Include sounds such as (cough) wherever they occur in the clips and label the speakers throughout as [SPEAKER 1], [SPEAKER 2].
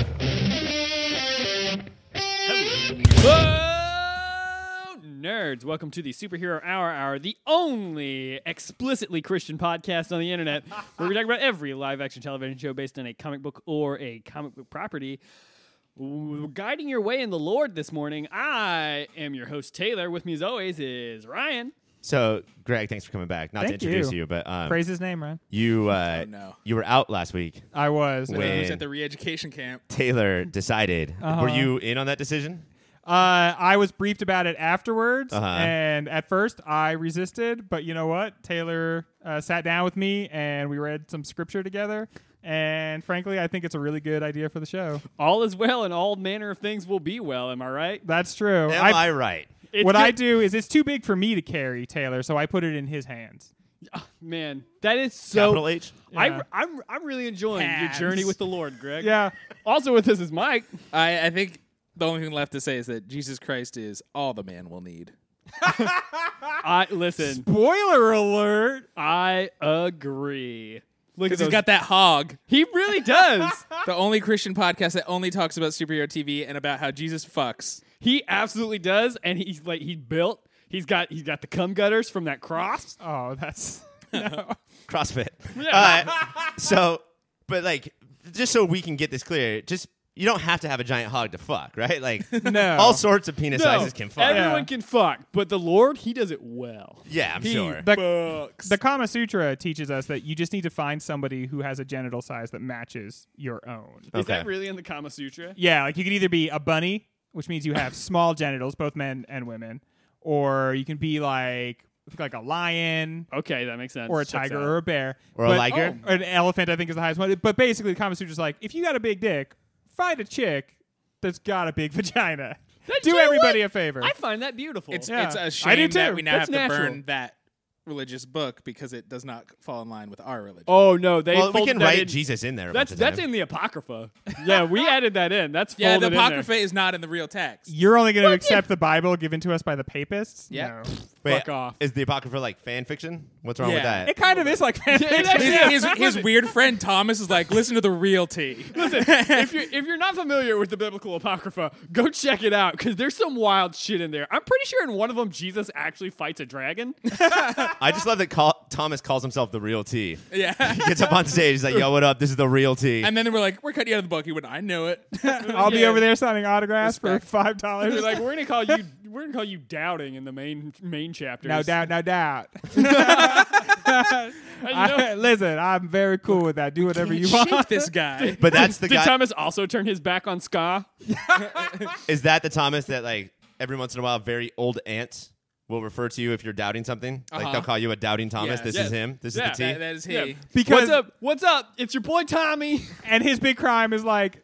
[SPEAKER 1] Whoa, Oh, nerds! Welcome to the Superhero Hour Hour, the only explicitly Christian podcast on the internet, where we talk about every live-action television show based on a comic book or a comic book property. W- Guiding your way in the Lord this morning, I am your host Taylor. With me, as always, is Ryan.
[SPEAKER 2] So, Greg, thanks for coming back. Not
[SPEAKER 3] Thank
[SPEAKER 2] to introduce you,
[SPEAKER 3] you.
[SPEAKER 2] but um,
[SPEAKER 3] Praise his name, Ryan.
[SPEAKER 2] you uh,
[SPEAKER 4] Oh, no.
[SPEAKER 2] you were out last week.
[SPEAKER 3] I was.
[SPEAKER 2] Wait.
[SPEAKER 4] when I was
[SPEAKER 2] And-
[SPEAKER 4] at the re-education camp.
[SPEAKER 1] (laughs)
[SPEAKER 2] Taylor decided.
[SPEAKER 1] Uh-huh.
[SPEAKER 2] Were you in on that decision?
[SPEAKER 3] Uh, I was briefed about it afterwards,
[SPEAKER 2] Uh-huh.
[SPEAKER 3] and at first I resisted, but you know what? Taylor uh, sat down with me, and we read some scripture together. And frankly, I think it's a really good idea for the show.
[SPEAKER 1] All is well, and all manner of things will be well. Am I right?
[SPEAKER 3] That's true.
[SPEAKER 2] Am
[SPEAKER 3] I-
[SPEAKER 2] I, right?
[SPEAKER 1] It's
[SPEAKER 3] what
[SPEAKER 1] ju-
[SPEAKER 3] I do is it's too big for me to carry Taylor, so I put it in his hands.
[SPEAKER 1] man, that is so.
[SPEAKER 2] Capital H.
[SPEAKER 1] I,
[SPEAKER 3] Yeah.
[SPEAKER 1] I'm I'm really enjoying
[SPEAKER 4] Hands.
[SPEAKER 1] your journey with the Lord, Greg.
[SPEAKER 3] Yeah,
[SPEAKER 1] Also with us is Mike.
[SPEAKER 4] I, I think the only thing left to say is that Jesus Christ is all the man will need.
[SPEAKER 1] I listen.
[SPEAKER 3] boiler alert.
[SPEAKER 1] I agree. Look at
[SPEAKER 4] Because
[SPEAKER 1] those.
[SPEAKER 4] he's got that hog.
[SPEAKER 1] he really does.
[SPEAKER 4] The only Christian podcast that only talks about superhero TV and about how Jesus fucks.
[SPEAKER 1] he absolutely does, and he's like he built. He's got he's got the cum gutters from that cross.
[SPEAKER 3] Oh, that's (laughs)
[SPEAKER 1] (laughs)
[SPEAKER 2] CrossFit. Uh, so, but like, just so we can get this clear, just you don't have to have a giant hog to fuck,
[SPEAKER 1] (laughs)
[SPEAKER 2] right? Like,
[SPEAKER 3] No.
[SPEAKER 2] all sorts of penis
[SPEAKER 1] No,
[SPEAKER 2] sizes can fuck.
[SPEAKER 1] Everyone
[SPEAKER 3] Yeah.
[SPEAKER 1] can fuck, but the Lord he does it well.
[SPEAKER 2] yeah, I'm
[SPEAKER 1] He-
[SPEAKER 2] sure.
[SPEAKER 3] the,
[SPEAKER 4] Fucks.
[SPEAKER 3] the Kama Sutra teaches us that you just need to find somebody who has a genital size that matches your own.
[SPEAKER 1] Is that
[SPEAKER 2] Okay.
[SPEAKER 1] really in the Kama Sutra?
[SPEAKER 3] Yeah, like you could either be a bunny, which means
[SPEAKER 1] (laughs)
[SPEAKER 3] you have small genitals, both men and women, or you can be like like a lion
[SPEAKER 1] Okay, that makes sense.
[SPEAKER 3] or a
[SPEAKER 1] Checks
[SPEAKER 3] tiger
[SPEAKER 1] out.
[SPEAKER 3] or a bear
[SPEAKER 2] Or a
[SPEAKER 3] But-
[SPEAKER 2] liger?
[SPEAKER 3] or an elephant. I think is the highest one. But basically, the Kama Sutra's like if you got a big dick, find a chick that's got a big (laughs) vagina.
[SPEAKER 1] That- you
[SPEAKER 3] Do
[SPEAKER 1] know
[SPEAKER 3] everybody
[SPEAKER 1] what?
[SPEAKER 3] a favor.
[SPEAKER 1] I find that beautiful.
[SPEAKER 4] It's
[SPEAKER 3] Yeah.
[SPEAKER 4] it's
[SPEAKER 3] I
[SPEAKER 4] a
[SPEAKER 3] do
[SPEAKER 4] shame that
[SPEAKER 3] too.
[SPEAKER 4] we now
[SPEAKER 1] That's
[SPEAKER 4] have to
[SPEAKER 1] natural.
[SPEAKER 4] burn that religious book because it does not fall in line with our religion.
[SPEAKER 1] oh no, they
[SPEAKER 2] well, we
[SPEAKER 1] folded
[SPEAKER 2] can
[SPEAKER 1] that
[SPEAKER 2] write
[SPEAKER 1] in-
[SPEAKER 2] Jesus in there. a
[SPEAKER 1] That's
[SPEAKER 2] bunch of
[SPEAKER 1] that's
[SPEAKER 2] times.
[SPEAKER 1] in the apocrypha. yeah, we added that in. (laughs) That's
[SPEAKER 4] yeah, the
[SPEAKER 1] folded in there.
[SPEAKER 4] apocrypha is not in the real text.
[SPEAKER 3] You're only going to accept the Bible given to us by the papists.
[SPEAKER 4] Yeah.
[SPEAKER 3] No.
[SPEAKER 2] Wait,
[SPEAKER 1] fuck off.
[SPEAKER 2] Is the apocrypha like fan fiction? What's wrong with
[SPEAKER 4] Yeah.
[SPEAKER 2] that?
[SPEAKER 3] it kind
[SPEAKER 1] (laughs)
[SPEAKER 3] of is like
[SPEAKER 1] it actually
[SPEAKER 3] fanfiction.
[SPEAKER 1] is.
[SPEAKER 4] His, his, his weird friend Thomas is like, listen to the real tea.
[SPEAKER 1] if you're if you're not familiar with the biblical apocrypha, go check it out because there's some wild shit in there. I'm pretty sure in one of them Jesus actually fights a dragon. (laughs)
[SPEAKER 2] I just love that call- Thomas calls himself the real T.
[SPEAKER 4] (laughs) yeah.
[SPEAKER 2] He gets up on stage. He's like, "Yo, what up? This is the real T."
[SPEAKER 4] And then they were like, we're cutting you out of the book. He went, I know it.
[SPEAKER 3] I'll be
[SPEAKER 1] Yeah.
[SPEAKER 3] over there signing autographs for
[SPEAKER 4] Respect.
[SPEAKER 3] five dollars.
[SPEAKER 1] They're like we're gonna call you we're gonna call you doubting in the main main chapters.
[SPEAKER 3] No doubt, no doubt.
[SPEAKER 1] And you know,
[SPEAKER 3] (laughs)
[SPEAKER 1] (laughs)
[SPEAKER 3] I, listen, I'm very cool with that. Do whatever you want.
[SPEAKER 4] Shake this guy.
[SPEAKER 2] but that's
[SPEAKER 1] (laughs)
[SPEAKER 2] the
[SPEAKER 1] did
[SPEAKER 2] guy.
[SPEAKER 1] Thomas also turn his back on ska?
[SPEAKER 2] is that the Thomas that like every once in a while, very old aunts will refer to you if you're doubting something? Like
[SPEAKER 4] Uh-huh.
[SPEAKER 2] they'll call you a doubting Thomas.
[SPEAKER 4] Yeah.
[SPEAKER 2] This
[SPEAKER 1] Yeah.
[SPEAKER 2] is him. This
[SPEAKER 1] Yeah.
[SPEAKER 2] is the T.
[SPEAKER 4] That, that is he.
[SPEAKER 1] Yeah.
[SPEAKER 3] Because
[SPEAKER 1] What's up? What's up? It's your boy
[SPEAKER 3] (laughs)
[SPEAKER 1] Tommy.
[SPEAKER 3] and his big crime is like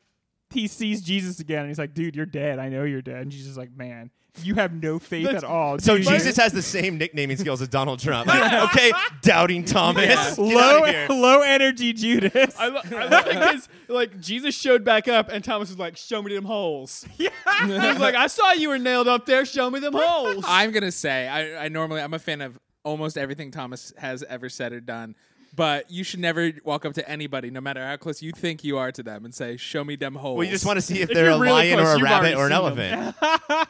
[SPEAKER 3] he sees Jesus again and he's like, dude, you're dead. I know you're dead. And Jesus is like, man, you have no faith at all.
[SPEAKER 2] so
[SPEAKER 3] dude."
[SPEAKER 2] Jesus has the same nicknaming skills as Donald Trump. Like, okay, doubting Thomas. Get
[SPEAKER 3] low
[SPEAKER 2] outta here.
[SPEAKER 3] (laughs) low energy Judas. (laughs)
[SPEAKER 1] I, lo- I love it 'cause, like Jesus showed back up and Thomas was like, "Show me them holes." (laughs) Yeah. he was like, "I saw you were nailed up there. Show
[SPEAKER 3] (laughs)
[SPEAKER 1] me them holes."
[SPEAKER 4] I'm gonna say I, I normally I'm a fan of almost everything Thomas has ever said or done, but you should never walk up to anybody, no matter how close you think you are to them, and say, "Show me them holes."
[SPEAKER 2] Well, you just want to see if,
[SPEAKER 1] If
[SPEAKER 2] they're
[SPEAKER 1] you're
[SPEAKER 2] a
[SPEAKER 1] really
[SPEAKER 2] lion
[SPEAKER 1] close,
[SPEAKER 2] or a
[SPEAKER 1] you've
[SPEAKER 2] rabbit or an
[SPEAKER 1] already seen
[SPEAKER 2] elephant.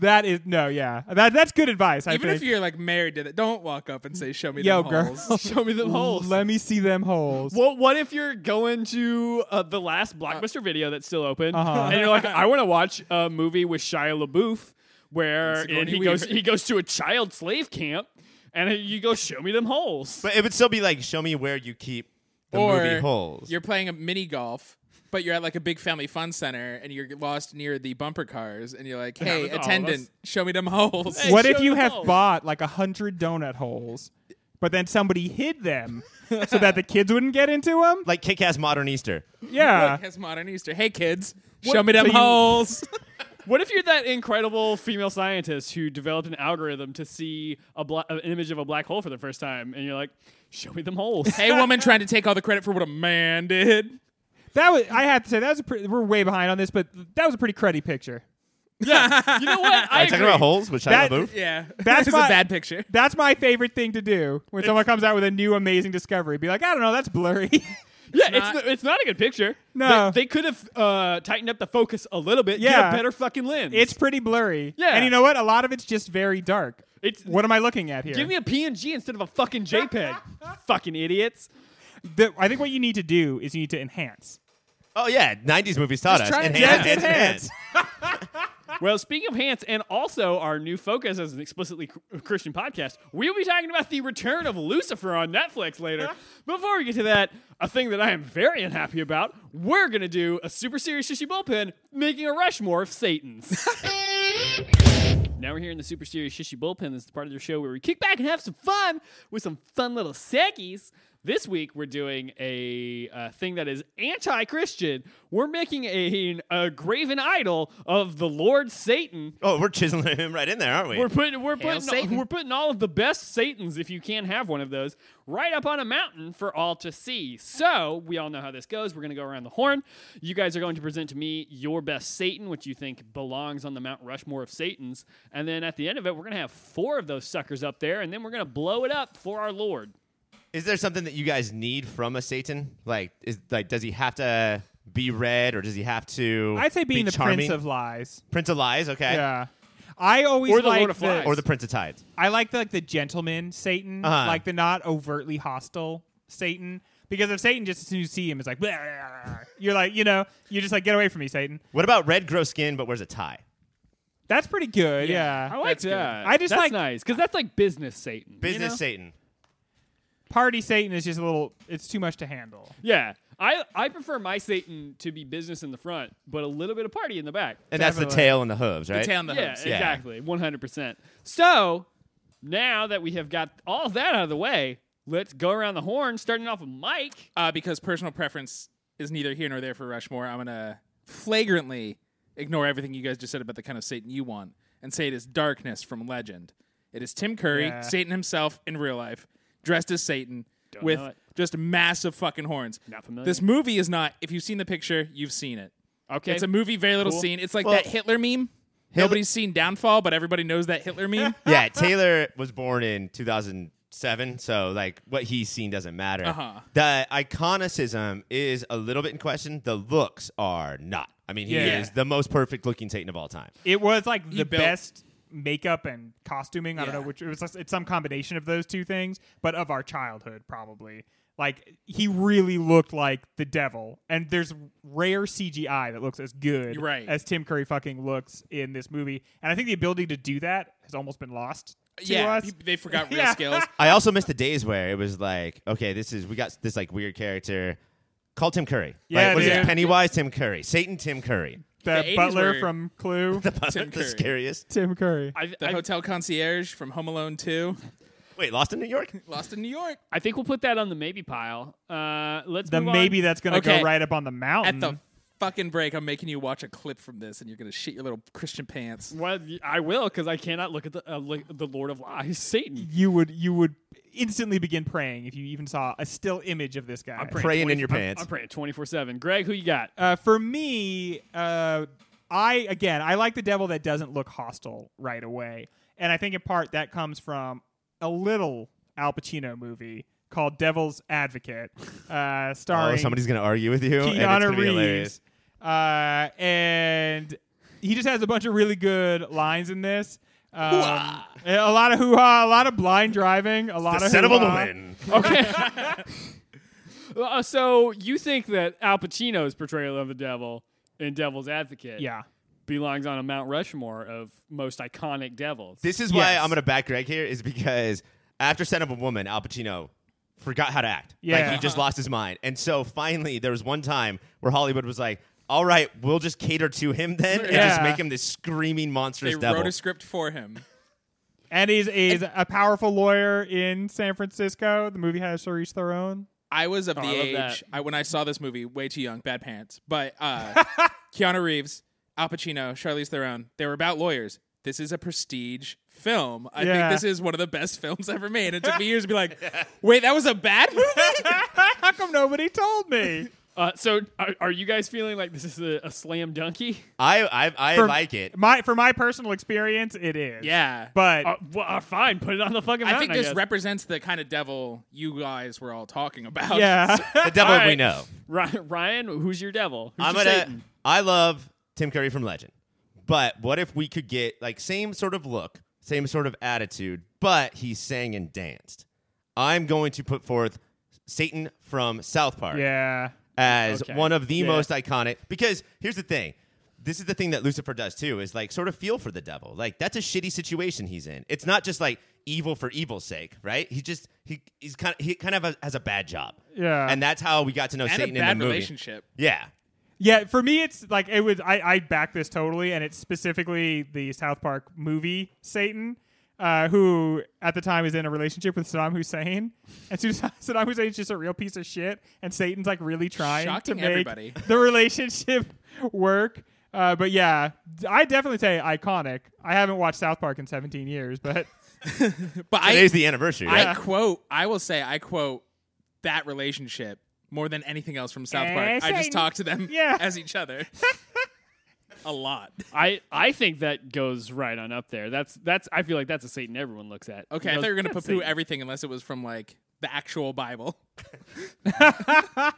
[SPEAKER 3] that is no, yeah. That that's good advice. I
[SPEAKER 4] even
[SPEAKER 3] think.
[SPEAKER 4] if you're like married to that, don't walk up and say, "Show me
[SPEAKER 3] Yo,
[SPEAKER 4] them
[SPEAKER 3] girl. (laughs)
[SPEAKER 4] holes."
[SPEAKER 1] Show me them holes.
[SPEAKER 3] Let me see them holes.
[SPEAKER 1] What what if you're going to uh, the last blockbuster video that's still open,
[SPEAKER 3] Uh-huh.
[SPEAKER 1] and you're like, I want to watch a movie with Shia LaBeouf, where
[SPEAKER 4] And Sigourney
[SPEAKER 1] and he goes
[SPEAKER 4] Weaver.
[SPEAKER 1] he goes to a child slave camp, and you go show me them holes.
[SPEAKER 2] But it would still be like, show me where you keep the
[SPEAKER 4] or
[SPEAKER 2] movie holes.
[SPEAKER 4] you're playing a mini golf. But you're at like a big family fun center and you're lost near the bumper cars and you're like, hey,
[SPEAKER 1] with all of us.
[SPEAKER 4] attendant, show me them holes.
[SPEAKER 1] Hey.
[SPEAKER 3] what
[SPEAKER 1] show
[SPEAKER 3] if you
[SPEAKER 1] them
[SPEAKER 3] have
[SPEAKER 1] holes.
[SPEAKER 3] bought like a hundred donut holes, but then somebody hid them so that the kids wouldn't get into them?
[SPEAKER 2] like kick-ass modern Easter.
[SPEAKER 3] Yeah.
[SPEAKER 4] Like, has modern Easter. Hey, kids, show me them
[SPEAKER 3] so you-
[SPEAKER 4] holes.
[SPEAKER 1] What if you're that incredible female scientist who developed an algorithm to see a bla- an image of a black hole for the first time, and you're like, show me them holes.
[SPEAKER 4] hey, woman trying to take all the credit for what a man did.
[SPEAKER 3] That was I have to say that was a pretty, we're way behind on this, but that was a pretty cruddy picture.
[SPEAKER 4] (laughs)
[SPEAKER 1] (laughs) yeah, (laughs) you know what? I
[SPEAKER 2] Are you
[SPEAKER 1] agree.
[SPEAKER 2] talking about holes with Shia
[SPEAKER 3] That-
[SPEAKER 2] LaBeouf?
[SPEAKER 4] Yeah,
[SPEAKER 1] (laughs)
[SPEAKER 3] That's
[SPEAKER 4] This is
[SPEAKER 3] my-
[SPEAKER 4] a bad picture.
[SPEAKER 3] That's my favorite thing to do when someone comes out with a new amazing discovery. Be like, I don't know, that's blurry. (laughs)
[SPEAKER 1] yeah, it's
[SPEAKER 4] not-
[SPEAKER 1] not, it's not a good picture.
[SPEAKER 3] No.
[SPEAKER 1] they, they could have uh, tightened up the focus a little bit. get
[SPEAKER 3] Yeah.
[SPEAKER 1] a better fucking lens.
[SPEAKER 3] It's pretty blurry.
[SPEAKER 1] Yeah.
[SPEAKER 3] And you know what? A lot of it's just very dark.
[SPEAKER 1] It's-
[SPEAKER 3] what am I looking at here?
[SPEAKER 1] give me a PNG instead of a fucking JPEG. fucking idiots.
[SPEAKER 3] The- I think what you need to do is you need to enhance.
[SPEAKER 2] Oh yeah, '90s movies taught us.
[SPEAKER 3] try and
[SPEAKER 2] Enhance,
[SPEAKER 3] just
[SPEAKER 2] enhance,
[SPEAKER 3] enhance.
[SPEAKER 1] Well, speaking of hands, and also our new focus as an explicitly cr- Christian podcast, we'll be talking about the return of Lucifer on Netflix later. Before we get to that, a thing that I am very unhappy about, we're going to do a super serious shishy bullpen making a Rushmore of Satan's. now we're here in the super serious shishy bullpen. This is the part of the show where we kick back and have some fun with some fun little seggies. This week we're doing a uh, thing that is anti-Christian. We're making a, a graven idol of the Lord Satan
[SPEAKER 2] Oh, we're chiseling (laughs) him right in there, aren't we?
[SPEAKER 1] we're putting we're putting
[SPEAKER 4] Hail Satan.
[SPEAKER 1] we're putting all of the best Satans, if you can have one of those, right up on a mountain for all to see. So we all know how this goes. We're gonna go around the horn. You guys are going to present to me your best Satan, which you think belongs on the Mount Rushmore of Satans, and then at the end of it, we're gonna have four of those suckers up there, and then we're gonna blow it up for our Lord.
[SPEAKER 2] is there something that you guys need from a Satan? Like, is like, does he have to be red, or does he have to?
[SPEAKER 3] I'd say being
[SPEAKER 2] be
[SPEAKER 3] the
[SPEAKER 2] charming?
[SPEAKER 3] prince of lies.
[SPEAKER 2] Prince of Lies. Okay.
[SPEAKER 3] Yeah. I always
[SPEAKER 1] Or the
[SPEAKER 3] like
[SPEAKER 1] Lord of Flies.
[SPEAKER 2] Or the Prince of Tides.
[SPEAKER 3] I like the like the gentleman Satan,
[SPEAKER 2] Uh-huh.
[SPEAKER 3] like the not overtly hostile Satan. Because if Satan just as soon as you see him is like, "Blah," you're like, you know, you're just like, get away from me, Satan.
[SPEAKER 2] What about red, gross skin, but wears a tie?
[SPEAKER 3] That's pretty good. Yeah,
[SPEAKER 1] I like
[SPEAKER 4] That's good.
[SPEAKER 1] that.
[SPEAKER 3] I just
[SPEAKER 1] that's
[SPEAKER 3] like-
[SPEAKER 1] nice because that's like business Satan. you
[SPEAKER 2] Business
[SPEAKER 1] know?
[SPEAKER 2] Satan.
[SPEAKER 3] party Satan is just a little. It's too much to handle.
[SPEAKER 1] Yeah. I, I prefer my Satan to be business in the front, but a little bit of party in the back.
[SPEAKER 2] And that's the
[SPEAKER 3] Definitely.
[SPEAKER 2] tail and the hooves, right?
[SPEAKER 3] (laughs)
[SPEAKER 4] The tail and the
[SPEAKER 1] yeah,
[SPEAKER 4] hooves.
[SPEAKER 2] Yeah.
[SPEAKER 1] exactly. 100%. So, now that we have got all that out of the way, let's go around the horn, starting off with Mike.
[SPEAKER 4] Uh, because personal preference is neither here nor there for Rushmore, I'm gonna flagrantly ignore everything you guys just said about the kind of Satan you want and say it is darkness from legend. It is Tim Curry,
[SPEAKER 3] Yeah.
[SPEAKER 4] Satan himself in real life, dressed as Satan with
[SPEAKER 1] know it.
[SPEAKER 4] just massive fucking horns.
[SPEAKER 1] Not familiar.
[SPEAKER 4] This movie is not. If you've seen the picture, you've seen it.
[SPEAKER 1] Okay.
[SPEAKER 4] It's a movie, very little
[SPEAKER 1] Cool.
[SPEAKER 4] seen. It's like
[SPEAKER 2] Well-
[SPEAKER 4] that Hitler meme. Nobody's seen Downfall, but everybody knows that Hitler meme.
[SPEAKER 1] (laughs)
[SPEAKER 2] yeah, Taylor was born in 2007, so like what he's seen doesn't matter.
[SPEAKER 4] Uh-huh.
[SPEAKER 2] The iconicism is a little bit in question. The looks are not. I mean, he
[SPEAKER 4] Yeah.
[SPEAKER 2] is the most perfect looking Satan of all time.
[SPEAKER 3] It was like the
[SPEAKER 4] built-
[SPEAKER 3] best makeup and costuming. I don't know
[SPEAKER 4] Yeah.
[SPEAKER 3] which it was. just- It's some combination of those two things, but of our childhood probably. Like he really looked like the devil, and there's rare CGI that looks as good
[SPEAKER 4] You're right.
[SPEAKER 3] as Tim Curry fucking looks in this movie. And I think the ability to do that has almost been lost to
[SPEAKER 4] yeah,
[SPEAKER 3] us.
[SPEAKER 4] pe-
[SPEAKER 3] (laughs)
[SPEAKER 4] they
[SPEAKER 1] (laughs)
[SPEAKER 4] forgot real
[SPEAKER 3] Yeah.
[SPEAKER 4] skills.
[SPEAKER 2] I also missed the days where it was like, okay, this is we got this like weird character. Call Tim Curry.
[SPEAKER 3] Yeah,
[SPEAKER 2] like, what is
[SPEAKER 3] dude.
[SPEAKER 2] it? Pennywise, Tim Curry, Satan, Tim Curry. (laughs)
[SPEAKER 3] the,
[SPEAKER 4] the 80s
[SPEAKER 3] butler
[SPEAKER 4] were-
[SPEAKER 3] from
[SPEAKER 4] (laughs)
[SPEAKER 3] Clue,
[SPEAKER 2] Tim the
[SPEAKER 4] Curry.
[SPEAKER 2] scariest.
[SPEAKER 3] Tim Curry.
[SPEAKER 1] I,
[SPEAKER 4] The
[SPEAKER 1] I-
[SPEAKER 4] hotel concierge from Home Alone 2,
[SPEAKER 2] Wait, Lost in New York.
[SPEAKER 4] Lost in New York.
[SPEAKER 1] I think we'll put that on the maybe pile. Uh, let's
[SPEAKER 3] the
[SPEAKER 1] move on.
[SPEAKER 3] maybe that's going to
[SPEAKER 4] Okay.
[SPEAKER 3] go right up on the
[SPEAKER 4] At
[SPEAKER 3] mountain.
[SPEAKER 4] the
[SPEAKER 1] Mm-hmm.
[SPEAKER 4] fucking break, I'm making you watch a clip from this, and you're gonna shit your little Christian pants.
[SPEAKER 1] Well, I will because I cannot look at the uh, look, the Lord of Lies, Satan.
[SPEAKER 3] you would you would instantly begin praying if you even saw a still image of this guy.
[SPEAKER 2] Praying in your pants.
[SPEAKER 1] I'm praying 24 seven. Greg, who you
[SPEAKER 4] (laughs)
[SPEAKER 1] got?
[SPEAKER 3] Uh, for me, uh, I again, I like the devil that doesn't look hostile right away, and I think in part that comes from a little Al Pacino movie called Devil's Advocate, uh, starring
[SPEAKER 2] oh, somebody's gonna argue with you. and it's
[SPEAKER 3] Keanu
[SPEAKER 2] gonna be hilarious.
[SPEAKER 3] Reeves, uh, and he just has a bunch of really good lines in this. Um, a lot of hoo ha, a lot of blind driving, a lot
[SPEAKER 2] The
[SPEAKER 3] of
[SPEAKER 2] son of a
[SPEAKER 3] hoo-ha.
[SPEAKER 2] woman.
[SPEAKER 1] Okay. (laughs) Uh, so you think that Al Pacino's portrayal of the devil in Devil's Advocate
[SPEAKER 3] Yeah.
[SPEAKER 1] belongs on a Mount Rushmore of most iconic devils?
[SPEAKER 2] This is why
[SPEAKER 3] Yes.
[SPEAKER 2] I'm going to back Greg here is because after Son of a Woman, Al Pacino forgot how to act. Like,
[SPEAKER 3] Yeah.
[SPEAKER 2] he just lost his mind. And so finally, there was one time where Hollywood was like, all right, we'll just cater to him then and just
[SPEAKER 3] Yeah.
[SPEAKER 2] make him this screaming monstrous
[SPEAKER 4] They
[SPEAKER 2] devil.
[SPEAKER 4] wrote a script for him.
[SPEAKER 3] And he's, he's a powerful lawyer in San Francisco. The movie has Charlize Theron. (laughs)
[SPEAKER 4] I was of the
[SPEAKER 1] Oh, I love that.
[SPEAKER 4] age I, when I saw this movie, way too young, bad parents. But
[SPEAKER 1] (laughs)
[SPEAKER 4] uh, Keanu Reeves, Al Pacino, Charlize Theron, they were about lawyers. This is a prestige film. I
[SPEAKER 3] Yeah.
[SPEAKER 4] think this is one of the best films
[SPEAKER 1] (laughs)
[SPEAKER 4] ever made. It took me years to be like, wait, that was a bad movie?
[SPEAKER 2] (laughs)
[SPEAKER 3] How come nobody told me?
[SPEAKER 1] Uh, so, are, are you guys feeling like this is a, a slam dunky?
[SPEAKER 2] I I, I
[SPEAKER 3] For-
[SPEAKER 2] like it.
[SPEAKER 3] My for my personal experience, it is.
[SPEAKER 4] Yeah.
[SPEAKER 3] but
[SPEAKER 1] Uh,
[SPEAKER 2] Oh,
[SPEAKER 1] well, uh, fine, put it on the fucking.
[SPEAKER 4] I
[SPEAKER 1] Mountain,
[SPEAKER 4] think
[SPEAKER 1] I
[SPEAKER 4] this
[SPEAKER 1] guess.
[SPEAKER 4] represents the kind of devil you guys were all talking
[SPEAKER 2] oh,
[SPEAKER 4] about. (laughs)
[SPEAKER 3] yeah,
[SPEAKER 2] The devil
[SPEAKER 1] All right.
[SPEAKER 2] we know.
[SPEAKER 1] Ry- Ryan, who's your devil? Who's
[SPEAKER 2] I'm
[SPEAKER 1] your
[SPEAKER 2] gonna.
[SPEAKER 1] Satan?
[SPEAKER 2] I love Tim Curry from Legend, but what if we could get like same sort of look, same sort of attitude, but he sang and danced? I'm going to put forth Satan from South Park
[SPEAKER 3] (laughs) yeah.
[SPEAKER 2] as
[SPEAKER 1] Okay.
[SPEAKER 2] one of the
[SPEAKER 1] Yeah.
[SPEAKER 2] most iconic. Because here's the thing. This is the thing that Lucifer does too is like sort of feel for the devil. Like that's a shitty situation he's in. It's not just like evil for evil's sake, right? He just he he's kind of he kind of has- has a bad job.
[SPEAKER 3] Yeah.
[SPEAKER 2] and that's how we got to know
[SPEAKER 4] And
[SPEAKER 2] Satan
[SPEAKER 4] a bad
[SPEAKER 2] in the movie.
[SPEAKER 4] relationship.
[SPEAKER 2] (laughs) Yeah,
[SPEAKER 3] Yeah, for me, it's like it was. I, I back this totally, and it's specifically the South Park movie Satan, uh, who at the time is in a relationship with Saddam Hussein, and (laughs) so Saddam Hussein's just a real piece of shit, and Satan's like really trying
[SPEAKER 4] Shocking
[SPEAKER 3] to make
[SPEAKER 4] everybody.
[SPEAKER 3] (laughs) the relationship (laughs) work. Uh, but yeah, I definitely say iconic. I haven't watched South Park in 17 years, but (laughs)
[SPEAKER 4] But I,
[SPEAKER 2] today's the anniversary.
[SPEAKER 4] I
[SPEAKER 2] right?
[SPEAKER 4] (laughs) quote, I will say, I quote that relationship more than anything else from South Park.
[SPEAKER 3] Eh,
[SPEAKER 4] I just
[SPEAKER 3] same.
[SPEAKER 4] talk to them
[SPEAKER 3] Yeah.
[SPEAKER 4] (laughs) as each other a lot.
[SPEAKER 1] I I think that goes right on up there. That's that's. I feel like that's a Satan everyone looks at.
[SPEAKER 4] Okay, I thought you were gonna poo
[SPEAKER 1] That's
[SPEAKER 4] poo
[SPEAKER 1] Satan.
[SPEAKER 4] everything unless it was from like the actual Bible.
[SPEAKER 3] that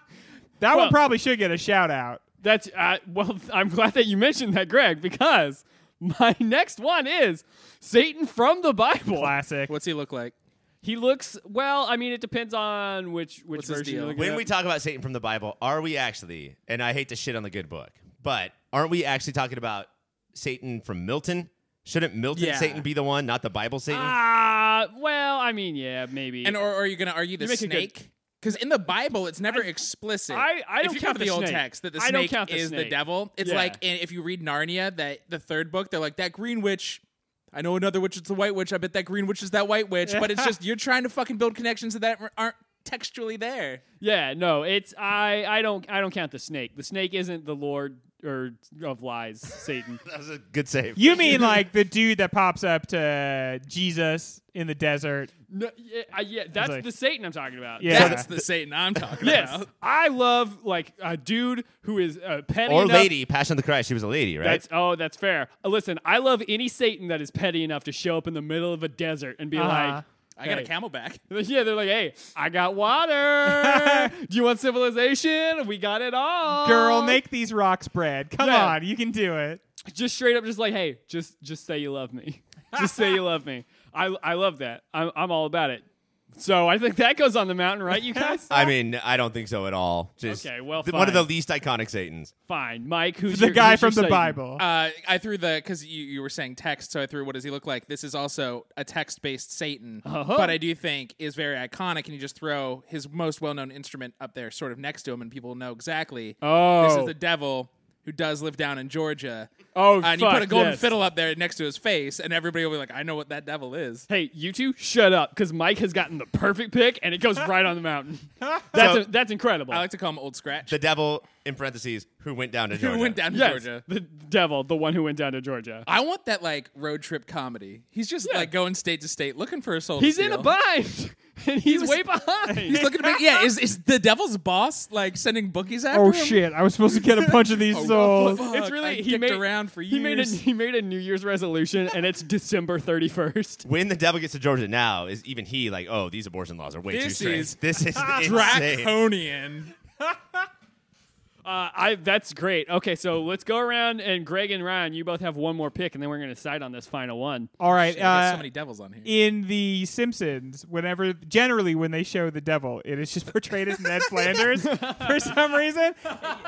[SPEAKER 1] Well-
[SPEAKER 3] one probably should get a shout out.
[SPEAKER 1] That's uh, well. (laughs) I'm glad that you mentioned that, Greg, because (laughs) my next one is Satan from the Bible.
[SPEAKER 3] Classic.
[SPEAKER 4] What's he look like?
[SPEAKER 1] He looks well. I mean, it depends on which which
[SPEAKER 4] What's his
[SPEAKER 1] version.
[SPEAKER 4] deal?
[SPEAKER 1] You look
[SPEAKER 2] when
[SPEAKER 1] at.
[SPEAKER 2] we talk about Satan from the Bible, are we actually? And I hate to shit on the good book, but aren't we actually talking about Satan from Milton? Shouldn't Milton
[SPEAKER 4] Yeah.
[SPEAKER 2] Satan be the one, not the Bible Satan?
[SPEAKER 1] Ah, well, I mean, yeah, maybe.
[SPEAKER 4] And or, or are you gonna argue the
[SPEAKER 1] You make a good-
[SPEAKER 4] snake? Because in the Bible, it's never explicit.
[SPEAKER 1] I- I don't
[SPEAKER 4] if you
[SPEAKER 1] count
[SPEAKER 4] go to the,
[SPEAKER 1] the
[SPEAKER 4] old
[SPEAKER 1] snake.
[SPEAKER 4] text that the
[SPEAKER 1] I don't
[SPEAKER 4] snake
[SPEAKER 1] count the
[SPEAKER 4] is
[SPEAKER 1] snake.
[SPEAKER 4] the devil. It's
[SPEAKER 1] Yeah.
[SPEAKER 4] like in, if you read Narnia, that the third book, they're like that green witch. I know another witch. It's the white witch. I bet that green witch is that white witch. But it's just you're trying to fucking build connections that aren't textually there.
[SPEAKER 1] yeah, no, it's I. I don't. I don't count the snake. The snake isn't the Lord or of lies, Satan.
[SPEAKER 2] that was a good save.
[SPEAKER 3] You
[SPEAKER 4] (laughs)
[SPEAKER 3] mean like the dude that pops up to Jesus in the desert?
[SPEAKER 1] (laughs) No, yeah, I- yeah, that's
[SPEAKER 3] like-
[SPEAKER 1] the Satan I'm talking about.
[SPEAKER 3] Yeah.
[SPEAKER 4] That's the Satan I'm talking
[SPEAKER 1] Yes,
[SPEAKER 4] about.
[SPEAKER 1] I love like a dude who is uh, petty
[SPEAKER 2] or
[SPEAKER 1] enough-
[SPEAKER 2] lady, Passion of the Christ. She was a lady, right?
[SPEAKER 1] That's oh, that's fair. Uh, listen, I love any Satan that is petty enough to show up in the middle of a desert and be
[SPEAKER 3] Uh-huh.
[SPEAKER 4] I got a
[SPEAKER 1] Hey.
[SPEAKER 4] camelback.
[SPEAKER 1] like, (laughs) yeah, they're like, hey, I got (laughs) water. Do you want civilization? We got it all,
[SPEAKER 4] Oh.
[SPEAKER 3] Girl, make these rocks bread. Come
[SPEAKER 1] Yeah.
[SPEAKER 3] on, you can do it.
[SPEAKER 1] just straight up, just like, hey, just just say you love me. (laughs) Just say you love me. I I love that. I'm I'm all about it. So I think that goes on the mountain, right, you
[SPEAKER 4] (laughs)
[SPEAKER 1] guys?
[SPEAKER 2] I mean, I don't think so at all. Just
[SPEAKER 1] Okay, well,
[SPEAKER 2] th- one
[SPEAKER 1] fine.
[SPEAKER 2] of the least iconic Satans.
[SPEAKER 1] Fine, Mike. Who's
[SPEAKER 3] The
[SPEAKER 1] your-
[SPEAKER 3] guy
[SPEAKER 1] who's your
[SPEAKER 3] from the
[SPEAKER 1] Satan?
[SPEAKER 3] Bible.
[SPEAKER 4] Uh, I threw the because you, you were saying text, so I threw what does he look like? This is also a text based Satan,
[SPEAKER 1] Uh-huh.
[SPEAKER 4] but I do think is very iconic. And you just throw his most well known instrument up there, sort of next to him, and people know exactly. this
[SPEAKER 1] Oh.
[SPEAKER 4] is the devil who does live down in Georgia.
[SPEAKER 1] Oh,
[SPEAKER 4] Uh,
[SPEAKER 1] fuck,
[SPEAKER 4] and you put a golden
[SPEAKER 1] yes.
[SPEAKER 4] fiddle up there next to his face, and everybody will be like, "I know what that devil is."
[SPEAKER 1] Hey, you two, shut up, because Mike has gotten the perfect pick, and it
[SPEAKER 4] (laughs)
[SPEAKER 1] goes right on the mountain. That's
[SPEAKER 2] So-
[SPEAKER 1] a- that's incredible.
[SPEAKER 4] I like to call him Old Scratch,
[SPEAKER 2] The devil, in parentheses, who went down to Georgia.
[SPEAKER 4] who went down to
[SPEAKER 1] yes,
[SPEAKER 4] Georgia.
[SPEAKER 1] the devil, the one who went down to Georgia.
[SPEAKER 4] I want that like road trip comedy. He's just like going state to state looking for a soul. to
[SPEAKER 1] He's in a
[SPEAKER 4] steal.
[SPEAKER 1] bind, (laughs) and he's
[SPEAKER 4] was-
[SPEAKER 1] way behind.
[SPEAKER 4] (laughs) He's looking to make yeah. Is is the devil's boss like sending bookies after
[SPEAKER 3] Oh
[SPEAKER 4] him?
[SPEAKER 3] shit! (laughs) I was supposed to get a bunch of these
[SPEAKER 4] (laughs) Oh,
[SPEAKER 3] souls.
[SPEAKER 4] fuck.
[SPEAKER 1] it's really
[SPEAKER 4] I
[SPEAKER 1] he
[SPEAKER 4] dicked
[SPEAKER 1] made
[SPEAKER 4] around for
[SPEAKER 1] He made a,
[SPEAKER 4] years.
[SPEAKER 1] he made a New Year's resolution, and it's December thirty first.
[SPEAKER 2] When the devil gets to Georgia now, is even he like, oh, these abortion laws are way too
[SPEAKER 4] This
[SPEAKER 2] strict.
[SPEAKER 4] is
[SPEAKER 2] this
[SPEAKER 4] (laughs)
[SPEAKER 2] is insane.
[SPEAKER 4] Draconian.
[SPEAKER 1] Uh, I that's great. Okay, so let's go around, and Greg and Ryan, you both have one more pick, and then we're going to decide on this final one.
[SPEAKER 3] All right.
[SPEAKER 4] Shit, I got
[SPEAKER 3] uh,
[SPEAKER 4] so many devils on here.
[SPEAKER 3] in the Simpsons, whenever generally when they show the devil, it is just (laughs) portrayed as Ned
[SPEAKER 4] (laughs)
[SPEAKER 3] Flanders for some reason,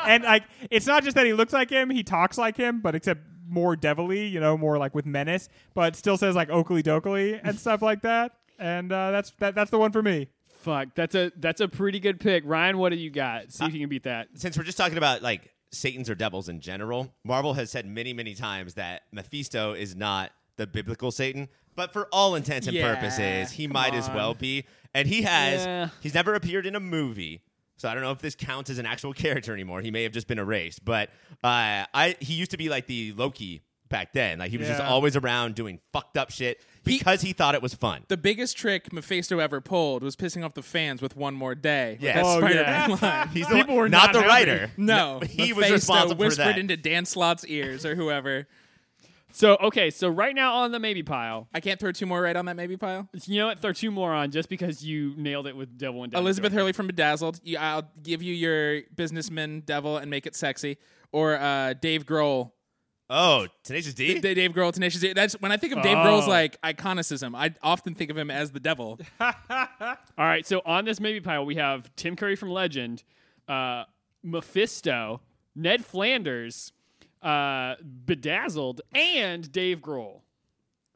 [SPEAKER 3] and like it's not just that he looks like him, he talks like him, but except more devilly, you know, more like with menace, but still says like Oakley Dokley and stuff like that. And uh, that's that, that's the one for me.
[SPEAKER 1] Fuck, that's a that's a pretty good pick, Ryan. What do you got? See if you can beat that.
[SPEAKER 2] since we're just talking about like satans or devils in general, Marvel has said many, many times that Mephisto is not the biblical Satan, but for all intents and
[SPEAKER 4] Yeah,
[SPEAKER 2] purposes, he
[SPEAKER 4] come
[SPEAKER 2] might as well be. And he has
[SPEAKER 1] Yeah.
[SPEAKER 2] he's never appeared in a movie. So I don't know if this counts as an actual character anymore. He may have just been erased, but uh, I he used to be like the Loki back then. Like he was just
[SPEAKER 3] Yeah.
[SPEAKER 2] always around doing fucked up shit because he, thought it was fun.
[SPEAKER 4] The biggest trick Mephisto ever pulled was pissing off the fans with "One More Day." with
[SPEAKER 2] Yes.
[SPEAKER 4] that
[SPEAKER 2] Oh,
[SPEAKER 4] Spider-Man (laughs) line.
[SPEAKER 2] He's the
[SPEAKER 3] People
[SPEAKER 2] one-
[SPEAKER 3] were
[SPEAKER 2] not,
[SPEAKER 3] not
[SPEAKER 2] the
[SPEAKER 3] happy.
[SPEAKER 2] writer.
[SPEAKER 4] No,
[SPEAKER 2] he was
[SPEAKER 4] Mephisto
[SPEAKER 2] responsible for
[SPEAKER 4] whispered
[SPEAKER 2] that.
[SPEAKER 4] into Dan Slott's ears or whoever.
[SPEAKER 1] So okay, so right now on the maybe pile,
[SPEAKER 4] I can't throw two more right on that maybe pile.
[SPEAKER 1] you know what? Throw two more on just because you nailed it with Devil and Devil
[SPEAKER 4] Elizabeth Hurley from Bedazzled. You, I'll give you your businessman devil and make it sexy. Or uh, Dave (laughs) Grohl.
[SPEAKER 2] oh, Tenacious D.
[SPEAKER 4] D- Dave Grohl, Tenacious D. That's when I think of Dave Grohl's
[SPEAKER 1] Oh.
[SPEAKER 4] like iconicism. I often think of him as the devil.
[SPEAKER 1] All right, so on this maybe pile we have Tim Curry from Legend, uh, Mephisto, Ned Flanders, uh, Bedazzled, and Dave Grohl.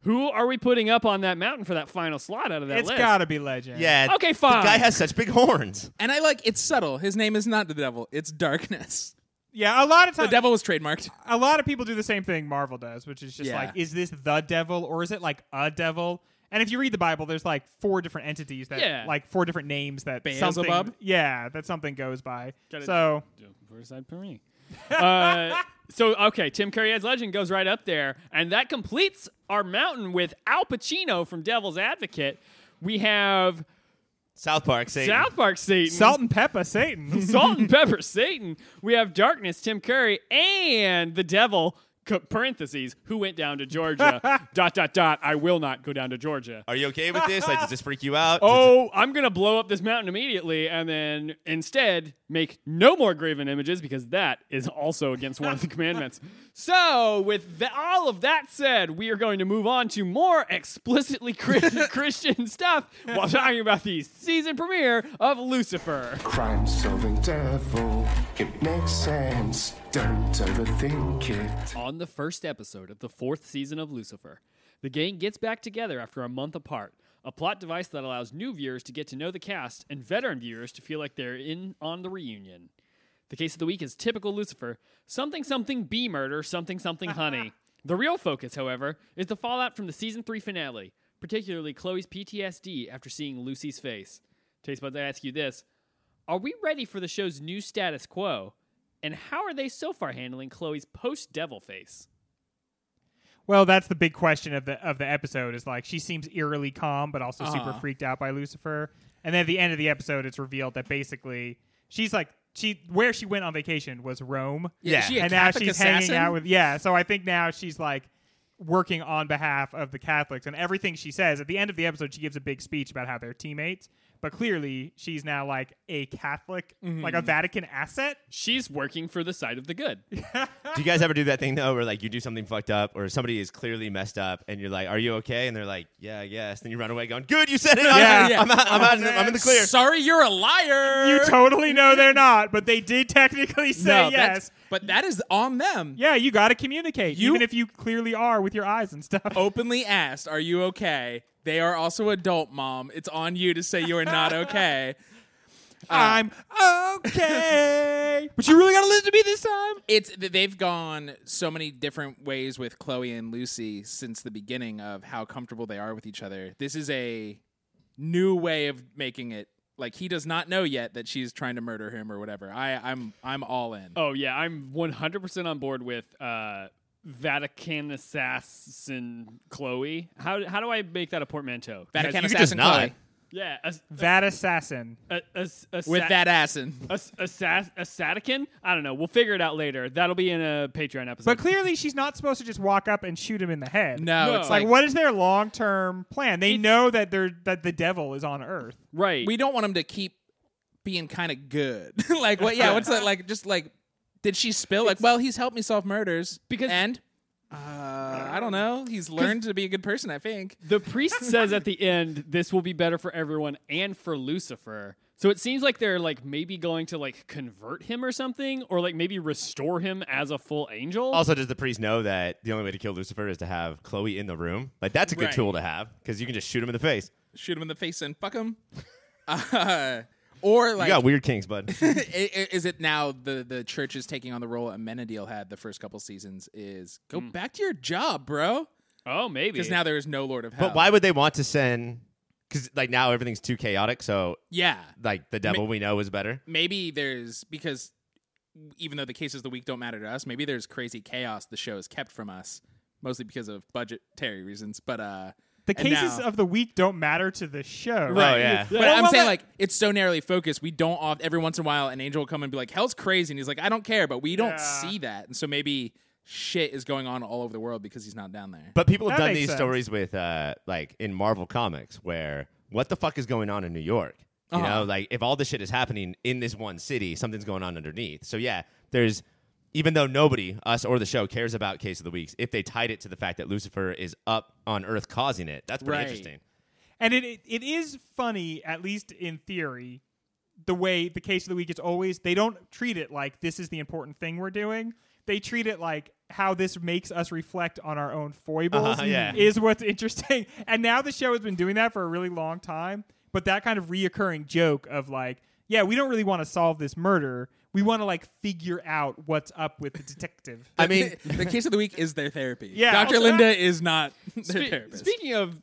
[SPEAKER 1] Who are we putting up on that mountain for that final slot out of that
[SPEAKER 3] It's
[SPEAKER 1] list?
[SPEAKER 3] gotta be legend.
[SPEAKER 2] yeah.
[SPEAKER 1] Okay,
[SPEAKER 2] The
[SPEAKER 1] fine.
[SPEAKER 2] guy has such big horns.
[SPEAKER 4] And I like it's subtle. His name is not the devil. It's darkness.
[SPEAKER 3] yeah. A lot of
[SPEAKER 4] The
[SPEAKER 3] times,
[SPEAKER 4] devil was trademarked.
[SPEAKER 3] a lot of people do the same thing Marvel does, which is just
[SPEAKER 4] Yeah.
[SPEAKER 3] like, is this the devil or is it like a devil? And if you read the Bible, there's like four different entities that,
[SPEAKER 1] Yeah.
[SPEAKER 3] like four different names that something,
[SPEAKER 4] Beelzebub?
[SPEAKER 3] yeah, that something goes by.
[SPEAKER 1] Gotta-
[SPEAKER 3] so
[SPEAKER 1] First side for me. uh, so okay, Tim Curry as Legend goes right up there, and that completes our mountain with Al Pacino from Devil's Advocate. We have
[SPEAKER 2] South Park saying
[SPEAKER 1] South Park Satan.
[SPEAKER 3] salt and pepper,
[SPEAKER 4] (laughs)
[SPEAKER 3] Satan.
[SPEAKER 1] (laughs) salt and pepper Satan. We have darkness, Tim Curry, and the devil. co- Parentheses, who went down to Georgia? dot dot dot. I will not go down to Georgia.
[SPEAKER 2] Are you okay with this? Like, does this freak you out? Does
[SPEAKER 1] Oh, I'm gonna blow up this mountain immediately, and then instead make no more graven images because that is also against one of the (laughs) commandments. So, with the, all of that said, we are going to move on to more explicitly (laughs) Christian, Christian stuff while talking about the season premiere of Lucifer.
[SPEAKER 5] Crime solving devil, it makes sense. Don't overthink it.
[SPEAKER 1] On the first episode of the fourth season of Lucifer, the gang gets back together after a month apart, a plot device that allows new viewers to get to know the cast and veteran viewers to feel like they're in on the reunion. The case of the week is typical Lucifer something something bee murder, something something honey. the real focus, however, is the fallout from the season three finale, particularly Chloe's PTSD after seeing Lucy's face. Taste buds, I ask you this are we ready for the show's new status quo? And how are they so far handling Chloe's post devil face?
[SPEAKER 3] well, that's the big question of the of the episode is like she seems eerily calm but also super
[SPEAKER 4] Uh-huh.
[SPEAKER 3] freaked out by Lucifer. And then at the end of the episode it's revealed that basically she's like she where she went on vacation was Rome.
[SPEAKER 2] Yeah.
[SPEAKER 4] Is she a
[SPEAKER 3] and
[SPEAKER 4] Catholic
[SPEAKER 3] now she's
[SPEAKER 4] assassin?
[SPEAKER 3] hanging out with yeah so i think now she's like working on behalf of the catholics and everything she says at the end of the episode she gives a big speech about how they're teammates but clearly she's now like a catholic like a vatican asset
[SPEAKER 1] She's working for the side of the (laughs) good.
[SPEAKER 2] do you guys ever do that thing though, where like you do something fucked up, or somebody is clearly messed up, and you're like, "Are you okay?" And they're like, "Yeah, I guess." Then you run away, going, "Good, you said it. I'm,
[SPEAKER 3] Yeah.
[SPEAKER 2] I'm, out, I'm, out in the, I'm in the clear."
[SPEAKER 4] Sorry, you're a liar.
[SPEAKER 3] (laughs) you totally know they're not but they did technically say
[SPEAKER 4] No,
[SPEAKER 3] yes
[SPEAKER 4] that's- But that is on them.
[SPEAKER 3] yeah you got to communicate
[SPEAKER 4] You-
[SPEAKER 3] even if you Oh, clearly are with your eyes and stuff
[SPEAKER 4] Openly asked, "Are you okay?" They are also adult, mom. It's on you to say you are not okay.
[SPEAKER 3] (laughs) i'm okay (laughs) but you really got to listen to me this time
[SPEAKER 4] it's th- they've gone so many different ways with Chloe and Lucy since the beginning of how comfortable they are with each other. This is a new way of making it. Like he does not know yet that she's trying to murder him or whatever. I I'm I'm all in.
[SPEAKER 1] Oh yeah, I'm 100% on board with uh, Vatican assassin Chloe. How how do I make that a portmanteau?
[SPEAKER 4] Vatican
[SPEAKER 2] you could just
[SPEAKER 4] assassin
[SPEAKER 2] not.
[SPEAKER 4] Chloe
[SPEAKER 1] Yeah, a,
[SPEAKER 3] that assassin
[SPEAKER 1] a, a, a,
[SPEAKER 4] with that assassin.
[SPEAKER 1] assassin. I don't know. We'll figure it out later. That'll be in a Patreon episode.
[SPEAKER 3] But clearly, she's not supposed to just walk up and shoot him in the head.
[SPEAKER 4] No,
[SPEAKER 1] No.
[SPEAKER 4] it's
[SPEAKER 3] Like,
[SPEAKER 4] like,
[SPEAKER 3] what is their long term plan? They
[SPEAKER 1] It's-
[SPEAKER 3] know that they're that the devil is on Earth.
[SPEAKER 1] right.
[SPEAKER 4] we don't want him to keep being kind of good. (laughs) like what? Yeah, what's that? Like just like did she spill? Like well, he's helped me solve murders
[SPEAKER 1] Because-
[SPEAKER 4] and. Uh, I don't know. He's learned to be a good person, I think.
[SPEAKER 1] The priest says at the end, "This will be better for everyone and for Lucifer." So it seems like they're like maybe going to like convert him or something, or like maybe restore him as a full angel.
[SPEAKER 2] Also, does the priest know that the only way to kill Lucifer is to have Chloe in the room? Like, that's a good
[SPEAKER 4] Right.
[SPEAKER 2] tool to have because you can just shoot him in the face.
[SPEAKER 4] shoot him in the face and fuck him, (laughs) uh, or
[SPEAKER 2] You
[SPEAKER 4] like,
[SPEAKER 2] got weird kinks, bud.
[SPEAKER 4] (laughs) i- i- is it now the the church is taking on the role Amenadiel had the first couple seasons? Is go
[SPEAKER 2] Hmm.
[SPEAKER 4] back to your job, bro,
[SPEAKER 1] oh, maybe.
[SPEAKER 4] because now there is no Lord of Hell.
[SPEAKER 2] but why would they want to send? Because like now everything's too chaotic. So
[SPEAKER 4] Yeah,
[SPEAKER 2] like the devil we know is better.
[SPEAKER 4] maybe there's because even though the cases of the week don't matter to us, maybe there's crazy chaos the show has kept from us mostly because of budgetary reasons. But uh,
[SPEAKER 3] The
[SPEAKER 4] and
[SPEAKER 3] cases
[SPEAKER 4] now-
[SPEAKER 3] of the week don't matter to the show.
[SPEAKER 2] Oh yeah.
[SPEAKER 4] But
[SPEAKER 3] Well,
[SPEAKER 4] I'm
[SPEAKER 3] well,
[SPEAKER 4] saying
[SPEAKER 3] that-
[SPEAKER 4] like it's so narrowly focused. We don't off every once in a while an angel will come and be like, "Hell's crazy," and he's like, "I don't care," but we don't
[SPEAKER 3] Yeah.
[SPEAKER 4] see that, and so maybe shit is going on all over the world because he's not down there.
[SPEAKER 2] But people have
[SPEAKER 3] That
[SPEAKER 2] done
[SPEAKER 3] makes
[SPEAKER 2] these
[SPEAKER 3] sense.
[SPEAKER 2] stories with, uh, like in Marvel comics, where what the fuck is going on in New York? You
[SPEAKER 4] Uh-huh.
[SPEAKER 2] know, like if all this shit is happening in this one city, something's going on underneath. So yeah, there's even though nobody, us or the show, cares about Case of the Weeks, if they tied it to the fact that Lucifer is up on Earth causing it, that's pretty
[SPEAKER 4] Right.
[SPEAKER 2] interesting.
[SPEAKER 3] And it, it it is funny, at least in theory, the way the case of the week is always they don't treat it like this is the important thing we're doing. They treat it like how this makes us reflect on our own foibles
[SPEAKER 2] Uh-huh, yeah.
[SPEAKER 3] is what's (laughs) interesting. And now the show has been doing that for a really long time. But that kind of reoccurring joke of like, yeah, we don't really want to solve this murder. We want to like figure out what's up with the
[SPEAKER 2] (laughs)
[SPEAKER 3] detective.
[SPEAKER 2] I mean,
[SPEAKER 4] (laughs) the case of the week is their therapy.
[SPEAKER 3] Yeah,
[SPEAKER 4] Dr.
[SPEAKER 3] also that-
[SPEAKER 4] Linda is not (laughs) their
[SPEAKER 1] Spe-
[SPEAKER 4] therapist.
[SPEAKER 1] speaking of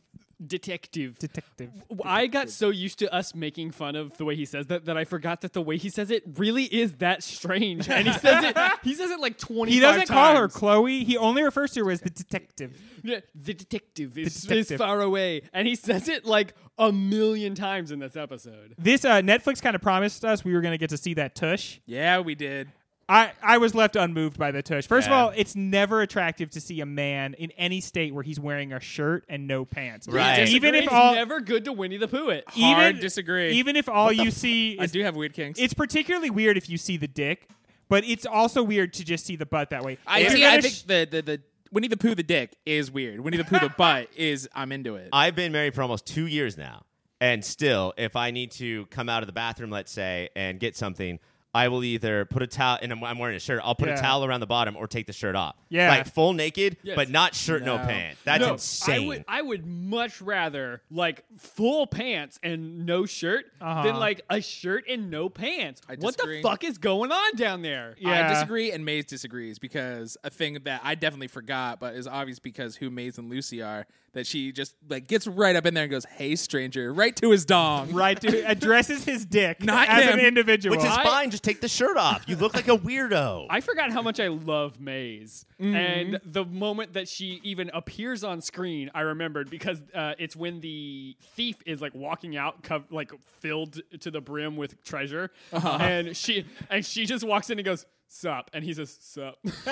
[SPEAKER 1] detective,
[SPEAKER 3] detective.
[SPEAKER 1] w- I got so used to us making fun of the way he says that that I forgot that the way he says it really is that strange. And he says it. He says it like twenty.
[SPEAKER 3] He doesn't call her Chloe. He only refers to her as the detective.
[SPEAKER 1] Yeah, the detective is, is
[SPEAKER 3] detective.
[SPEAKER 1] far away, and he says it like a million times in this episode.
[SPEAKER 3] This uh, Netflix kind of promised us we were going to get to see that tush.
[SPEAKER 4] yeah, we did.
[SPEAKER 3] I, I was left unmoved by the tush. First
[SPEAKER 2] Yeah.
[SPEAKER 3] of all, it's never attractive to see a man in any state where he's wearing a shirt and no pants.
[SPEAKER 2] Right.
[SPEAKER 1] Disagree,
[SPEAKER 3] Even if
[SPEAKER 1] it's
[SPEAKER 3] all
[SPEAKER 1] never good to Winnie the Pooh it.
[SPEAKER 3] even
[SPEAKER 4] Hard disagree.
[SPEAKER 3] Even if all you see
[SPEAKER 4] I
[SPEAKER 3] is
[SPEAKER 4] do have weird kinks.
[SPEAKER 3] it's particularly weird if you see the dick, but it's also weird to just see the butt that way.
[SPEAKER 4] I,
[SPEAKER 3] If
[SPEAKER 4] see,
[SPEAKER 3] you're
[SPEAKER 4] I
[SPEAKER 3] gonna
[SPEAKER 4] think
[SPEAKER 3] sh-
[SPEAKER 4] the, the, the Winnie the Pooh the dick is weird. Winnie the Pooh the (laughs) butt is I'm into it.
[SPEAKER 2] I've been married for almost two years now, and still, if I need to come out of the bathroom, let's say, and get something, I will either put a towel, and I'm, I'm wearing a shirt. I'll put
[SPEAKER 3] Yeah.
[SPEAKER 2] a towel around the bottom or take the shirt off.
[SPEAKER 3] Yeah.
[SPEAKER 2] like full naked,
[SPEAKER 1] Yes.
[SPEAKER 2] but not shirt, no,
[SPEAKER 4] No.
[SPEAKER 2] pant. That's
[SPEAKER 1] No,
[SPEAKER 2] insane.
[SPEAKER 1] I would, I would much rather like full pants and no shirt than
[SPEAKER 3] Uh-huh.
[SPEAKER 1] like a shirt and no pants.
[SPEAKER 4] I
[SPEAKER 1] what the
[SPEAKER 4] disagree.
[SPEAKER 1] fuck is going on down there?
[SPEAKER 3] Yeah.
[SPEAKER 4] I disagree, and Maze disagrees because a thing that I definitely forgot, but is obvious because who Maze and Lucy are, that she just like gets right up in there and goes, "Hey, stranger," right to his dong.
[SPEAKER 3] right
[SPEAKER 4] (laughs)
[SPEAKER 3] to addresses his dick
[SPEAKER 4] Not
[SPEAKER 3] as
[SPEAKER 4] him.
[SPEAKER 3] an individual.
[SPEAKER 2] Which is
[SPEAKER 1] I-
[SPEAKER 2] fine. Just take the shirt off. You look like a weirdo.
[SPEAKER 1] I forgot how much I love Maze.
[SPEAKER 3] Mm-hmm.
[SPEAKER 1] And the moment that she even appears on screen, I remembered because uh, it's when the thief is like walking out, cov- like filled to the brim with treasure,
[SPEAKER 4] Uh-huh.
[SPEAKER 1] and she and she just walks in and goes, "Sup," and he says, "Sup." (laughs)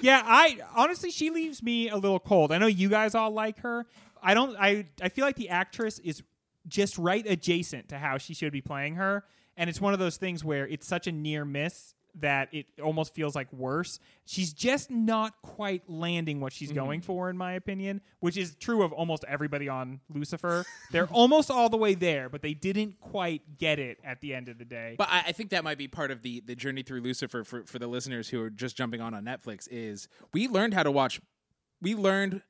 [SPEAKER 3] Yeah, I honestly she leaves me a little cold. I know you guys all like her. I don't I I feel like the actress is just right adjacent to how she should be playing her and it's one of those things where it's such a near miss that it almost feels like worse. She's just not quite landing what she's going for in my opinion, which is true of almost everybody on Lucifer. They're (laughs) almost all the way there, but they didn't quite get it at the end of the day.
[SPEAKER 4] But I, I think that might be part of the the journey through Lucifer for for the listeners who are just jumping on on Netflix. Is we learned how to watch, we learned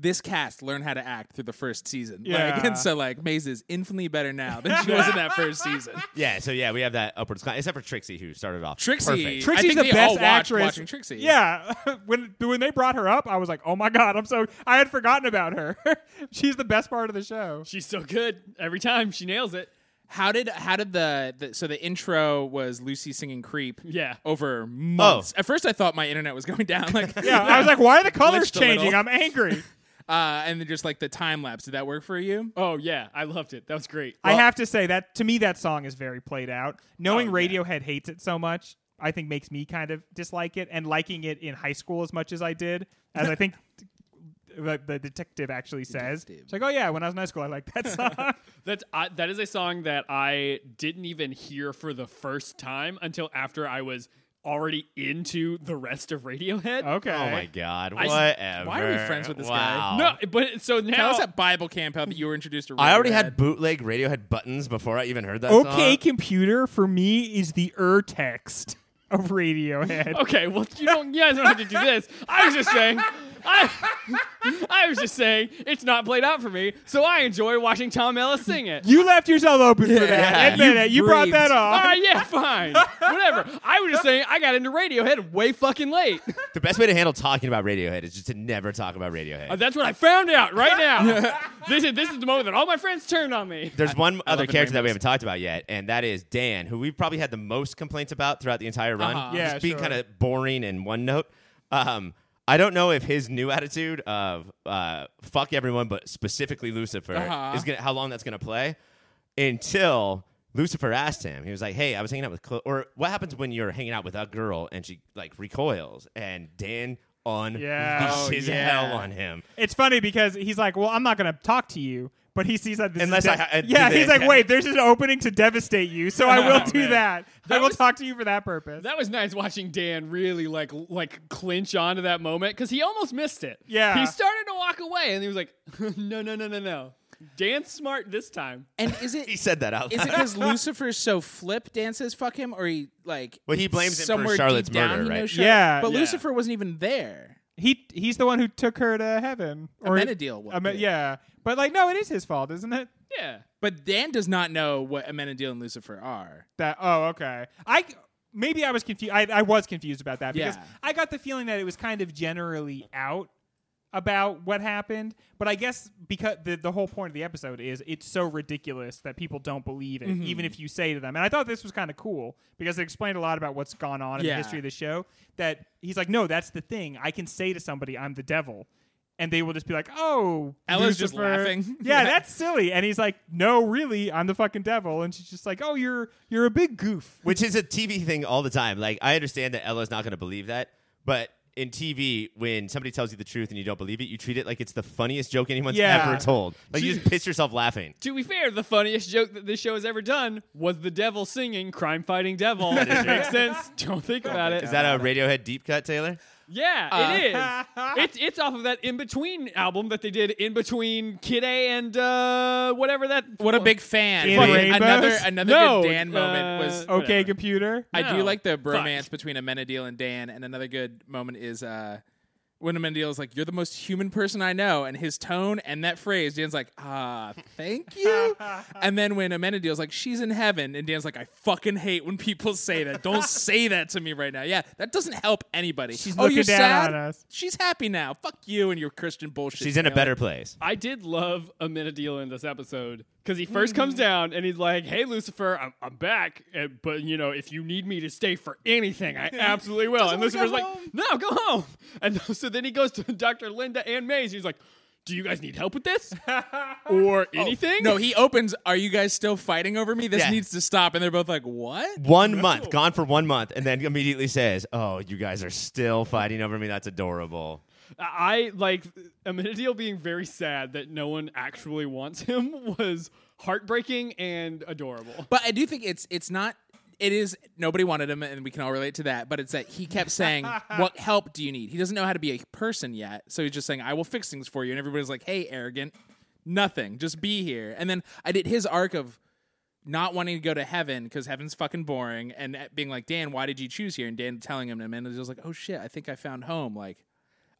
[SPEAKER 4] this cast learned how to act through the first season.
[SPEAKER 3] Yeah.
[SPEAKER 4] Like, and (laughs) so like Maze is infinitely better now than she was in that first
[SPEAKER 3] (laughs)
[SPEAKER 4] season.
[SPEAKER 2] yeah. So yeah, we have that upwards climb, except for Trixie, who started off
[SPEAKER 4] Trixie,
[SPEAKER 2] Perfect.
[SPEAKER 4] I
[SPEAKER 3] Trixie's
[SPEAKER 4] think
[SPEAKER 3] the
[SPEAKER 4] they
[SPEAKER 3] best
[SPEAKER 4] all watched
[SPEAKER 3] actress.
[SPEAKER 4] Watching Trixie,
[SPEAKER 3] Yeah, (laughs) when when they brought her up, I was like, oh my god, I'm so I had forgotten about her. (laughs) She's the best part of the show.
[SPEAKER 1] She's so good every time she nails it.
[SPEAKER 4] How did how did the, the so the intro was Lucy singing "Creep"?
[SPEAKER 1] Yeah.
[SPEAKER 3] Oh.
[SPEAKER 2] Oh.
[SPEAKER 4] over months. At first, I thought my internet was (laughs) going
[SPEAKER 2] (laughs)
[SPEAKER 4] down. Like
[SPEAKER 3] Yeah, I was like, why are the colors
[SPEAKER 4] Glitched a little.
[SPEAKER 3] changing? I'm
[SPEAKER 4] (laughs)
[SPEAKER 3] angry.
[SPEAKER 4] uh, and then just like the time lapse. Did that work for you?
[SPEAKER 1] Oh yeah, I loved it. That was great.
[SPEAKER 3] I have to say that to me, that song is very played out. Knowing
[SPEAKER 4] Oh,
[SPEAKER 3] Radiohead hates it so much, I think makes me kind of dislike it, and liking it in high school as much as I did, as I think. (laughs) The, the detective actually says, "It's like, oh yeah, when I was in high school, I liked that (laughs)
[SPEAKER 4] Oh,
[SPEAKER 3] song."
[SPEAKER 1] That's I, that is a song that I didn't even hear for the first time until after I was already into the rest of Radiohead.
[SPEAKER 3] okay.
[SPEAKER 2] Oh my god.
[SPEAKER 1] I-
[SPEAKER 2] Whatever.
[SPEAKER 4] why are we friends with this
[SPEAKER 2] wow.
[SPEAKER 4] guy?
[SPEAKER 1] No, but so now
[SPEAKER 4] Tell us at Bible camp how that you were introduced to.
[SPEAKER 2] I already
[SPEAKER 4] Radiohead.
[SPEAKER 2] had bootleg Radiohead buttons before I even heard that.
[SPEAKER 3] Okay,
[SPEAKER 2] song.
[SPEAKER 3] computer for me is the ur text of Radiohead.
[SPEAKER 1] (laughs) Okay, well you don't you guys don't have to do this. I was just saying I I was just saying it's not played out for me, so I enjoy watching Tom Ellis sing it.
[SPEAKER 3] You left yourself open for that.
[SPEAKER 2] Yeah.
[SPEAKER 3] Admit
[SPEAKER 4] You
[SPEAKER 3] it. You brought
[SPEAKER 4] breathed.
[SPEAKER 3] that
[SPEAKER 1] All
[SPEAKER 3] on.
[SPEAKER 1] right, yeah, fine. Whatever. I was just saying I got into Radiohead way fucking late.
[SPEAKER 2] The best way to handle talking about Radiohead is just to never talk about Radiohead.
[SPEAKER 1] Uh, That's what I found out right
[SPEAKER 4] (laughs)
[SPEAKER 1] now. this is this is the moment that all my friends turned on me.
[SPEAKER 2] There's one
[SPEAKER 4] I
[SPEAKER 2] other
[SPEAKER 4] love it
[SPEAKER 2] character that we
[SPEAKER 4] rainbows.
[SPEAKER 2] haven't talked about yet, and that is Dan, who we've probably had the most complaints about throughout the entire run.
[SPEAKER 4] Uh-huh.
[SPEAKER 3] Yeah,
[SPEAKER 2] just being
[SPEAKER 3] sure.
[SPEAKER 2] kind of boring and one note. Um, I don't know if his new attitude of uh, fuck everyone, but specifically Lucifer,
[SPEAKER 4] Uh-huh.
[SPEAKER 2] is gonna how long that's gonna play until Lucifer asked him. He was like, "Hey, I was hanging out with," Clo- or what happens when you're hanging out with a girl and she like recoils? And Dan unleashes
[SPEAKER 3] Yeah.
[SPEAKER 4] Oh,
[SPEAKER 2] his
[SPEAKER 4] yeah.
[SPEAKER 2] hell on him.
[SPEAKER 3] It's funny because he's like, "Well, I'm not going to talk to you," but he sees that this
[SPEAKER 2] Unless
[SPEAKER 3] is
[SPEAKER 2] I ha- I do
[SPEAKER 3] yeah,
[SPEAKER 2] the
[SPEAKER 3] he's like,
[SPEAKER 2] antenna.
[SPEAKER 3] "Wait, there's an opening to devastate you, so I will
[SPEAKER 1] Oh,
[SPEAKER 3] do
[SPEAKER 1] man.
[SPEAKER 3] that. I
[SPEAKER 1] That
[SPEAKER 3] will
[SPEAKER 1] was-
[SPEAKER 3] talk to you for that purpose."
[SPEAKER 1] That was nice watching Dan really like like clinch onto that moment because he almost missed it.
[SPEAKER 3] Yeah.
[SPEAKER 1] he started to walk away and he was like, (laughs) "No, no, no, no, no." Dan's smart this time.
[SPEAKER 4] And is
[SPEAKER 2] (laughs)
[SPEAKER 4] it
[SPEAKER 2] He said that out
[SPEAKER 4] is it
[SPEAKER 2] loud. (laughs)
[SPEAKER 4] because Lucifer's so flip dances fuck him or he like
[SPEAKER 2] Well, he blames him for
[SPEAKER 4] somewhere
[SPEAKER 2] Charlotte's
[SPEAKER 4] deep down
[SPEAKER 2] murder,
[SPEAKER 4] he knows
[SPEAKER 2] right?
[SPEAKER 4] Charlotte-
[SPEAKER 3] Yeah.
[SPEAKER 4] but
[SPEAKER 1] Yeah.
[SPEAKER 4] Lucifer wasn't even there.
[SPEAKER 3] he he's the one who took her to heaven.
[SPEAKER 4] Amenadiel would
[SPEAKER 3] Amen-
[SPEAKER 4] be.
[SPEAKER 3] yeah, but like, no, it is his fault, isn't it?
[SPEAKER 1] Yeah,
[SPEAKER 4] But Dan does not know what Amenadiel and Lucifer are.
[SPEAKER 3] That oh okay. I maybe I was confused. I, I was confused about that because
[SPEAKER 4] Yeah.
[SPEAKER 3] I got the feeling that it was kind of generally out about what happened. But I guess because the the whole point of the episode is it's so ridiculous that people don't believe it,
[SPEAKER 4] Mm-hmm.
[SPEAKER 3] even if you say to them. And I thought this was kind of cool because it explained a lot about what's gone on in the
[SPEAKER 4] Yeah.
[SPEAKER 3] history of the show. That he's like, no, that's the thing. I can say to somebody, I'm the devil. And they will just be like, "Oh,
[SPEAKER 4] Ella's just
[SPEAKER 1] (laughs)
[SPEAKER 3] Lucifer.
[SPEAKER 4] laughing.
[SPEAKER 3] Yeah, that's silly. And he's like, "No, really, I'm the fucking devil." And she's just like, "Oh, you're you're a big goof."
[SPEAKER 2] which is a TV thing all the time. Like I understand that Ella's not going to believe that, but in TV, when somebody tells you the truth and you don't believe it, you treat it like it's the funniest joke anyone's
[SPEAKER 3] Yeah.
[SPEAKER 2] ever told. Like you just piss yourself laughing.
[SPEAKER 1] To be fair, the funniest joke that this show has ever done was the devil singing "Crime Fighting Devil." (laughs)
[SPEAKER 2] is true.
[SPEAKER 1] Makes sense. Don't think about it.
[SPEAKER 2] Is that a Uh. Radiohead deep cut, Taylor?
[SPEAKER 1] yeah,
[SPEAKER 2] (laughs)
[SPEAKER 1] it is. It's it's off of that in between album that they did in between Kid A and uh, whatever that.
[SPEAKER 4] What a big fan!
[SPEAKER 3] In
[SPEAKER 4] Fucking
[SPEAKER 3] rainbows?
[SPEAKER 4] another another
[SPEAKER 1] No,
[SPEAKER 4] good Dan moment
[SPEAKER 1] uh,
[SPEAKER 4] was.
[SPEAKER 1] oh, (laughs)
[SPEAKER 3] Okay,
[SPEAKER 1] Whatever.
[SPEAKER 3] computer.
[SPEAKER 4] I
[SPEAKER 1] no.
[SPEAKER 4] do like the bromance
[SPEAKER 1] Fuck.
[SPEAKER 4] between Amenadiel and Dan, and another good moment is uh, when Amenadiel is like, "You're the most human person I know," and his tone and that phrase, Dan's like, "Ah, thank you." and then when Amenadiel's like, "She's in heaven," and Dan's like, "I fucking hate when people say that. Don't say that to me right now." Yeah, that doesn't help anybody.
[SPEAKER 3] She's
[SPEAKER 4] oh,
[SPEAKER 3] looking
[SPEAKER 4] you're
[SPEAKER 3] down
[SPEAKER 4] sad.
[SPEAKER 3] on us.
[SPEAKER 4] She's happy now. Fuck you and your Christian bullshit.
[SPEAKER 2] She's in a
[SPEAKER 4] Taylor.
[SPEAKER 2] better place.
[SPEAKER 1] I did love Amenadiel in this episode because he 1st comes
[SPEAKER 4] Mm-hmm.
[SPEAKER 1] down and he's like, "Hey, Lucifer, I'm, I'm back, and, but you know, if you need me to stay for anything,
[SPEAKER 4] (laughs)
[SPEAKER 1] I absolutely will." and
[SPEAKER 4] Doesn't wanna
[SPEAKER 1] Lucifer's
[SPEAKER 4] go
[SPEAKER 1] like,
[SPEAKER 4] home.
[SPEAKER 1] "No, go home." (laughs) And so then he goes to (laughs) Dr. Linda and Mays. He's like, "Do you guys need help with
[SPEAKER 4] (laughs)
[SPEAKER 1] this or anything?"
[SPEAKER 4] Oh, No, he opens. Are you guys still fighting over me? This
[SPEAKER 2] Yeah.
[SPEAKER 4] needs to stop. And they're both like, "What?"
[SPEAKER 2] One month, gone for one month, and then immediately says, "Oh, you guys are still fighting over me. That's adorable."
[SPEAKER 1] I like Amenadiel being very sad that no one actually wants (laughs) him was heartbreaking and adorable.
[SPEAKER 4] But I do think it's it's not it is nobody wanted him and we can all relate to that, but it's that he kept saying, What help do you need? He doesn't know how to be a person yet. So he's just saying, I will fix things for you. And everybody's like, Hey, arrogant, nothing. Just be here. And then I did his arc of not wanting to go to heaven because heaven's fucking boring and uh, being like, Dan, why did you choose here? And Dan telling him, and Amenadiel's like, Oh shit, I think I found home. Like,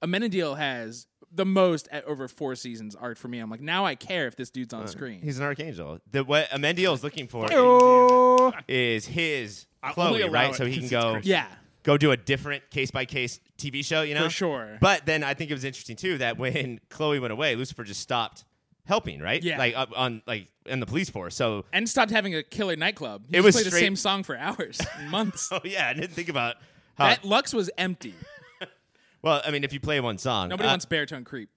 [SPEAKER 4] Amenadiel has the most at over four seasons arc for me. I'm like, now I care if this dude's on screen.
[SPEAKER 2] He's an archangel. The, what Amendiel is looking for
[SPEAKER 3] Oh,
[SPEAKER 2] is his
[SPEAKER 1] only
[SPEAKER 2] Chloe,
[SPEAKER 1] allow
[SPEAKER 2] right?
[SPEAKER 1] it
[SPEAKER 2] So he can
[SPEAKER 1] because
[SPEAKER 2] go.
[SPEAKER 1] it's
[SPEAKER 4] yeah.
[SPEAKER 2] go do a different case by case TV show, you know?
[SPEAKER 4] For sure.
[SPEAKER 2] But then I think it was interesting too that when (laughs) Chloe went away, Lucifer just stopped helping, right?
[SPEAKER 4] Yeah.
[SPEAKER 2] Like up on like in the police force. So (laughs)
[SPEAKER 4] and stopped having a killer nightclub. He
[SPEAKER 2] It
[SPEAKER 4] just
[SPEAKER 2] was
[SPEAKER 4] played the
[SPEAKER 2] straight-
[SPEAKER 4] same song
[SPEAKER 2] (laughs)
[SPEAKER 4] for hours, and months.
[SPEAKER 2] oh yeah, I didn't think about how
[SPEAKER 4] that Lux was empty.
[SPEAKER 2] well, I mean if you play one song.
[SPEAKER 4] Nobody
[SPEAKER 2] uh,
[SPEAKER 4] wants baritone creep.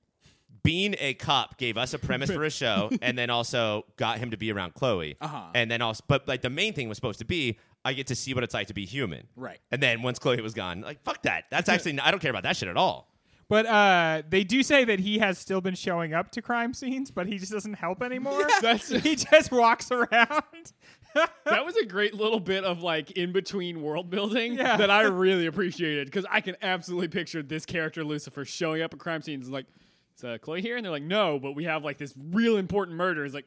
[SPEAKER 2] being a cop gave us a premise for a
[SPEAKER 4] (laughs)
[SPEAKER 2] show and then also got him to be around Chloe.
[SPEAKER 4] Uh-huh.
[SPEAKER 2] And then also but like the main thing was supposed to be I get to see what it's like to be human.
[SPEAKER 4] Right.
[SPEAKER 2] And then once Chloe was gone, like fuck that. That's actually I don't care about that shit at all.
[SPEAKER 3] but uh, they do say that he has still been showing up to crime scenes, but he just doesn't help anymore.
[SPEAKER 1] (laughs) That's-
[SPEAKER 3] (laughs) he just
[SPEAKER 1] (laughs)
[SPEAKER 3] walks around.
[SPEAKER 1] that was a great little bit of like in between world building
[SPEAKER 3] Yeah.
[SPEAKER 1] that I really appreciated because I can absolutely picture this character Lucifer showing up at crime scenes and like, is uh, Chloe here? And they're like, no, but we have like this real important murder. He's like,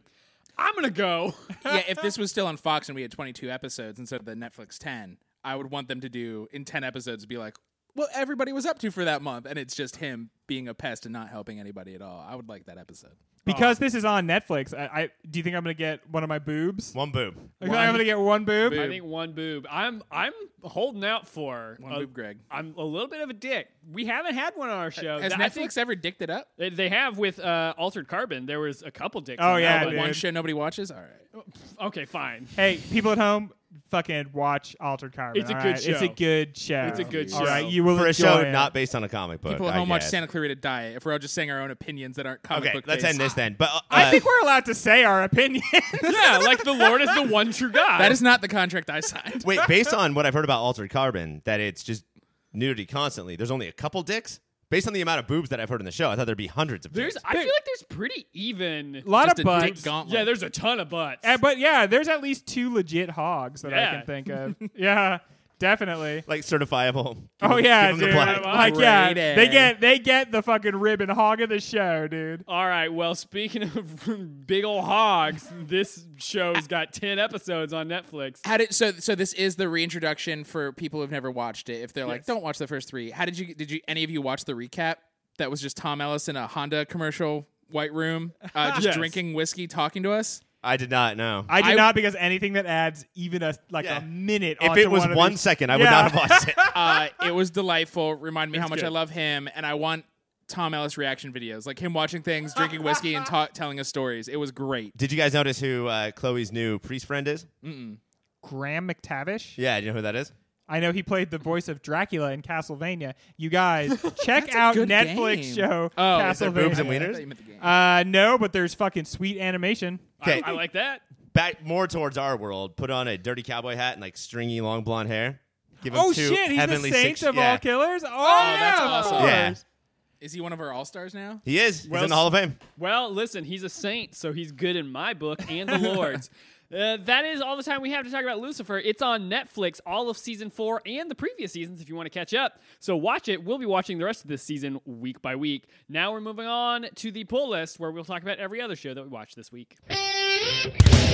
[SPEAKER 1] I'm gonna go.
[SPEAKER 4] yeah, if this was still on Fox and we had 22 episodes instead of the Netflix 10, I would want them to do in 10 episodes be like, what everybody was up to for that month, and it's just him being a pest and not helping anybody at all. I would like that episode.
[SPEAKER 3] Because this is on Netflix, I, I do you think I'm gonna get one of my boobs?
[SPEAKER 2] One boob.
[SPEAKER 3] I think I'm gonna get one boob.
[SPEAKER 1] I think one boob. I'm I'm holding out for
[SPEAKER 4] One
[SPEAKER 1] a-
[SPEAKER 4] boob, Greg.
[SPEAKER 1] I'm a little bit of a dick, we haven't had one on our show.
[SPEAKER 4] Has
[SPEAKER 1] Th- Uh, I think
[SPEAKER 4] Netflix ever dicked it up?
[SPEAKER 1] they, they have with uh, Altered Carbon. There was a couple dicks.
[SPEAKER 3] Oh,
[SPEAKER 1] on
[SPEAKER 3] yeah,
[SPEAKER 1] that one.
[SPEAKER 3] dude.
[SPEAKER 4] One show nobody watches. All right.
[SPEAKER 1] Okay, fine.
[SPEAKER 3] Hey, people at home, fucking watch Altered Carbon.
[SPEAKER 1] It's a
[SPEAKER 3] all
[SPEAKER 1] good
[SPEAKER 3] right? It's a
[SPEAKER 1] show.
[SPEAKER 3] good show.
[SPEAKER 1] It's a good
[SPEAKER 3] All right,
[SPEAKER 1] show.
[SPEAKER 3] you will
[SPEAKER 2] for a
[SPEAKER 3] enjoy
[SPEAKER 2] show
[SPEAKER 3] it.
[SPEAKER 2] not based on a comic book.
[SPEAKER 4] People at
[SPEAKER 2] I
[SPEAKER 4] home watch
[SPEAKER 2] guess.
[SPEAKER 4] Santa Clarita Diet. If we're all just saying our own opinions that aren't comic
[SPEAKER 2] Okay,
[SPEAKER 4] book
[SPEAKER 2] let's
[SPEAKER 4] based.
[SPEAKER 2] end this then. But uh,
[SPEAKER 3] I think we're allowed to say our opinion. (laughs)
[SPEAKER 1] yeah, like the Lord is the one true God.
[SPEAKER 4] That is not the contract I signed.
[SPEAKER 2] wait, based on what I've heard about Altered Carbon, that it's just nudity constantly. There's only a couple dicks. Based on the amount of boobs that I've heard in the show, I thought there'd be hundreds of.
[SPEAKER 1] There's.
[SPEAKER 2] dicks.
[SPEAKER 1] I feel like there's pretty even.
[SPEAKER 3] a lot
[SPEAKER 4] Just
[SPEAKER 3] of
[SPEAKER 4] a dick
[SPEAKER 3] butts.
[SPEAKER 4] gauntlet.
[SPEAKER 1] Yeah, there's a ton of butts.
[SPEAKER 3] Uh, but yeah, there's at least two legit hogs that I
[SPEAKER 1] Yeah.
[SPEAKER 3] can think of. (laughs) yeah, definitely.
[SPEAKER 2] like certifiable.
[SPEAKER 3] (laughs) Oh yeah,
[SPEAKER 2] give 'em the
[SPEAKER 3] dude.
[SPEAKER 2] plaque.
[SPEAKER 3] Like yeah,
[SPEAKER 4] Great A.
[SPEAKER 3] they get they get the fucking ribbon hog of the show, dude.
[SPEAKER 1] All right. Well, speaking of (laughs) big old hogs, this show's got ten episodes on Netflix.
[SPEAKER 4] How did so so this is the reintroduction for people who've never watched it. If they're like, don't watch the first three. How did you did you any of you watch the recap? That was just Tom Ellis in a Honda commercial white room, uh, just
[SPEAKER 1] Yes.
[SPEAKER 4] drinking whiskey, talking to us.
[SPEAKER 2] I did not know.
[SPEAKER 3] I did
[SPEAKER 4] I-
[SPEAKER 3] not because anything that adds even a like
[SPEAKER 2] Yeah.
[SPEAKER 3] a minute.
[SPEAKER 2] if
[SPEAKER 3] onto
[SPEAKER 2] it was
[SPEAKER 3] one, of
[SPEAKER 2] one
[SPEAKER 3] these-
[SPEAKER 2] second, I
[SPEAKER 3] Yeah.
[SPEAKER 2] would not have watched
[SPEAKER 3] (laughs)
[SPEAKER 2] it.
[SPEAKER 4] Uh, it was delightful. Remind me how much
[SPEAKER 1] good.
[SPEAKER 4] I love him, and I want Tom Ellis reaction videos, like him watching things, drinking whiskey, and ta- telling us stories. It was great.
[SPEAKER 2] Did you guys notice who uh, Chloe's new priest friend is?
[SPEAKER 3] Graham McTavish.
[SPEAKER 2] Yeah, do you know who that is?
[SPEAKER 3] I know he played the voice of Dracula in Castlevania. You guys, check out
[SPEAKER 4] good
[SPEAKER 3] Netflix
[SPEAKER 4] game.
[SPEAKER 3] show
[SPEAKER 4] Oh,
[SPEAKER 3] Castlevania.
[SPEAKER 4] is there
[SPEAKER 2] boobs and
[SPEAKER 4] I
[SPEAKER 2] wieners?
[SPEAKER 4] thought you meant the game.
[SPEAKER 3] Uh, no, but there's fucking sweet animation.
[SPEAKER 1] I,
[SPEAKER 2] Okay,
[SPEAKER 1] I like that.
[SPEAKER 2] back more towards our world. Put on a dirty cowboy hat and like stringy long blonde hair. Give him
[SPEAKER 3] Oh
[SPEAKER 2] two
[SPEAKER 3] shit, he's the
[SPEAKER 2] heavenly
[SPEAKER 3] saint
[SPEAKER 2] six-
[SPEAKER 3] of
[SPEAKER 2] yeah.
[SPEAKER 3] all killers. Oh,
[SPEAKER 4] that's
[SPEAKER 3] yeah, of
[SPEAKER 4] awesome.
[SPEAKER 3] course.
[SPEAKER 2] Yeah.
[SPEAKER 4] Is he one of our all stars now?
[SPEAKER 2] He is. He's
[SPEAKER 1] Well,
[SPEAKER 2] in the Hall of Fame.
[SPEAKER 1] Well, listen, he's a saint, so he's good in my book and the Lord's. Uh, that is all the time we have to talk about Lucifer. It's on Netflix, all of season four and the previous seasons if you want to catch up. So watch it. We'll be watching the rest of this season week by week. Now we're moving on to the pull list where we'll talk about every other show that we watched this week.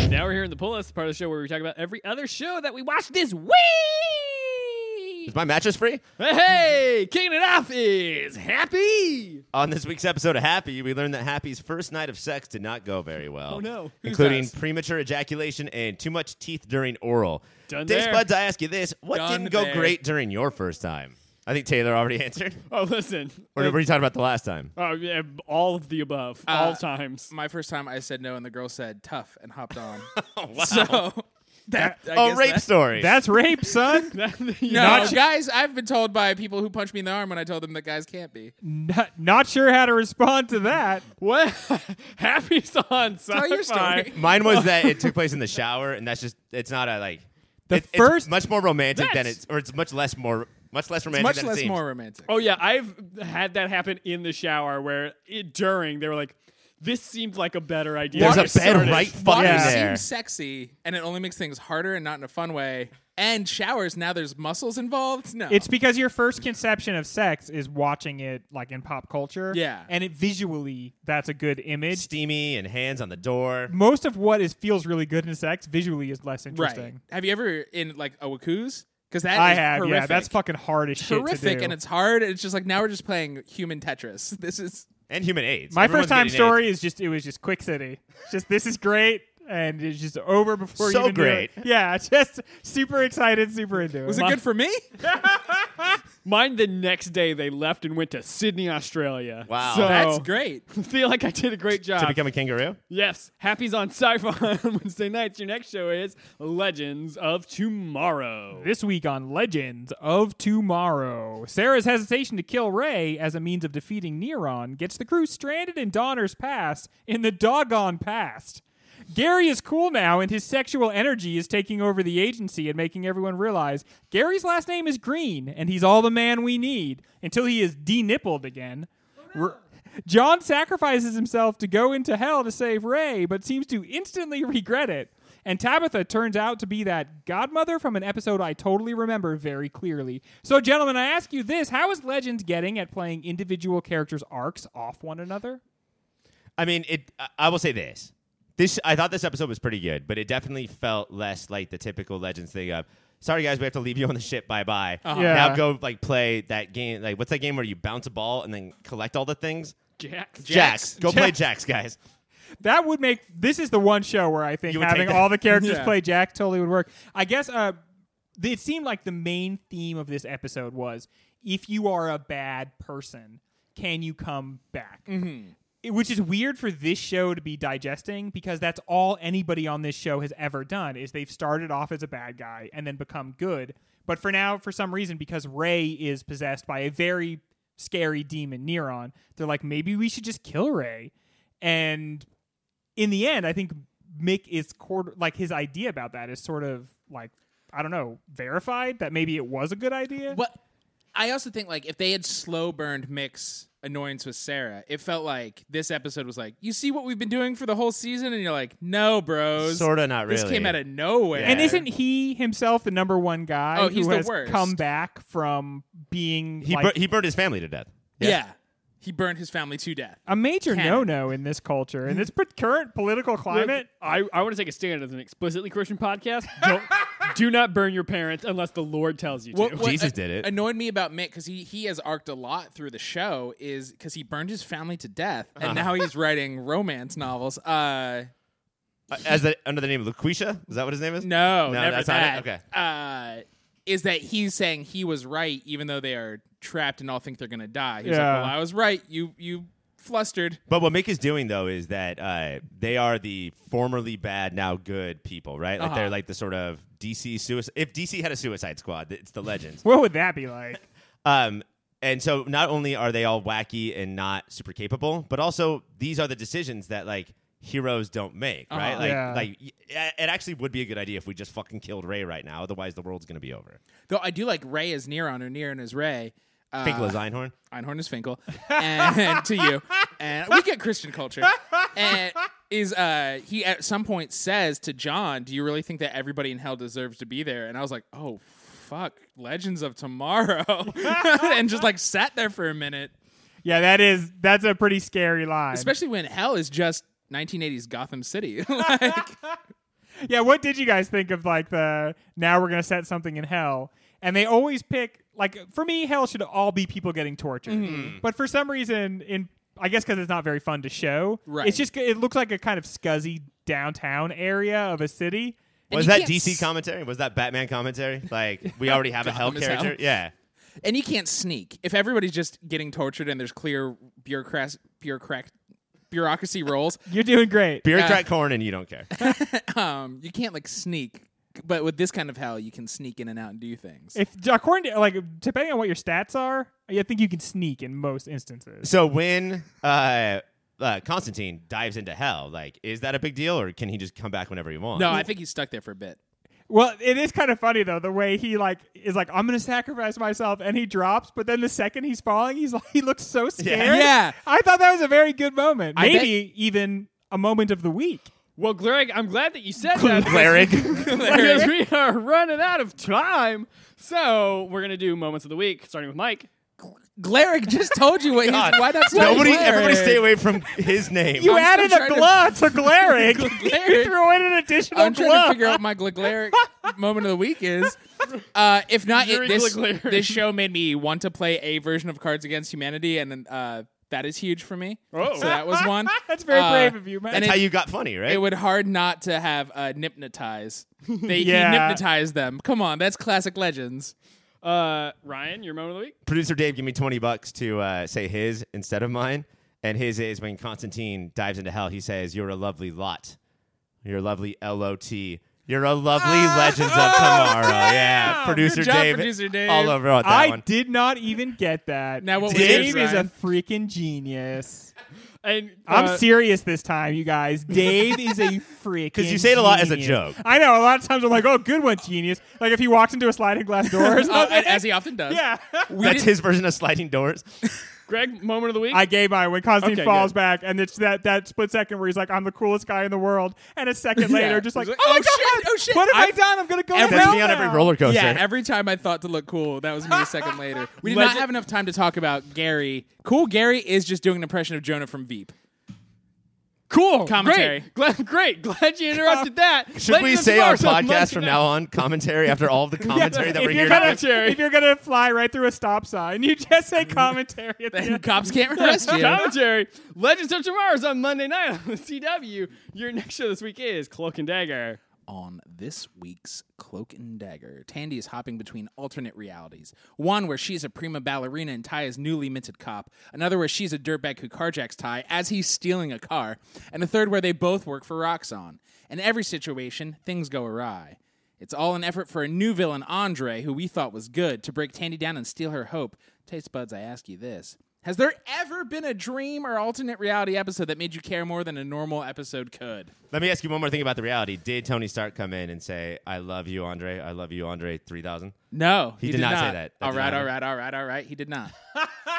[SPEAKER 1] Now we're here in the pull list, part of the show where we talk about every other show that we watched this week.
[SPEAKER 2] Is my mattress free?
[SPEAKER 1] Hey, kicking it off is Happy.
[SPEAKER 2] On this week's episode of Happy, we learned that Happy's first night of sex did not go very well.
[SPEAKER 1] Oh, no. Who's
[SPEAKER 2] Including
[SPEAKER 4] that?
[SPEAKER 2] premature ejaculation and too much teeth during oral.
[SPEAKER 1] Done
[SPEAKER 2] Dave
[SPEAKER 1] there.
[SPEAKER 2] Spuds, I ask you this. What
[SPEAKER 4] Done
[SPEAKER 2] didn't go
[SPEAKER 4] there.
[SPEAKER 2] great during your first time? I think Taylor already (laughs) answered.
[SPEAKER 1] Oh, listen.
[SPEAKER 2] Or were you talking about the last time?
[SPEAKER 1] Oh yeah, b- all of the above, all (laughs) times.
[SPEAKER 4] My first time, I said no, and the girl said tough and hopped on.
[SPEAKER 2] Oh, wow.
[SPEAKER 4] So that I
[SPEAKER 2] oh,
[SPEAKER 4] guess
[SPEAKER 2] rape
[SPEAKER 4] that-
[SPEAKER 2] story.
[SPEAKER 3] That's rape,
[SPEAKER 4] (laughs)
[SPEAKER 3] son.
[SPEAKER 4] No,
[SPEAKER 3] Not sh-
[SPEAKER 4] guys, I've been told by people who punch me in the arm when I told them that guys
[SPEAKER 3] (laughs)
[SPEAKER 4] can't be.
[SPEAKER 3] not, not sure how to respond to that.
[SPEAKER 1] (laughs) what? Happy's on sci-fi.
[SPEAKER 4] Tell your story.
[SPEAKER 2] Mine was that it took place in the shower, and that's just it's not a like
[SPEAKER 3] The
[SPEAKER 2] it- it's
[SPEAKER 3] first-
[SPEAKER 2] much more romantic than
[SPEAKER 1] That's-
[SPEAKER 2] it's or it's much less more much less romantic
[SPEAKER 4] Much
[SPEAKER 2] than it
[SPEAKER 4] less
[SPEAKER 2] seems.
[SPEAKER 4] more romantic.
[SPEAKER 1] Oh yeah, I've had that happen in the shower where it, during they were like, "This seemed like a better idea."
[SPEAKER 2] There's
[SPEAKER 1] when
[SPEAKER 2] a
[SPEAKER 1] it
[SPEAKER 2] bed
[SPEAKER 1] started."
[SPEAKER 2] right
[SPEAKER 4] Water
[SPEAKER 2] fucking
[SPEAKER 3] Yeah.
[SPEAKER 2] there.
[SPEAKER 4] seems sexy, and it only makes things harder and not in a fun way. And showers now there's muscles involved. No,
[SPEAKER 3] It's because your first conception of sex is watching it like in pop culture.
[SPEAKER 4] Yeah.
[SPEAKER 3] And it visually that's a good image.
[SPEAKER 2] Steamy and hands on the door.
[SPEAKER 3] Most of what is feels really good in sex visually is less
[SPEAKER 4] right.
[SPEAKER 3] interesting.
[SPEAKER 4] Have you ever in like a wakuz? Because that
[SPEAKER 3] I
[SPEAKER 4] is
[SPEAKER 3] have,
[SPEAKER 4] horrific.
[SPEAKER 3] yeah. That's fucking hard as shit. to
[SPEAKER 4] horrific,
[SPEAKER 3] do.
[SPEAKER 4] and it's hard. It's just like now we're just playing human Tetris. This is
[SPEAKER 2] And human AIDS.
[SPEAKER 3] my
[SPEAKER 2] Everyone's
[SPEAKER 3] first time
[SPEAKER 2] getting
[SPEAKER 3] story is just it was just quick city. Just this is great and it's just over before
[SPEAKER 2] So
[SPEAKER 3] you even do it.
[SPEAKER 2] great.
[SPEAKER 3] Yeah, (laughs) just super excited, super into
[SPEAKER 4] was it
[SPEAKER 1] My-
[SPEAKER 4] good for me?
[SPEAKER 1] Mine the next day they left and went to Sydney, Australia.
[SPEAKER 2] Wow.
[SPEAKER 1] so
[SPEAKER 4] That's great.
[SPEAKER 1] Feel like (laughs) I did a great
[SPEAKER 2] AIDS. to
[SPEAKER 1] job.
[SPEAKER 2] become a kangaroo.
[SPEAKER 1] yes, Happy's on sci-fi (laughs) on Wednesday nights. Your next show is Legends of Tomorrow.
[SPEAKER 3] This week on Legends of Tomorrow, Sarah's hesitation to kill Ray as a means of defeating Neron gets the crew stranded in Donner's past in the doggone past. Gary is cool now, and his sexual energy is taking over the agency and making everyone realize Gary's last name is Green, and he's all the man we need until he is denippled again. R- John sacrifices himself to go into hell to save Ray, but seems to instantly (laughs) regret it. And Tabitha turns out to be that godmother from an episode I totally remember very clearly. So, gentlemen, I ask you this how is Legends getting at playing individual characters' arcs off one another?
[SPEAKER 2] I mean, it. I- I will say this. This I thought this episode was pretty good, but it definitely felt less like the typical Legends thing of. Sorry guys, we have to leave you on the ship. Bye bye.
[SPEAKER 4] Uh-huh.
[SPEAKER 3] Yeah.
[SPEAKER 2] Now go like play that game. Like what's that game where you bounce a ball and then collect all the things?
[SPEAKER 1] Jax.
[SPEAKER 2] Jacks. Go play
[SPEAKER 4] (laughs)
[SPEAKER 2] Jacks,
[SPEAKER 3] Jax.
[SPEAKER 2] guys.
[SPEAKER 3] That would make this is the one show where I think
[SPEAKER 2] You would (laughs)
[SPEAKER 3] having
[SPEAKER 2] take that.
[SPEAKER 3] all the characters
[SPEAKER 4] Yeah.
[SPEAKER 3] play Jack totally would work. I guess uh, it seemed like the main theme of this episode was if you are a bad person, can you come back?
[SPEAKER 2] Mm-hmm.
[SPEAKER 3] It- Which is weird for this show to be digesting because that's all anybody on this show has ever done is they've started off as a bad guy and then become good. But for now, for some reason, because Ray is possessed by a very scary demon Neron, they're like, maybe we should just kill Ray. And in the end, I think Mick is quarter like his idea about that is sort of like I don't know verified that maybe it was a good idea.
[SPEAKER 4] What I also think like if they had slow burned Mick's annoyance with Sarah, it felt like this episode was like, you see what we've been doing for the whole season, and you're like, no, bros,
[SPEAKER 2] Sorta, not
[SPEAKER 4] This
[SPEAKER 2] really.
[SPEAKER 4] came out of nowhere.
[SPEAKER 3] And isn't he himself the number one guy
[SPEAKER 4] Oh, he's
[SPEAKER 3] who
[SPEAKER 4] the
[SPEAKER 3] has
[SPEAKER 4] worst.
[SPEAKER 3] come back from being
[SPEAKER 2] He
[SPEAKER 3] like,
[SPEAKER 2] bur- he burned his family to death.
[SPEAKER 4] yeah. he burned his family to death.
[SPEAKER 3] a major
[SPEAKER 4] Canon.
[SPEAKER 3] no-no in this culture
[SPEAKER 2] (laughs)
[SPEAKER 3] in this pr- current political climate?
[SPEAKER 1] I, I want to take a stand as an explicitly Christian podcast. (laughs) Don't, do not burn your parents unless the Lord tells you to.
[SPEAKER 2] Jesus did it.
[SPEAKER 4] Annoyed me about Mick because he he has arced a lot through the show is because he burned his family to death,
[SPEAKER 2] Uh-huh.
[SPEAKER 4] and now he's writing romance novels. Uh,
[SPEAKER 2] Uh, As the, under the name of Laquisha, is that what his name is?
[SPEAKER 4] no,
[SPEAKER 2] no,
[SPEAKER 4] never
[SPEAKER 2] that's
[SPEAKER 4] that.
[SPEAKER 2] not it. Okay,
[SPEAKER 4] Uh, is that he's saying he was right, even though they are trapped and all think they're gonna die? He's
[SPEAKER 3] Yeah.
[SPEAKER 4] like, well, I was right. You you flustered.
[SPEAKER 2] but what Mick is doing though is that uh, they are the formerly bad, now good people, right? Like
[SPEAKER 4] Uh-huh.
[SPEAKER 2] they're like the sort of DC suicide. If DC had a Suicide Squad, it's the
[SPEAKER 4] (laughs)
[SPEAKER 2] Legends.
[SPEAKER 3] What would that be like?
[SPEAKER 2] Um, and so not only are they all wacky and not super capable, but also these are the decisions that like heroes don't make,
[SPEAKER 4] Uh-huh.
[SPEAKER 2] right? Like,
[SPEAKER 3] Yeah.
[SPEAKER 2] like y- it actually would be a good idea if we just fucking killed Ray right now. Otherwise, the world's gonna be over.
[SPEAKER 4] Though I do like Ray as Neron or Neron as Ray. Uh,
[SPEAKER 2] Finkel is Einhorn.
[SPEAKER 4] Einhorn is Finkel, and to you, and we get Christian culture. And is uh he at some point says to John, "Do you really think that everybody in hell deserves to be there?" And I was like, "Oh fuck, Legends of Tomorrow," (laughs) and just like sat there for a minute,
[SPEAKER 3] Yeah, that is that's a pretty scary line.
[SPEAKER 4] especially when hell is just 1980s
[SPEAKER 2] (laughs)
[SPEAKER 4] Gotham City. (laughs) like,
[SPEAKER 3] Yeah, what did you guys think of like the now we're gonna set something in hell? And they always pick like for me, hell should all be people getting tortured.
[SPEAKER 4] Mm-hmm.
[SPEAKER 2] Mm-hmm.
[SPEAKER 3] But for some reason, in I guess because it's not very fun to show.
[SPEAKER 4] Right.
[SPEAKER 3] It's just it looks like a kind of scuzzy downtown area of a city.
[SPEAKER 2] Was
[SPEAKER 4] you
[SPEAKER 2] that
[SPEAKER 4] can't
[SPEAKER 2] DC
[SPEAKER 4] s-
[SPEAKER 2] commentary? Was that Batman commentary? Like we already
[SPEAKER 4] (laughs)
[SPEAKER 2] have a hell
[SPEAKER 4] Gotham is
[SPEAKER 2] character.
[SPEAKER 4] hell.
[SPEAKER 2] Yeah.
[SPEAKER 4] and you can't sneak if everybody's just getting tortured and there's clear bureaucrat bureaucrat bureaucracy roles.
[SPEAKER 3] You're doing great.
[SPEAKER 2] Bureaucrat corn and you don't care.
[SPEAKER 4] (laughs) um, you can't like sneak, but with this kind of hell, you can sneak in and out and do things.
[SPEAKER 3] If according to like depending on what your stats are, I think you can sneak in most instances.
[SPEAKER 2] so when uh, uh, Constantine dives into hell, like is that a big deal, or can he just come back whenever he wants? (laughs)
[SPEAKER 4] no, I think he's stuck there for a bit. (laughs)
[SPEAKER 3] Well, it is kind of funny though the way he like is like I'm gonna sacrifice myself, and he drops, but then the second he's falling, he's like (laughs) he looks so scared.
[SPEAKER 4] Yeah.
[SPEAKER 3] I thought that was a very good moment.
[SPEAKER 4] I
[SPEAKER 3] Maybe even a moment of the week.
[SPEAKER 1] Well, Greg, I'm glad that you said
[SPEAKER 4] (laughs)
[SPEAKER 1] that. because- (laughs)
[SPEAKER 2] Cleric.
[SPEAKER 1] because (laughs) we are running out of time. So we're gonna do moments of the week, starting with Mike.
[SPEAKER 4] Glaric just told you what. He's, (laughs)
[SPEAKER 2] God.
[SPEAKER 4] why not? say
[SPEAKER 2] Nobody,
[SPEAKER 4] Glaric?
[SPEAKER 2] everybody, stay away from his name.
[SPEAKER 3] You
[SPEAKER 4] I'm
[SPEAKER 3] added
[SPEAKER 4] still
[SPEAKER 3] a
[SPEAKER 4] trying to-
[SPEAKER 3] glove
[SPEAKER 4] (laughs)
[SPEAKER 3] to, glaring. (laughs) you
[SPEAKER 4] Glaring.
[SPEAKER 3] threw in an additional
[SPEAKER 4] I'm trying to
[SPEAKER 3] glove.
[SPEAKER 4] figure out what my Glaric moment of the week is. Uh, if not, it,
[SPEAKER 1] Yuri
[SPEAKER 4] this
[SPEAKER 1] Glaric.
[SPEAKER 4] this show made me want to play a version of Cards Against Humanity, and uh, that is huge for me.
[SPEAKER 1] Oh.
[SPEAKER 4] so that was one.
[SPEAKER 3] (laughs) That's very
[SPEAKER 4] Uh,
[SPEAKER 3] brave of you, man.
[SPEAKER 4] and
[SPEAKER 2] That's
[SPEAKER 4] it-
[SPEAKER 2] how you got funny, right?
[SPEAKER 4] It would hard not to have uh, nipnotize. They
[SPEAKER 3] Yeah.
[SPEAKER 4] he nipnotized them. Come on, that's classic legends.
[SPEAKER 1] Uh, Ryan, your moment of the week.
[SPEAKER 2] Producer Dave give me 20 bucks to uh, say his instead of mine. And his is when Constantine dives into hell, he says, You're a lovely lot. You're a lovely L O T. You're a lovely Legends of Tomorrow. Yeah. Producer,
[SPEAKER 4] Good job,
[SPEAKER 2] Dave,
[SPEAKER 4] Producer Dave.
[SPEAKER 2] All over on that
[SPEAKER 3] I
[SPEAKER 2] one.
[SPEAKER 3] did not even get that.
[SPEAKER 4] Now what was
[SPEAKER 3] Dave
[SPEAKER 4] yours,
[SPEAKER 3] is a
[SPEAKER 4] Ryan?
[SPEAKER 3] freaking genius.
[SPEAKER 1] And uh,
[SPEAKER 3] I'm serious this time, you guys. Dave is a
[SPEAKER 2] (laughs)
[SPEAKER 3] freaking
[SPEAKER 2] you say it a lot as a
[SPEAKER 3] genius.
[SPEAKER 2] joke.
[SPEAKER 3] I know. A lot of times I'm like, oh, good one, genius. Like if he walks into a sliding
[SPEAKER 2] (laughs)
[SPEAKER 3] glass door
[SPEAKER 2] Oh,
[SPEAKER 3] or
[SPEAKER 4] Uh,
[SPEAKER 3] something.
[SPEAKER 4] and as he often does.
[SPEAKER 3] yeah.
[SPEAKER 2] That's his version of sliding doors.
[SPEAKER 1] Greg, moment of the week.
[SPEAKER 3] I gave mine when Constantine
[SPEAKER 1] Okay,
[SPEAKER 3] falls
[SPEAKER 1] good.
[SPEAKER 3] back, and it's that that split second where he's like, "I'm the coolest guy in the world," and a second later, just like,
[SPEAKER 4] He's
[SPEAKER 3] "Oh,
[SPEAKER 4] like,
[SPEAKER 3] my
[SPEAKER 4] "Oh, shit,
[SPEAKER 3] God,
[SPEAKER 4] oh, shit,
[SPEAKER 3] what have i
[SPEAKER 4] I've-
[SPEAKER 3] done? I'm gonna go
[SPEAKER 4] Every-
[SPEAKER 3] to
[SPEAKER 2] That's
[SPEAKER 3] hell
[SPEAKER 2] me on
[SPEAKER 3] now."
[SPEAKER 2] every roller coaster.
[SPEAKER 4] Yeah, every time I thought to look cool, that was me a second later. We did not
[SPEAKER 1] Legend-
[SPEAKER 4] have enough time to talk about Gary. Cool Gary is just doing an impression of Jonah from Veep.
[SPEAKER 1] cool (laughs)
[SPEAKER 4] Commentary.
[SPEAKER 1] Great, Glad- great. Glad you interrupted that.
[SPEAKER 2] Should
[SPEAKER 1] Legends
[SPEAKER 2] we
[SPEAKER 1] of
[SPEAKER 2] say our
[SPEAKER 1] Tomorrow, so
[SPEAKER 2] podcast from now on commentary after all
[SPEAKER 3] (laughs)
[SPEAKER 2] the commentary that
[SPEAKER 3] if
[SPEAKER 2] we're
[SPEAKER 3] you're
[SPEAKER 2] here to
[SPEAKER 3] gonna,
[SPEAKER 2] do?
[SPEAKER 1] Commentary.
[SPEAKER 3] (laughs) if you're gonna fly right through a stop sign, you
[SPEAKER 2] (laughs)
[SPEAKER 3] just say commentary. At the
[SPEAKER 4] And
[SPEAKER 3] end.
[SPEAKER 4] cops can't arrest you.
[SPEAKER 1] commentary. (laughs) Legends of Tomorrow is on Monday night on the CW. Your next show this week is Cloak and Dagger.
[SPEAKER 4] on this week's Cloak and Dagger. Tandy is hopping between alternate realities. One where she's a prima ballerina and Ty is newly minted cop. Another where she's a dirtbag who carjacks Ty as he's stealing a car. And a third where they both work for Roxxon. In every situation, things go awry. It's all an effort for a new villain, Andre, who we thought was good, to break Tandy down and steal her hope. Taste buds, I ask you this. Has there ever been a dream or alternate reality episode that made you care more than a normal episode could?
[SPEAKER 2] Let me ask you one more thing about the reality. Did Tony Stark come in and say, "I love you, Andre. I love you, Andre"? Three thousand.
[SPEAKER 4] No, he,
[SPEAKER 2] did not say that. That
[SPEAKER 4] all
[SPEAKER 2] did
[SPEAKER 4] right,
[SPEAKER 2] not happen.
[SPEAKER 4] all right, all right, all right. He did not.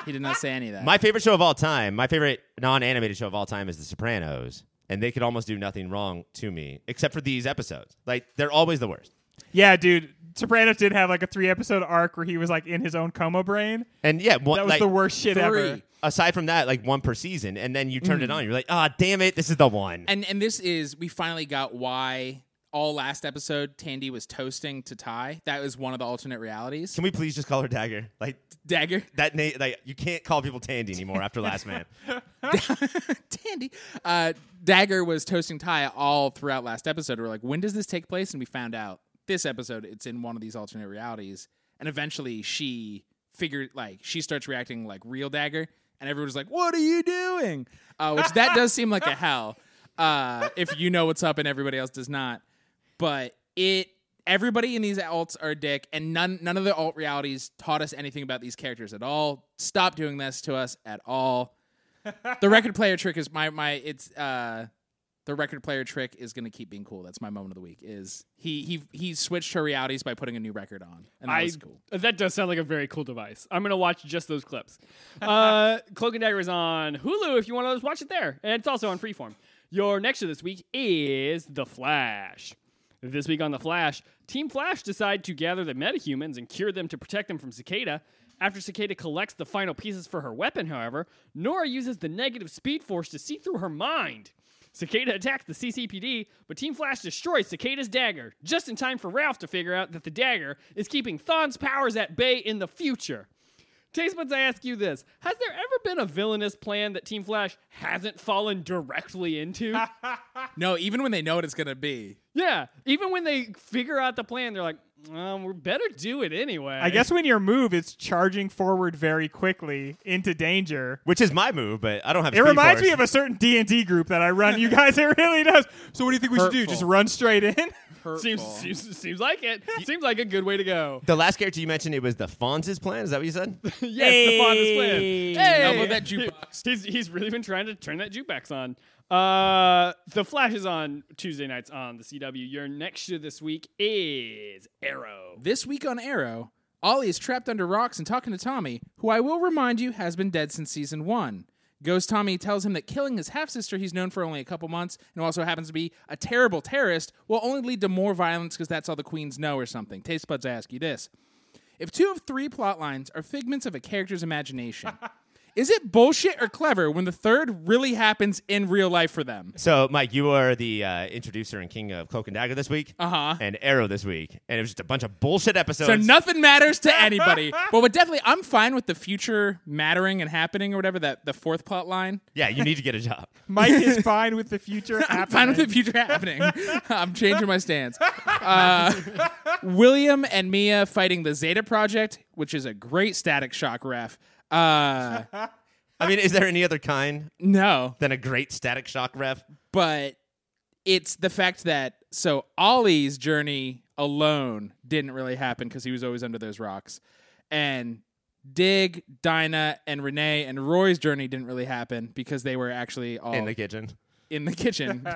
[SPEAKER 4] he did not say any of
[SPEAKER 2] (laughs)
[SPEAKER 4] that.
[SPEAKER 2] My favorite show of all time, my favorite non-animated show of all time, is The Sopranos, and they could almost do nothing wrong to me except for these episodes. Like they're always the worst.
[SPEAKER 3] Yeah, dude. Sopranos did have like a three episode arc where he was like in his own coma brain.
[SPEAKER 2] And yeah, one,
[SPEAKER 3] That was
[SPEAKER 2] like,
[SPEAKER 3] the worst shit ever.
[SPEAKER 4] Three.
[SPEAKER 2] Aside from that, like one per season, and then you turned
[SPEAKER 3] Mm.
[SPEAKER 2] it on. You're like, ah, damn it, this is the one.
[SPEAKER 4] and and this is we finally got why all last episode Tandy was toasting to Ty. That was one of the alternate realities.
[SPEAKER 2] Can we please just call her Dagger? Like
[SPEAKER 4] Dagger.
[SPEAKER 2] that name, like you can't call people Tandy anymore after Last Man.
[SPEAKER 4] (laughs) Tandy. Uh, Dagger was toasting Ty all throughout last episode. We're like, when does this take place? And we found out this episode, it's in one of these alternate realities. And eventually she figured, like, she starts reacting like real Dagger. And everyone's like, what are you doing? Uh, which that does seem like a hell uh, if you know what's up and everybody else does not. But it. Everybody in these alts are a dick, and none none of the alt realities taught us anything about these characters at all. Stop doing this to us at
[SPEAKER 1] (laughs)
[SPEAKER 4] all the record player trick is my my it's uh the record player trick is going to keep being cool. That's my moment of the week. Is he he he switched her realities by putting a new record on, and that
[SPEAKER 1] I, uh,
[SPEAKER 4] was cool.
[SPEAKER 1] That does sound like a very cool device. I'm gonna watch just those clips. (laughs) Uh, Cloak and Dagger is on Hulu. If you want to just watch it there, and it's also on Freeform. Your next show this week is The Flash. This week on The Flash, Team Flash decide to gather the metahumans and cure them to protect them from Cicada. After Cicada collects the final pieces for her weapon, however, Nora uses the negative speed force to see through her mind. Cicada attacks the CCPD, but Team Flash destroys Cicada's dagger, just in time for Ralph to figure out that the dagger is keeping Thon's powers at bay in the future. Taste buds, I ask you this: Has there ever been a villainous plan that Team Flash hasn't fallen directly
[SPEAKER 3] (laughs)
[SPEAKER 1] into?
[SPEAKER 4] No, even when they know what it's going to be,
[SPEAKER 1] yeah, even when they figure out the plan, they're like, um, "We better do it anyway."
[SPEAKER 3] I guess when your move is charging forward very quickly into danger.
[SPEAKER 2] Which is my move, but I don't have.
[SPEAKER 3] It reminds me of a certain D and D group that I run. You guys, it really does. So what do you think we should do?
[SPEAKER 4] Hurtful.
[SPEAKER 3] Just run straight in? (laughs)
[SPEAKER 1] seems,
[SPEAKER 4] Hurtful.
[SPEAKER 1] seems seems like it. seems like a good way to go.
[SPEAKER 2] the last character you mentioned. It was the Fonz's plan. Is that what you
[SPEAKER 3] (laughs)
[SPEAKER 2] said?
[SPEAKER 1] yes, the fondest plan.
[SPEAKER 3] Hey.
[SPEAKER 1] Hey,
[SPEAKER 4] Elbow that jukebox.
[SPEAKER 1] He's he's really been trying to turn that jukebox on. Uh, the Flash is on Tuesday nights on the CW. Your next show this week is Arrow.
[SPEAKER 4] this week on Arrow, Ollie is trapped under rocks and talking to Tommy, who I will remind you has been dead since season one. Ghost Tommy tells him that killing his half sister he's known for only a couple months and who also happens to be a terrible terrorist will only lead to more violence because that's all the queens know or something. Taste buds, I ask you this. If two of three plot lines are figments of a character's imagination, (laughs) is it bullshit or clever when the third really happens in real life for them?
[SPEAKER 2] So, Mike, you are the uh, introducer and king of Cloak and Dagger this week, uh-huh. and Arrow this week, and it was just a bunch of bullshit episodes.
[SPEAKER 4] So nothing matters (laughs) to anybody. but what definitely, I'm fine with the future mattering and happening or whatever that the fourth plot line.
[SPEAKER 2] yeah, you need to get a job.
[SPEAKER 3] Mike
[SPEAKER 4] (laughs)
[SPEAKER 3] is fine with the future.
[SPEAKER 4] I'm (laughs) fine with the future happening. (laughs) I'm changing my (laughs) stance. Uh, William and Mia fighting the Zeta Project, which is a great Static Shock ref. Uh,
[SPEAKER 2] I mean, is there any other kind
[SPEAKER 4] no,
[SPEAKER 2] than a great Static Shock ref?
[SPEAKER 4] but it's the fact that so Ollie's journey alone didn't really happen because he was always under those rocks, and Dig, Dinah, and Renee and Roy's journey didn't really happen because they were actually all
[SPEAKER 2] in the kitchen.
[SPEAKER 4] in
[SPEAKER 2] (laughs)
[SPEAKER 4] the kitchen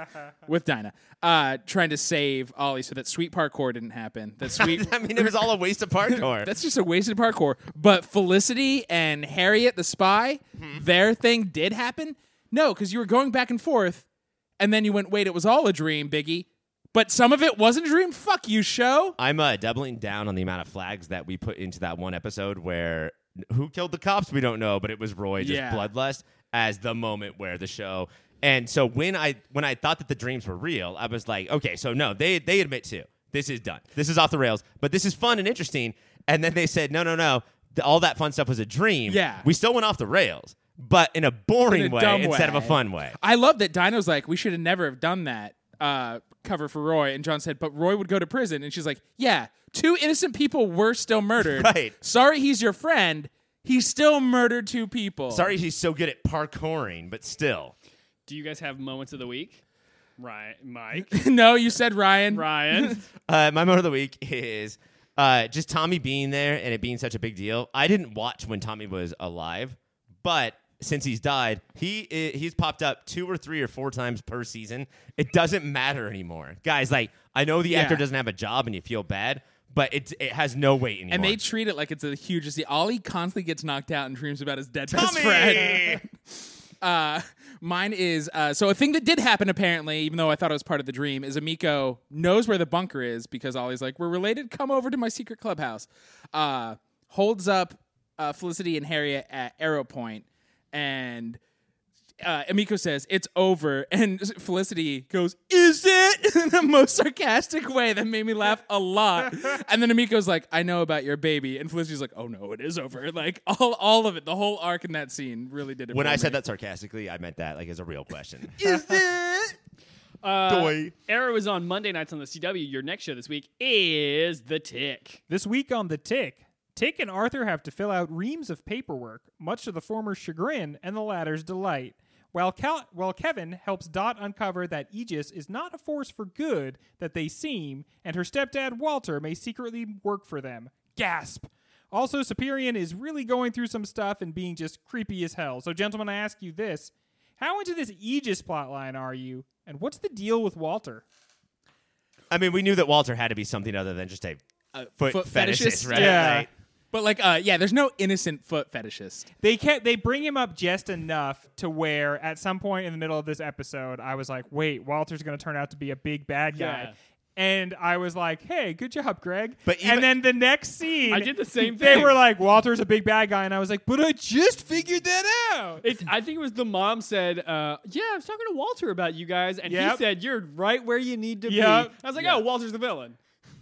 [SPEAKER 4] with Dinah, uh, trying to save Ollie so that sweet parkour didn't happen. That sweet.
[SPEAKER 2] (laughs) I mean, it was all a waste of parkour.
[SPEAKER 4] That's just a wasted parkour. But Felicity and Harriet the spy,
[SPEAKER 2] Mm-hmm.
[SPEAKER 4] their thing did happen? No, because you were going back and forth, and then you went, wait, it was all a dream, Biggie. But some of it wasn't a dream? Fuck you, show.
[SPEAKER 2] I'm uh, doubling down on the amount of flags that we put into that one episode where who killed the cops we don't know, but it was Roy just
[SPEAKER 4] Yeah.
[SPEAKER 2] bloodlust as the moment where the show. And so when I when I thought that the dreams were real, I was like, okay, so no, they they admit to this is done, this is off the rails, but this is fun and interesting. And then they said, no, no, no, th- all that fun stuff was a dream.
[SPEAKER 4] Yeah.
[SPEAKER 2] we still went off the rails, but in a boring
[SPEAKER 4] In a
[SPEAKER 2] way
[SPEAKER 4] dumb
[SPEAKER 2] instead of a
[SPEAKER 4] way.
[SPEAKER 2] fun way.
[SPEAKER 4] I love that Dino's like, we should have never have done that. uh, cover for Roy, and John said, "But Roy would go to prison," and she's like, "Yeah, two innocent people were still murdered.
[SPEAKER 2] Right.
[SPEAKER 4] Sorry, he's your friend. He still murdered two people.
[SPEAKER 2] Sorry, he's so good at parkouring, but still.
[SPEAKER 1] Do you guys have moments of the week? Right, Mike,
[SPEAKER 4] (laughs) no, you said Ryan.
[SPEAKER 1] Ryan.
[SPEAKER 2] Uh, my moment of the week (laughs) is uh, just Tommy being there and it being such a big deal. I didn't watch when Tommy was alive, but since he's died, he i- he's popped up two or three or four times per season. It doesn't matter anymore, guys. Like I know the actor doesn't have a job and you feel bad, but it it has no weight anymore.
[SPEAKER 4] And they treat it like it's the hugest deal. Ollie constantly gets knocked out and dreams about his dead best
[SPEAKER 2] Tommy!
[SPEAKER 4] friend. Uh, (laughs) mine is uh, so a thing that did happen apparently, even though I thought it was part of the dream, is Amiko knows where the bunker is because Ollie's like, "We're related. Come over to my secret clubhouse." Uh, holds up uh, Felicity and Harriet at Arrow Point, and uh, Amiko says it's over, (laughs) and Felicity goes, "Is it?" (laughs) in the most sarcastic way that made me laugh a lot. And then Amiko's like, "I know about your baby," and Felicity's like, "Oh no, it is over." (laughs) Like all, all of it, the whole arc in that scene really did it.
[SPEAKER 2] when
[SPEAKER 4] for
[SPEAKER 2] I
[SPEAKER 4] me.
[SPEAKER 2] said that sarcastically, I meant that like as a real
[SPEAKER 4] (laughs)
[SPEAKER 2] question.
[SPEAKER 1] Uh,
[SPEAKER 2] Doy.
[SPEAKER 1] Arrow is on Monday nights on the CW. Your next show this week is The Tick.
[SPEAKER 3] This week on The Tick, Tick and Arthur have to fill out reams of paperwork, much to the former's chagrin and the latter's delight. While, Cal- while Kevin helps Dot uncover that Aegis is not a force for good that they seem, and her stepdad Walter may secretly work for them. Gasp! Also, Superion is really going through some stuff and being just creepy as hell. So, gentlemen, I ask you this How into this Aegis plotline are you? And what's the deal with Walter?
[SPEAKER 2] I mean, we knew that Walter had to be something other than just a foot,
[SPEAKER 4] foot
[SPEAKER 2] fetishist,
[SPEAKER 4] fetishist?
[SPEAKER 2] right?
[SPEAKER 3] Yeah.
[SPEAKER 2] Like,
[SPEAKER 4] But like, uh, yeah, there's no innocent foot fetishist.
[SPEAKER 3] They kept they bring him up just enough to where at some point in the middle of this episode, I was like, "Wait, Walter's going to turn out to be a big bad guy."
[SPEAKER 1] Yeah.
[SPEAKER 3] And I was like, "Hey, good job, Greg."
[SPEAKER 2] But even-
[SPEAKER 3] and then the next scene,
[SPEAKER 1] I did the same
[SPEAKER 3] They
[SPEAKER 1] thing.
[SPEAKER 3] were like, "Walter's a big bad guy," and I was like, "But I just figured that out."
[SPEAKER 1] It, I think it was the mom said, uh, "Yeah, I was talking to Walter about you guys, and
[SPEAKER 3] Yep.
[SPEAKER 1] he said you're right where you need to
[SPEAKER 3] Yep.
[SPEAKER 1] be." I was like, "Oh, Walter's the villain."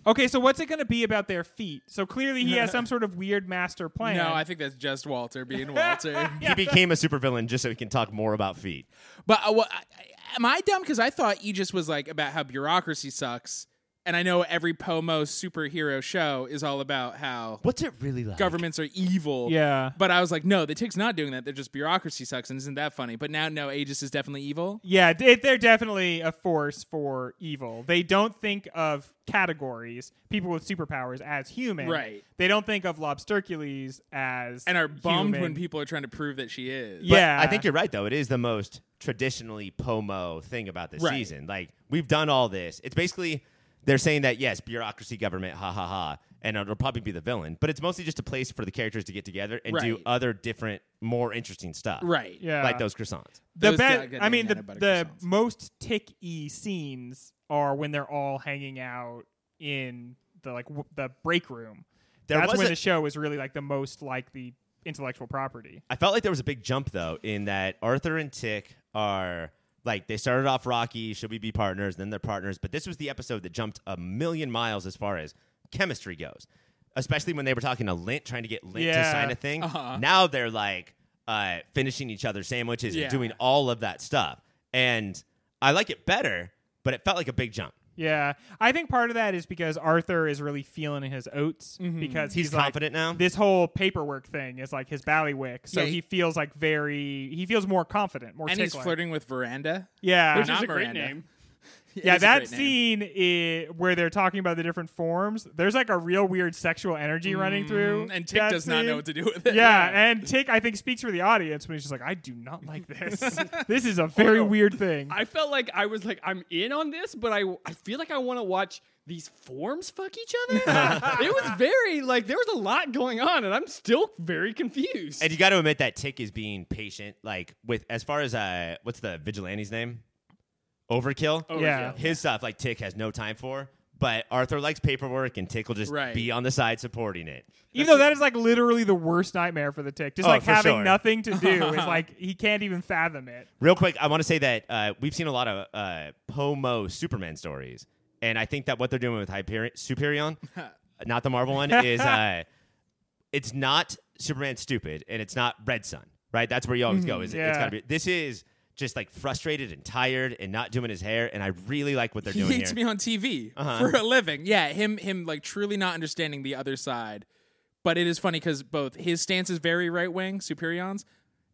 [SPEAKER 3] Okay, so what's it going to be about their feet? So clearly,
[SPEAKER 1] (laughs)
[SPEAKER 3] he has some sort of weird master plan.
[SPEAKER 4] No, I think that's just
[SPEAKER 3] (laughs)
[SPEAKER 4] Walter being Walter.
[SPEAKER 2] He became a supervillain just so he can talk more about feet.
[SPEAKER 4] But uh, well, I, I- am I dumb? Because I thought Aegis was like about how bureaucracy sucks, and I know every Pomo superhero show is all about how
[SPEAKER 2] What's it really like?
[SPEAKER 4] governments are evil.
[SPEAKER 3] Yeah.
[SPEAKER 4] But I was like, no, the Tick's not doing that. They're just bureaucracy sucks, and isn't that funny? But now, no, Aegis is definitely evil.
[SPEAKER 3] Yeah, d- they're definitely a force for evil. They don't think of categories, people with superpowers, as human.
[SPEAKER 4] Right.
[SPEAKER 3] They don't think of Lobstercules as
[SPEAKER 4] And are bummed
[SPEAKER 3] human.
[SPEAKER 4] when people are trying to prove that she is.
[SPEAKER 2] But
[SPEAKER 3] yeah,
[SPEAKER 2] I think you're right though. It is the most traditionally Pomo thing about this
[SPEAKER 4] Right.
[SPEAKER 2] season. Like we've done all this. It's basically they're saying that yes, bureaucracy, government, ha ha ha, and it'll probably be the villain. But it's mostly just a place for the characters to get together and do
[SPEAKER 4] Right.
[SPEAKER 2] other different, more interesting stuff.
[SPEAKER 4] Right.
[SPEAKER 3] Yeah.
[SPEAKER 2] Like those croissants.
[SPEAKER 3] the
[SPEAKER 4] Those
[SPEAKER 3] best.
[SPEAKER 4] goddamn
[SPEAKER 3] I mean, the,
[SPEAKER 4] nano butter
[SPEAKER 3] the
[SPEAKER 4] croissants.
[SPEAKER 3] most tick-y scenes are when they're all hanging out in the like w- the break room.
[SPEAKER 2] There
[SPEAKER 3] That's
[SPEAKER 2] was
[SPEAKER 3] when
[SPEAKER 2] a-
[SPEAKER 3] the show is really like the most like the intellectual property.
[SPEAKER 2] I felt like there was a big jump though in that Arthur and Tick are like they started off rocky, should we be partners? Then they're partners, but this was the episode that jumped a million miles as far as chemistry goes. Especially when they were talking to Lint, trying to get Lint to
[SPEAKER 3] Yeah. Uh-huh.
[SPEAKER 2] sign a thing. Now they're like uh, finishing each other's sandwiches
[SPEAKER 4] Yeah.
[SPEAKER 2] and doing all of that stuff. And I like it better, but it felt like a big jump.
[SPEAKER 3] Yeah, I think part of that is because Arthur is really feeling his oats
[SPEAKER 4] Mm-hmm.
[SPEAKER 3] because
[SPEAKER 2] He's
[SPEAKER 3] he's, like,
[SPEAKER 2] confident now?
[SPEAKER 3] This whole paperwork thing is like his ballywick, so
[SPEAKER 4] Yeah,
[SPEAKER 3] he,
[SPEAKER 4] he-
[SPEAKER 3] feels like very he feels more confident, more.
[SPEAKER 4] And he's
[SPEAKER 3] tick-like.
[SPEAKER 4] flirting with Veranda.
[SPEAKER 3] Yeah,
[SPEAKER 1] Which
[SPEAKER 4] Not
[SPEAKER 1] is a great
[SPEAKER 4] Miranda.
[SPEAKER 1] name.
[SPEAKER 3] yeah.
[SPEAKER 4] It's a
[SPEAKER 3] That
[SPEAKER 4] great name.
[SPEAKER 3] scene i where they're talking about the different forms. There's like a real weird sexual energy running through,
[SPEAKER 4] Mm, And Tick
[SPEAKER 3] that
[SPEAKER 4] does not know
[SPEAKER 3] scene.
[SPEAKER 4] what to do with it. (laughs)
[SPEAKER 3] Yeah, and Tick I think speaks for the audience when he's just like, "I do not like
[SPEAKER 4] (laughs)
[SPEAKER 3] this. (laughs) this is a very
[SPEAKER 4] Oh,
[SPEAKER 3] weird thing."
[SPEAKER 1] I felt like I was like, I'm in on this, but I I feel like I want to watch these forms fuck each other. it was very like there was a lot going on, and I'm still very confused.
[SPEAKER 2] And you got to admit that Tick is being patient, like with as far as uh, what's the vigilante's name? Overkill.
[SPEAKER 4] oh,
[SPEAKER 3] yeah.
[SPEAKER 2] his stuff like Tick has no time for, but Arthur likes paperwork and Tick will just
[SPEAKER 4] Right.
[SPEAKER 2] be on the side supporting it.
[SPEAKER 3] Even though that is like literally the worst nightmare for the tick, just
[SPEAKER 2] Oh,
[SPEAKER 3] like
[SPEAKER 2] for
[SPEAKER 3] having
[SPEAKER 2] sure.
[SPEAKER 3] nothing to do
[SPEAKER 4] (laughs)
[SPEAKER 3] is like he can't even fathom it.
[SPEAKER 2] Real quick, I want to say that uh, we've seen a lot of uh, Pomo Superman stories, and I think that what they're doing with Hyperion,
[SPEAKER 4] (laughs)
[SPEAKER 2] Superion, not the Marvel one, is uh, it's
[SPEAKER 4] Mm-hmm.
[SPEAKER 2] not Superman stupid and it's not Red Sun, right? That's where you always go. Is it's
[SPEAKER 3] Yeah.
[SPEAKER 2] gotta be. This is just like frustrated and tired and not doing his hair. And I really like what they're
[SPEAKER 4] He
[SPEAKER 2] doing
[SPEAKER 4] hates
[SPEAKER 2] here. Uh-huh.
[SPEAKER 4] me on TV for a living. Yeah, him him like truly not understanding the other side. But it is funny because both his stance is very right wing, Superions,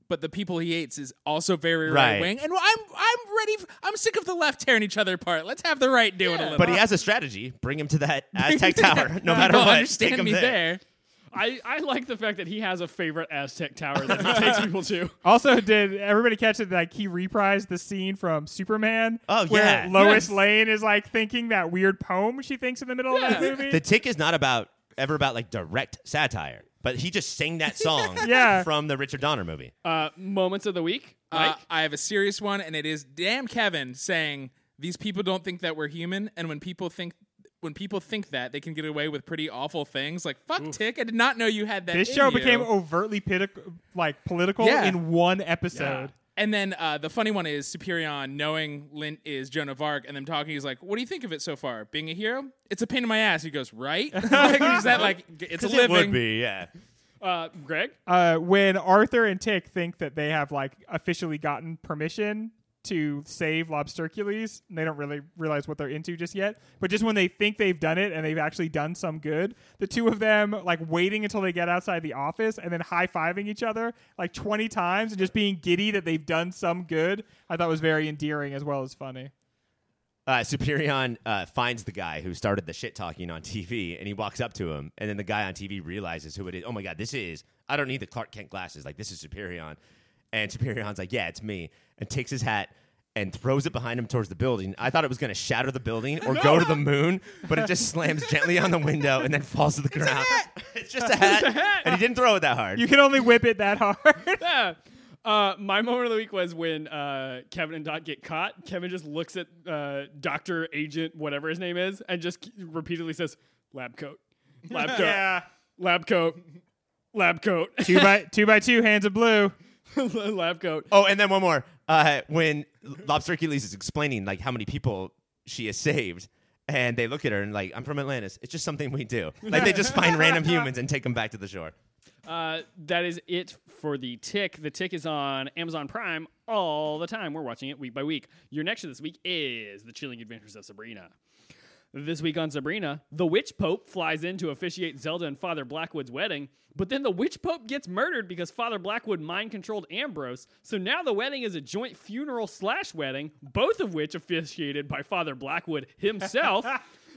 [SPEAKER 4] but the people he hates is also very
[SPEAKER 2] Right.
[SPEAKER 4] right wing. And I'm I'm ready. f I'm sick of the left tearing each other apart. Let's have the right doing it a little.
[SPEAKER 2] but he has a strategy. Bring him to
[SPEAKER 4] (laughs)
[SPEAKER 2] that Aztec tower, no matter
[SPEAKER 4] Don't
[SPEAKER 2] what.
[SPEAKER 4] understand
[SPEAKER 2] Take him
[SPEAKER 4] me
[SPEAKER 2] there.
[SPEAKER 4] there.
[SPEAKER 1] I, I like the fact that he has a favorite Aztec tower that he takes people to.
[SPEAKER 3] Also, did everybody catch that like he reprised the scene from Superman?
[SPEAKER 2] Oh,
[SPEAKER 3] where
[SPEAKER 2] yeah.
[SPEAKER 3] Lois
[SPEAKER 1] Yes.
[SPEAKER 3] Lane is like thinking that weird poem she thinks in the middle of that
[SPEAKER 1] Yeah.
[SPEAKER 3] movie.
[SPEAKER 2] The tick is not about ever about like direct satire, but he just sang that song
[SPEAKER 3] Yeah.
[SPEAKER 2] from the Richard Donner movie.
[SPEAKER 1] Uh, moments of the week, Mike.
[SPEAKER 4] Uh, I have a serious one, and it is damn Kevin saying these people don't think that we're human, and when people think when people think that they can get away with pretty awful things, like fuck Tick, I did not know you had that.
[SPEAKER 3] this
[SPEAKER 4] in
[SPEAKER 3] show
[SPEAKER 4] you."
[SPEAKER 3] became overtly piti- like political
[SPEAKER 4] Yeah.
[SPEAKER 3] in one episode.
[SPEAKER 4] And then uh, the funny one is Superion knowing Lint is Joan of Arc, and them talking. He's like, "What do you think of it so far? Being a hero? It's a pain in my ass." He goes, "Right? (laughs) like, is that like it's a
[SPEAKER 2] 'Cause
[SPEAKER 4] living?"
[SPEAKER 2] It would be, yeah.
[SPEAKER 1] Uh, Greg.
[SPEAKER 3] Uh, when Arthur and Tick think that they have like officially gotten permission to save Lobstercules, and they don't really realize what they're into just yet. But just when they think they've done it and they've actually done some good, the two of them like waiting until they get outside the office and then high fiving each other like twenty times and just being giddy that they've done some good. I thought was very endearing as well as funny.
[SPEAKER 2] Uh, Superion uh, finds the guy who started the shit talking on TV, and he walks up to him, and then the guy on TV realizes who it is. Oh my god, this is! I don't need the Clark Kent glasses. Like this is Superion, and Superion's like, yeah, it's me, and takes his hat and throws it behind him towards the building. I thought it was going to shatter the building or go to (laughs) the moon, but it just slams gently on the window and then falls to the ground. (laughs) It's just a hat, and he didn't throw it that hard.
[SPEAKER 3] You can only whip it that (laughs) hard.
[SPEAKER 1] Yeah. Uh, my moment of the week was when uh, Kevin and Dot get caught. Kevin just looks at uh, Doctor Agent, whatever his name is, and just k- repeatedly says, "Lab coat,
[SPEAKER 3] (laughs)
[SPEAKER 1] lab coat, lab coat, (laughs) lab coat,
[SPEAKER 3] two by two by two, hands of blue.
[SPEAKER 1] lab coat."
[SPEAKER 2] Oh, and then one more. Uh, when Lobster Hercules is explaining like how many people she has saved, and they look at her and like, "I'm from Atlantis. It's just something we do." Like they just find random humans and take them back to the shore.
[SPEAKER 1] Uh, that is it for the tick. The tick is on Amazon Prime all the time. We're watching it week by week. Your next show this week is The Chilling Adventures of Sabrina. This week on Sabrina, the Witch Pope flies in to officiate Zelda and Father Blackwood's wedding, but then the Witch Pope gets murdered because Father Blackwood mind controlled Ambrose. So now the wedding is a joint funeral slash wedding, both of which officiated by Father Blackwood himself.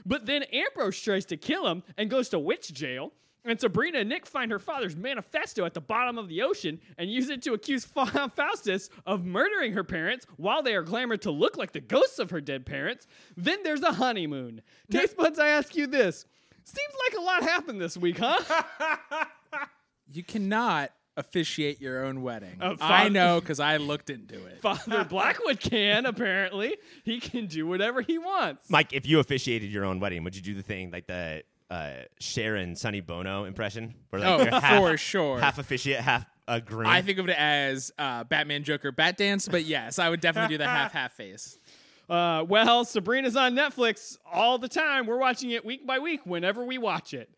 [SPEAKER 1] but then Ambrose tries to kill him and goes to witch jail. And Sabrina and Nick find her father's manifesto at the bottom of the ocean and use it to accuse Fa- (laughs) Faustus of murdering her parents while they are glamored to look like the ghosts of her dead parents. Then there's a honeymoon. Taste buds, I ask you this. Seems like a lot happened this week, huh?
[SPEAKER 4] You cannot officiate your own wedding.
[SPEAKER 1] Uh,
[SPEAKER 4] I
[SPEAKER 1] fuck.
[SPEAKER 4] know because I looked into it.
[SPEAKER 1] Father Blackwood can, apparently. He can do whatever he wants.
[SPEAKER 2] Mike, if you officiated your own wedding, would you do the thing like the uh, Sharon Sonny Bono impression? Where, like,
[SPEAKER 4] Oh,
[SPEAKER 2] you're half,
[SPEAKER 4] for sure.
[SPEAKER 2] half officiate, half a groom.
[SPEAKER 4] I think of it as uh, Batman Joker Bat Dance, but yes, I would definitely do
[SPEAKER 1] (laughs)
[SPEAKER 4] the half half face.
[SPEAKER 1] Uh, well, Sabrina's on Netflix all the time. We're watching it week by week whenever we watch it.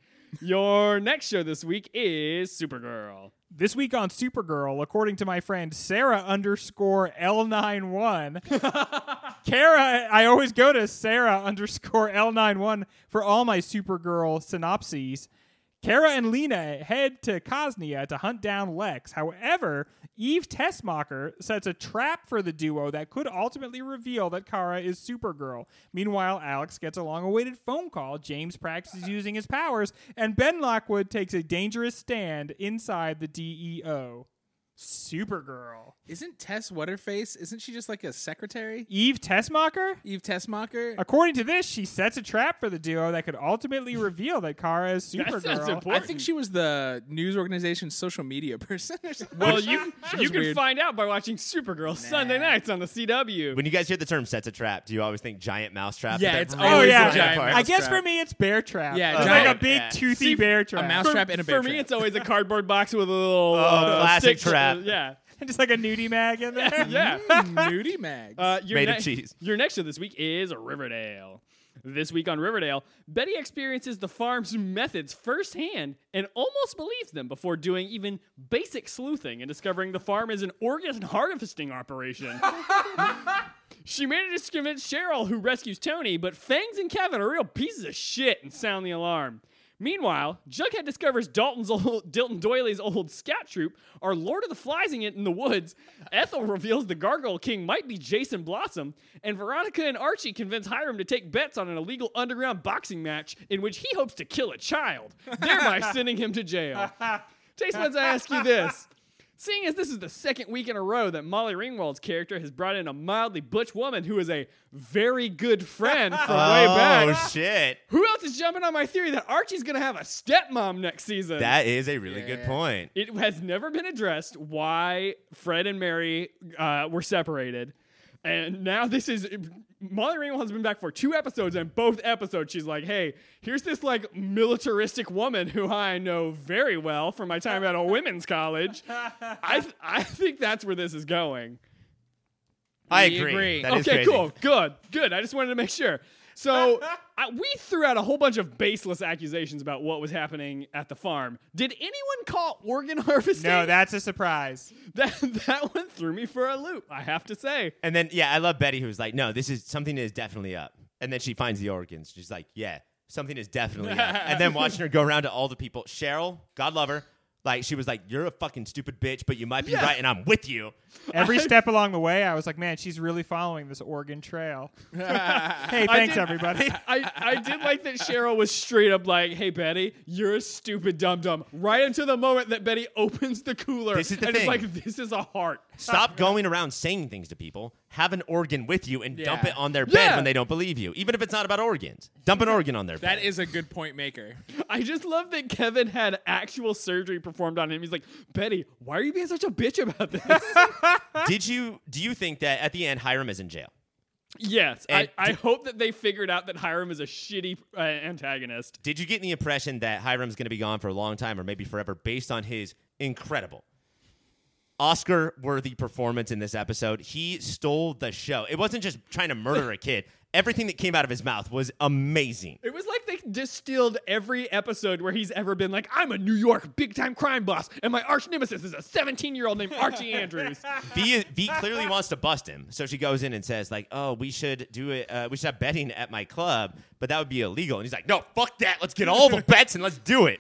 [SPEAKER 1] Your next show this week is Supergirl.
[SPEAKER 3] This week on Supergirl, according to my friend Sarah underscore L91, Kara, I always go to Sarah underscore L91 for all my Supergirl synopses. Kara and Lena head to Cosnia to hunt down Lex. However, Eve Tessmacher sets a trap for the duo that could ultimately reveal that Kara is Supergirl. Meanwhile, Alex gets a long awaited phone call. James practices using his powers, and Ben Lockwood takes a dangerous stand inside the DEO. Supergirl.
[SPEAKER 4] Isn't Tess Waterface? Isn't she just like a secretary?
[SPEAKER 3] Eve Tessmacher?
[SPEAKER 4] Eve Tessmacher?
[SPEAKER 3] According to this, she sets a trap for the duo that could ultimately reveal that Kara is
[SPEAKER 1] That sounds
[SPEAKER 3] Supergirl.
[SPEAKER 4] I
[SPEAKER 1] important.
[SPEAKER 4] think she was the news organization's social media (laughs) person or something.
[SPEAKER 1] Well,
[SPEAKER 2] (laughs)
[SPEAKER 1] you you
[SPEAKER 4] was
[SPEAKER 1] can
[SPEAKER 4] weird.
[SPEAKER 1] find out by watching Supergirl Sunday nights on the CW.
[SPEAKER 2] when you guys hear the term "sets a trap," do you always think giant mouse trap?
[SPEAKER 4] Yeah,
[SPEAKER 2] That
[SPEAKER 4] it's
[SPEAKER 2] really
[SPEAKER 3] Oh
[SPEAKER 4] always
[SPEAKER 3] yeah,
[SPEAKER 2] giant
[SPEAKER 4] a giant
[SPEAKER 2] part.
[SPEAKER 3] I guess
[SPEAKER 4] mousetrap.
[SPEAKER 3] for me it's bear trap.
[SPEAKER 4] Yeah,
[SPEAKER 3] it's
[SPEAKER 4] giant-
[SPEAKER 3] like a big
[SPEAKER 2] yeah.
[SPEAKER 3] toothy
[SPEAKER 1] See,
[SPEAKER 3] bear
[SPEAKER 4] a
[SPEAKER 3] trap.
[SPEAKER 4] mouse trap and a
[SPEAKER 1] For
[SPEAKER 4] bear
[SPEAKER 1] me,
[SPEAKER 4] trap.
[SPEAKER 1] it's always a cardboard box with a little
[SPEAKER 2] (laughs)
[SPEAKER 1] uh,
[SPEAKER 2] Oh, classic
[SPEAKER 1] stick-
[SPEAKER 2] trap.
[SPEAKER 1] uh, yeah,
[SPEAKER 3] (laughs) just like a nudie mag in
[SPEAKER 4] (laughs)
[SPEAKER 3] there.
[SPEAKER 2] (laughs)
[SPEAKER 1] yeah.
[SPEAKER 4] nudie mag.
[SPEAKER 1] Uh, your
[SPEAKER 2] Made of
[SPEAKER 1] next-
[SPEAKER 2] cheese.
[SPEAKER 1] Your next show this week is Riverdale. This week on Riverdale, Betty experiences the farm's methods firsthand and almost believes them before doing even basic sleuthing and discovering the farm is an organ harvesting operation. She manages to convince Cheryl, who rescues Tony, but Fangs and Kevin are real pieces of shit and sound the alarm. Meanwhile, Jughead discovers Dalton's old, (laughs) Dilton Doyley's old scout troop are Lord of the Flies in it in the woods. Ethel reveals the Gargoyle King might be Jason Blossom, and Veronica and Archie convince Hiram to take bets on an illegal underground boxing match in which he hopes to kill a child, thereby sending him to jail. Jason, let's ask you this. Seeing as this is the second week in a row that Molly Ringwald's character has brought in a mildly butch woman who is a very good friend
[SPEAKER 2] (laughs)
[SPEAKER 1] from way
[SPEAKER 2] oh
[SPEAKER 1] back,
[SPEAKER 2] shit!
[SPEAKER 1] who else is jumping on my theory that Archie's going to have a stepmom next season?
[SPEAKER 2] That is a really good point.
[SPEAKER 1] it has never been addressed why Fred and Mary uh, were separated. And now this is Molly Ringwald's been back for two episodes, and both episodes she's like, "Hey, here's this like militaristic woman who I know very well from my time at a women's college." I th- I think that's where this is going.
[SPEAKER 2] I
[SPEAKER 4] We
[SPEAKER 2] agree.
[SPEAKER 4] agree.
[SPEAKER 2] That is
[SPEAKER 1] okay,
[SPEAKER 2] crazy.
[SPEAKER 1] cool, good, good. I just wanted to make sure.
[SPEAKER 2] (laughs)
[SPEAKER 1] So I, we threw out a whole bunch of baseless accusations about what was happening at the farm. Did anyone call organ (laughs) harvesting?
[SPEAKER 3] No, that's a surprise.
[SPEAKER 1] That (laughs) that one threw me for a loop. I have to say.
[SPEAKER 2] And then yeah, I love Betty who's like, no, this is something is definitely up. And then she finds the organs. She's like, yeah, something is definitely up. And then watching her go around to all the people, Cheryl, God love her. Like she was like, you're a fucking stupid bitch, but you might be
[SPEAKER 1] Yeah.
[SPEAKER 2] right, and I'm with you.
[SPEAKER 4] (laughs)
[SPEAKER 3] Every step along the way, I was like, man, she's really following this Oregon
[SPEAKER 4] (laughs)
[SPEAKER 3] Trail. hey,
[SPEAKER 1] I
[SPEAKER 3] thanks,
[SPEAKER 1] did-
[SPEAKER 3] everybody.
[SPEAKER 2] (laughs)
[SPEAKER 1] I, I did like that Cheryl was straight up like, hey, Betty, you're a stupid dum dum. Right into the moment that Betty opens the cooler
[SPEAKER 2] This is the
[SPEAKER 1] and
[SPEAKER 2] thing.
[SPEAKER 1] it's like, this is a heart.
[SPEAKER 2] Stop going around saying things to people. Have an organ with you and dump
[SPEAKER 4] Yeah.
[SPEAKER 2] it on their bed
[SPEAKER 1] Yeah.
[SPEAKER 2] when they don't believe you, even if it's not about organs. Dump an organ on their
[SPEAKER 4] That
[SPEAKER 2] bed.
[SPEAKER 4] is a good point maker.
[SPEAKER 1] I just love that Kevin had actual surgery performed on him. He's like, Betty, why are you being such a bitch about this? (laughs)
[SPEAKER 2] Did you do you think that at the end Hiram is in jail?
[SPEAKER 1] yes.
[SPEAKER 2] And
[SPEAKER 1] I, I hope that they figured out that Hiram is a shitty uh, antagonist.
[SPEAKER 2] Did you get the impression that Hiram's going to be gone for a long time or maybe forever based on his incredible Oscar worthy performance in this episode? He stole the show. It wasn't just trying to murder a kid, everything that came out of his mouth was amazing.
[SPEAKER 1] It was like they distilled every episode where he's ever been like, I'm a New York big time crime boss, and my arch nemesis is a 17 year old named Archie
[SPEAKER 4] (laughs)
[SPEAKER 1] Andrews. (laughs)
[SPEAKER 2] V, v clearly wants to bust him, so she goes in and says like, "Oh, we should do it. Uh, we should have betting at my club, but that would be illegal." And he's like, "No, fuck that. Let's get all the bets and let's do it."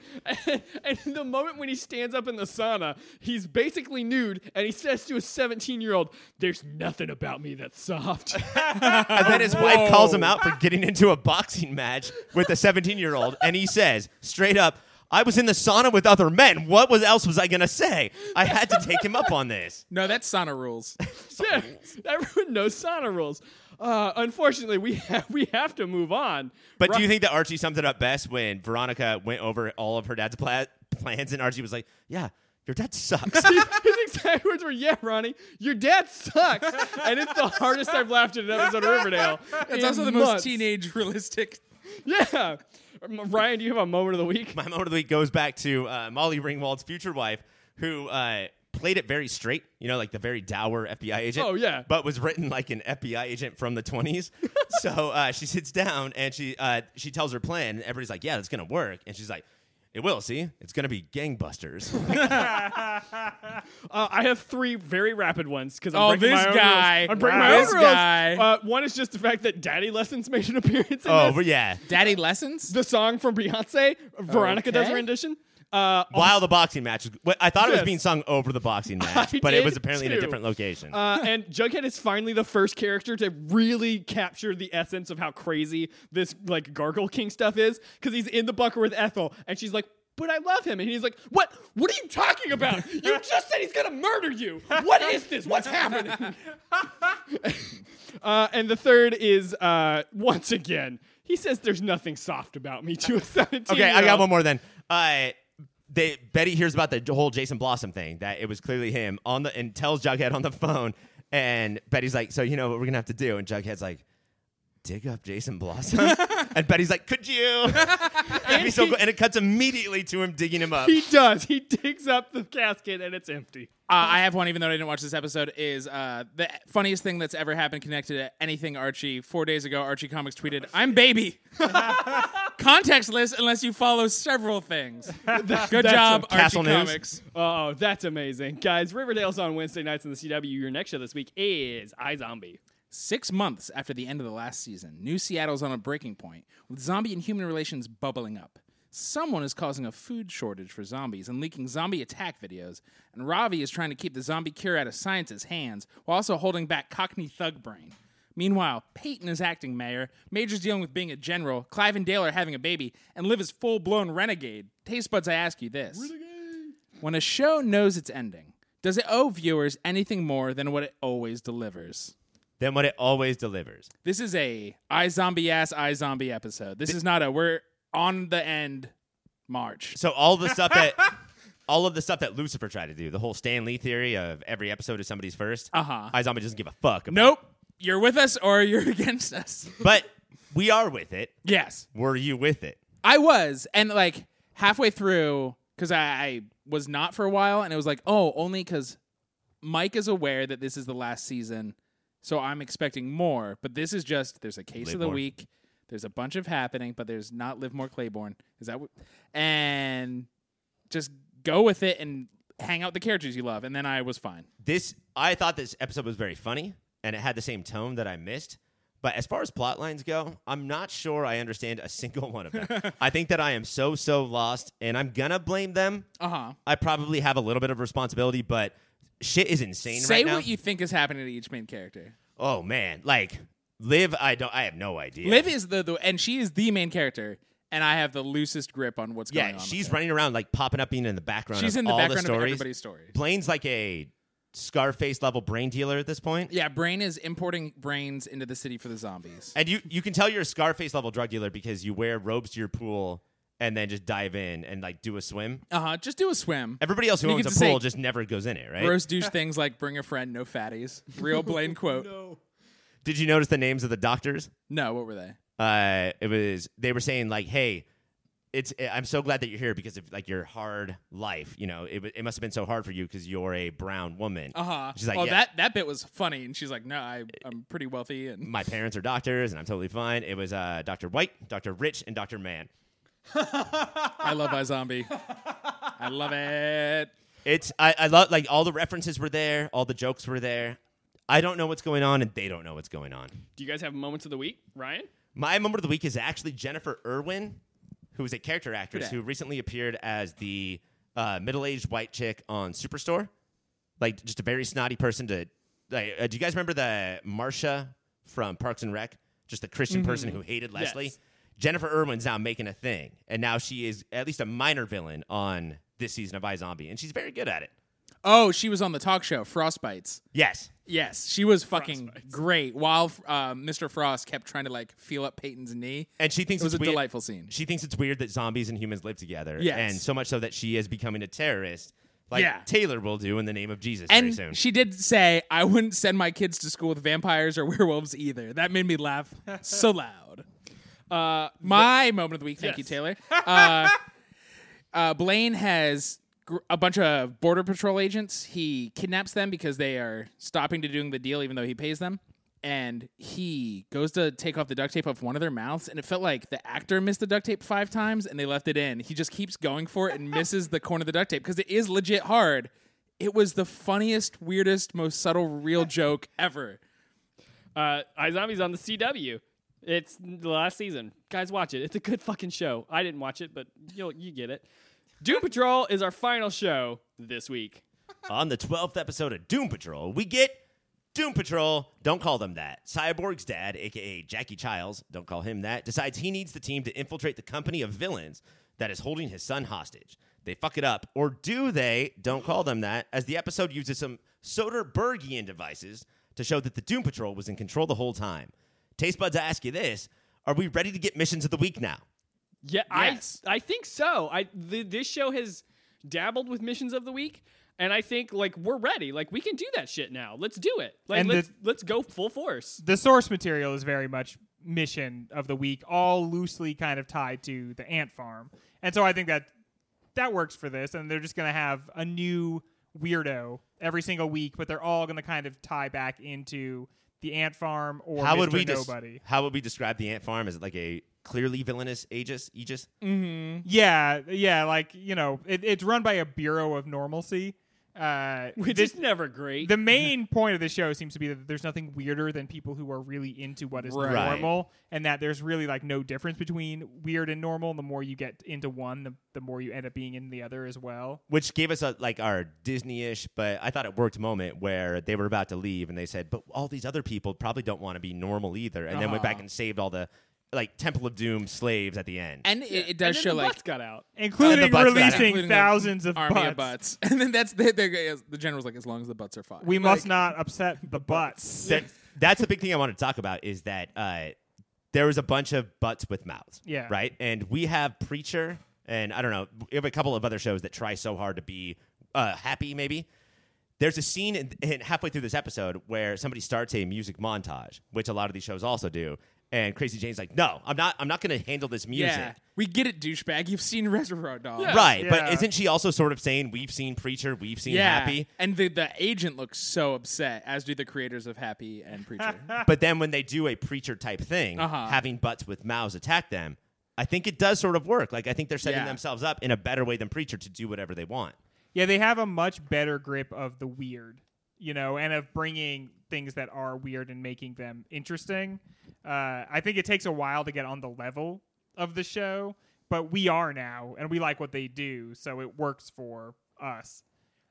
[SPEAKER 1] and the moment when he stands up in the sauna, he's basically nude, and he says to a 17 year old, There's nothing about me that's
[SPEAKER 4] (laughs)
[SPEAKER 1] soft. (laughs)
[SPEAKER 2] And then his wife calls him out for getting into a boxing match with a 17 year old, and he says straight up, "I was in the sauna with other men. What was else was I gonna say? I had to take him up on this."
[SPEAKER 4] No, that's sauna rules.
[SPEAKER 1] Yeah, everyone knows sauna rules. Uh, unfortunately, we have, we have to move on. (laughs)
[SPEAKER 2] But
[SPEAKER 1] Ro-
[SPEAKER 2] do you think that Archie summed it up best when Veronica went over all of her dad's pla- plans, and Archie was like, "Yeah, your dad sucks."
[SPEAKER 1] His exact words were, "Yeah, Ronnie, your dad
[SPEAKER 4] (laughs)
[SPEAKER 1] sucks," and it's the hardest I've laughed at an episode of Riverdale.
[SPEAKER 4] That's
[SPEAKER 1] in
[SPEAKER 4] also the
[SPEAKER 1] months.
[SPEAKER 4] most teenage realistic.
[SPEAKER 1] Yeah. M- Ryan, do you have a moment of the week?
[SPEAKER 2] my moment of the week goes back to uh, Molly Ringwald's future wife, who uh, played it very straight, you know, like the very dour FBI agent.
[SPEAKER 1] Oh, yeah.
[SPEAKER 2] But was written like an FBI agent from
[SPEAKER 1] (laughs)
[SPEAKER 2] the 20s. so uh, she sits down and she uh, she tells her plan, and everybody's like, yeah, that's going to work. And she's like, it will, see? It's going to be gangbusters.
[SPEAKER 1] (laughs)
[SPEAKER 2] (laughs)
[SPEAKER 1] Uh, I have three very rapid ones because I'm
[SPEAKER 4] Oh,
[SPEAKER 1] breaking my
[SPEAKER 4] this
[SPEAKER 1] own
[SPEAKER 4] guy.
[SPEAKER 1] rules. I'm breaking
[SPEAKER 4] Wow.
[SPEAKER 1] my own
[SPEAKER 4] This
[SPEAKER 1] rules.
[SPEAKER 4] guy.
[SPEAKER 1] Uh, one is just the fact that Daddy Lessons made an appearance in
[SPEAKER 2] oh,
[SPEAKER 1] this.
[SPEAKER 2] but yeah.
[SPEAKER 4] Daddy lessons?
[SPEAKER 1] The song from Beyonce, Veronica does a
[SPEAKER 4] Okay.
[SPEAKER 1] rendition. Uh,
[SPEAKER 2] While the boxing match, was- well, I thought it was
[SPEAKER 1] Yes.
[SPEAKER 2] being sung over the boxing
[SPEAKER 1] (laughs)
[SPEAKER 2] match,
[SPEAKER 1] I
[SPEAKER 2] but it
[SPEAKER 1] did
[SPEAKER 2] was apparently in
[SPEAKER 1] too.
[SPEAKER 2] a different location.
[SPEAKER 1] Uh, and Jughead is finally the first character to really capture the essence of how crazy this like Gargoyle King stuff is, because he's in the bunker with Ethel, and she's like, "But I love him," and he's like, "What? What are you talking about?
[SPEAKER 2] (laughs)
[SPEAKER 1] You just said he's gonna murder you. What is this? What's happening?" uh, and the third is uh, once again. He says there's nothing soft about me to a 17.
[SPEAKER 2] Okay, I got one more then. Uh, they Betty hears about the whole Jason Blossom thing that it was clearly him on the and tells Jughead on the phone, and Betty's like, "So you know what we're gonna have to do?" And Jughead's like, "Dig up Jason Blossom," And Betty's like, "Could you?" That'd be so cool. And it cuts immediately to him digging him up.
[SPEAKER 1] He does. He digs up the casket and it's empty.
[SPEAKER 4] Uh, I have one, even though I didn't watch this episode. Is uh, the funniest thing that's ever happened connected to anything Archie? Four days ago, Archie Comics tweeted, "I'm baby." (laughs) Contextless, unless you follow
[SPEAKER 2] (laughs)
[SPEAKER 4] several things. Good job, Archie
[SPEAKER 2] Castle News.
[SPEAKER 4] Comics.
[SPEAKER 1] Oh, that's amazing. Guys, Riverdale's on Wednesday nights on the CW. Your next show this week is iZombie.
[SPEAKER 4] Six months after the end of the last season, New Seattle's on a breaking point, with zombie and human relations bubbling up. Someone is causing a food shortage for zombies and leaking zombie attack videos, and Ravi is trying to keep the zombie cure out of science's hands while also holding back Cockney thug brain. Meanwhile, Peyton is acting mayor, Major's dealing with being a general, Clive and Dale are having a baby, and Liv is full blown renegade. Taste buds, I ask you this. When a show knows its ending, does it owe viewers anything more than what it always delivers?
[SPEAKER 2] Then what it always delivers.
[SPEAKER 4] this is a I zombie ass I zombie episode. This is not a we're on the end march.
[SPEAKER 2] So all the stuff that all of the stuff that Lucifer tried to do, the whole Stan Lee theory of every episode is somebody's first.
[SPEAKER 4] Uh-huh.
[SPEAKER 2] iZombie doesn't give a fuck. About
[SPEAKER 4] Nope, you're with us or you're (laughs) against us.
[SPEAKER 2] But we are with it.
[SPEAKER 4] yes,
[SPEAKER 2] Were you with it?
[SPEAKER 4] I was, and like halfway through, because I, I was not for a while, and it was like, oh, only because Mike is aware that this is the last season, so I'm expecting more. But this is just there's a case of the
[SPEAKER 2] Claiborne.
[SPEAKER 4] week. There's a bunch of happening, but there's not Live More Claiborne. Is that what? And just go with it and hang out with the characters you love, and then I was fine.
[SPEAKER 2] This I thought this episode was very funny and it had the same tone that I missed. But as far as plot lines go, I'm not sure I understand a (laughs) single one of them. I think that I am so so lost and I'm gonna blame them.
[SPEAKER 4] Uh huh.
[SPEAKER 2] I probably have a little bit of responsibility, but shit is insane
[SPEAKER 4] Say
[SPEAKER 2] right now.
[SPEAKER 4] what you think is happening to each main character.
[SPEAKER 2] oh man, like Liv, I don't I have no idea.
[SPEAKER 4] Liv is the, the and she is the main character, and I have the loosest grip on what's going
[SPEAKER 2] Yeah,
[SPEAKER 4] on. with
[SPEAKER 2] she's
[SPEAKER 4] her.
[SPEAKER 2] running around like popping up being in the background.
[SPEAKER 4] She's
[SPEAKER 2] of
[SPEAKER 4] in the
[SPEAKER 2] all
[SPEAKER 4] background
[SPEAKER 2] the
[SPEAKER 4] of
[SPEAKER 2] stories.
[SPEAKER 4] everybody's stories.
[SPEAKER 2] Blaine's like a Scarface level brain dealer at this point.
[SPEAKER 4] Yeah, Brain is importing brains into the city for the zombies.
[SPEAKER 2] And you you can tell you're a Scarface level drug dealer because you wear robes to your pool and then just dive in and like do a swim.
[SPEAKER 4] Uh huh. Just do a swim.
[SPEAKER 2] Everybody else who
[SPEAKER 4] You
[SPEAKER 2] owns
[SPEAKER 4] get
[SPEAKER 2] a
[SPEAKER 4] to say-
[SPEAKER 2] pool just never goes in it, right?
[SPEAKER 4] Gross douche things like bring a friend, no fatties.
[SPEAKER 2] (laughs)
[SPEAKER 4] Real Blaine quote. no.
[SPEAKER 2] Did you notice the names of the doctors?
[SPEAKER 4] what were they?
[SPEAKER 2] Uh, it was they were saying like, "Hey, it's eh, I'm so glad that you're here because of like your hard life. You know, it, wa- it must have been so hard for you because you're a brown woman."
[SPEAKER 4] Uh huh.
[SPEAKER 2] She's like,
[SPEAKER 4] oh,
[SPEAKER 2] "Yeah,
[SPEAKER 4] that that bit was funny, and she's like, no, I, I'm pretty wealthy, and
[SPEAKER 2] my parents are doctors and I'm totally fine. It was uh, Dr. White, Dr. Rich, and Dr. Mann.
[SPEAKER 4] I love
[SPEAKER 2] (laughs)
[SPEAKER 4] iZombie. I love it.
[SPEAKER 2] It's I, I love like all the references were there, all the jokes were there. I don't know what's going on and they don't know what's going on.
[SPEAKER 1] Do you guys have moments of the week, Ryan?
[SPEAKER 2] My moment of the week is actually Jennifer Irwin, who is a character actress
[SPEAKER 4] dat.
[SPEAKER 2] who recently appeared as the uh, middle-aged white chick on Superstore. Like just a very snotty person to like uh, do you guys remember the Marsha from Parks and Rec? Just the Christian person who hated Leslie?
[SPEAKER 1] Yes.
[SPEAKER 2] Jennifer Irwin's now making a thing, and now she is at least a minor villain on this season of iZombie, and she's very good at it.
[SPEAKER 4] Oh, she was on the talk show Frostbites.
[SPEAKER 2] Yes.
[SPEAKER 4] Yes, she was fucking great. While uh, Mr. Frost kept trying to like feel up Peyton's knee,
[SPEAKER 2] And she thinks
[SPEAKER 4] it was a
[SPEAKER 2] it's weird-
[SPEAKER 4] delightful scene.
[SPEAKER 2] She thinks it's weird that zombies and humans live together.
[SPEAKER 4] Yes.
[SPEAKER 2] And so much so that she is becoming a terrorist, like
[SPEAKER 4] Yeah.
[SPEAKER 2] Taylor will do in the name of Jesus very soon.
[SPEAKER 4] And she did say, I wouldn't send my kids to school with vampires or (laughs) werewolves either. That made me laugh so loud. Uh, my moment of the week. Thank you,
[SPEAKER 1] Yes.
[SPEAKER 4] Taylor. Uh, uh, Blaine has gr- a bunch of Border Patrol agents. He kidnaps them because they are stopping to doing the deal, even though he pays them. And he goes to take off the duct tape of one of their mouths, and it felt like the actor missed the duct tape five times, and they left it in. He just keeps going for (laughs) it and misses the corner of the duct tape because it is legit hard. It was the funniest, weirdest, most subtle, real joke ever.
[SPEAKER 1] Uh, iZombie's on the CW. It's the last season. Guys, watch it. It's a good fucking show. I didn't watch it, but you'll you get it. Doom Patrol is our final show this week.
[SPEAKER 2] On the 12th episode of Doom Patrol, we get Doom Patrol. Don't call them that. Cyborg's dad, aka Jackie Childs, don't call him that, decides he needs the team to infiltrate the company of villains that is holding his son hostage. They fuck it up, or do they? Don't call them that, as the episode uses some Soderbergian devices to show that the Doom Patrol was in control the whole time. Taste buds, I ask you this: Are we ready to get missions of the week now?
[SPEAKER 1] Yeah,
[SPEAKER 4] Yes.
[SPEAKER 1] I I think so. I th- this show has dabbled with missions of the week, and I think like we're ready. Like we can do that shit now. Let's do it. Like
[SPEAKER 3] And
[SPEAKER 1] let's
[SPEAKER 3] the-
[SPEAKER 1] let's go full force.
[SPEAKER 3] The source material is very much mission of the week, all loosely kind of tied to the ant farm. And so I think that that works for this, and they're just going to have a new weirdo every single week, but they're all going to kind of tie back into the ant farm or
[SPEAKER 2] How would
[SPEAKER 3] Mr.
[SPEAKER 2] we des-
[SPEAKER 3] nobody.
[SPEAKER 2] How would we describe the ant farm? Is it like a clearly villainous Aegis? Aegis?
[SPEAKER 3] Yeah, yeah, like you know, it, it's run by a bureau of normalcy. Uh,
[SPEAKER 1] which
[SPEAKER 3] this,
[SPEAKER 1] is never great. (laughs)
[SPEAKER 3] the main point of the show seems to be that there's nothing weirder than people who are really into what is
[SPEAKER 4] Right.
[SPEAKER 3] normal, and that there's really like no difference between weird and normal. And the more you get into one, the, the more you end up being in the other as well.
[SPEAKER 2] Which gave us a, like our Disney-ish, but I thought it worked moment where they were about to leave and they said, "But all these other people probably don't want to be normal either," and then went back and saved all the like Temple of Doom slaves at the end.
[SPEAKER 4] And it, it
[SPEAKER 1] And
[SPEAKER 4] does
[SPEAKER 1] then
[SPEAKER 4] show
[SPEAKER 1] the
[SPEAKER 4] like
[SPEAKER 1] butts got out.
[SPEAKER 2] butts
[SPEAKER 3] Including
[SPEAKER 2] got out.
[SPEAKER 3] releasing
[SPEAKER 4] including the
[SPEAKER 3] thousands of
[SPEAKER 4] army
[SPEAKER 3] butts.
[SPEAKER 4] of butts, (laughs) and then that's the, the, the general's like, as long as the butts are fine,
[SPEAKER 3] We
[SPEAKER 4] Like,
[SPEAKER 3] must not upset the butts.
[SPEAKER 2] That- that's the big thing I want to talk about is that uh, there was a bunch of butts with mouths.
[SPEAKER 3] Yeah.
[SPEAKER 2] Right. And we have Preacher, and I don't know, we have a couple of other shows that try so hard to be uh, happy, maybe. There's a scene in, in halfway through this episode where somebody starts a music montage, which a lot of these shows also do. And Crazy Jane's like, "No, I'm not. I'm not going to handle this music."
[SPEAKER 4] yeah, we get it, douchebag. You've seen Reservoir Dogs,
[SPEAKER 2] Right,
[SPEAKER 3] Yeah.
[SPEAKER 2] but isn't she also sort of saying, "We've seen Preacher, we've seen
[SPEAKER 4] Yeah,
[SPEAKER 2] Happy,
[SPEAKER 4] and the the agent looks so upset, as do the creators of Happy and Preacher.
[SPEAKER 2] but then when they do a preacher type thing,
[SPEAKER 4] Uh-huh.
[SPEAKER 2] having butts with mouths attack them, I think it does sort of work. Like I think they're setting
[SPEAKER 4] Yeah.
[SPEAKER 2] themselves up in a better way than preacher to do whatever they want.
[SPEAKER 3] Yeah, they have a much better grip of the weird, you know, and of bringing things that are weird and making them interesting. Uh, I think it takes a while to get on the level of the show, but we are now, and we like what they do, so it works for us.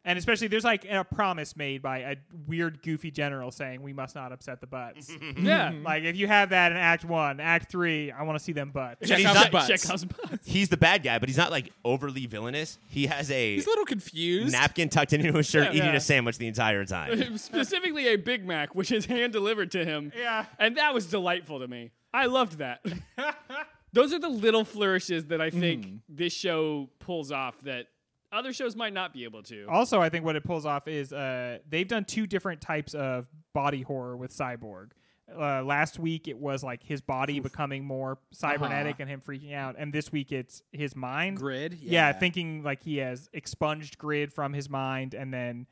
[SPEAKER 3] And especially, there's like a promise made by a weird, goofy general saying, "We must not upset the butts."
[SPEAKER 1] Yeah.
[SPEAKER 3] like if you have that in Act One, Act Three, I want to see them butts.
[SPEAKER 4] Check
[SPEAKER 2] he's
[SPEAKER 4] out
[SPEAKER 2] not-
[SPEAKER 4] the butts.
[SPEAKER 1] Check out some
[SPEAKER 2] (laughs)
[SPEAKER 1] butts.
[SPEAKER 2] He's the bad guy, but he's not like overly villainous. He has a
[SPEAKER 4] He's a little confused.
[SPEAKER 2] napkin tucked into his shirt,
[SPEAKER 1] Yeah.
[SPEAKER 2] eating
[SPEAKER 1] Yeah.
[SPEAKER 2] a sandwich the entire
[SPEAKER 4] (laughs)
[SPEAKER 2] time.
[SPEAKER 1] Specifically, a Big Mac, which is hand delivered to him.
[SPEAKER 3] Yeah.
[SPEAKER 1] And that was delightful to me. I loved that. Those are the little flourishes that I think
[SPEAKER 4] Mm-hmm.
[SPEAKER 1] this show pulls off that other shows might not be able to.
[SPEAKER 3] Also, I think what it pulls off is uh, they've done two different types of body horror with Cyborg. Uh, last week it was like his body becoming more cybernetic and him freaking out, and this week it's his mind.
[SPEAKER 4] Grid,
[SPEAKER 3] yeah.
[SPEAKER 4] yeah.
[SPEAKER 3] thinking like he has expunged Grid from his mind, and then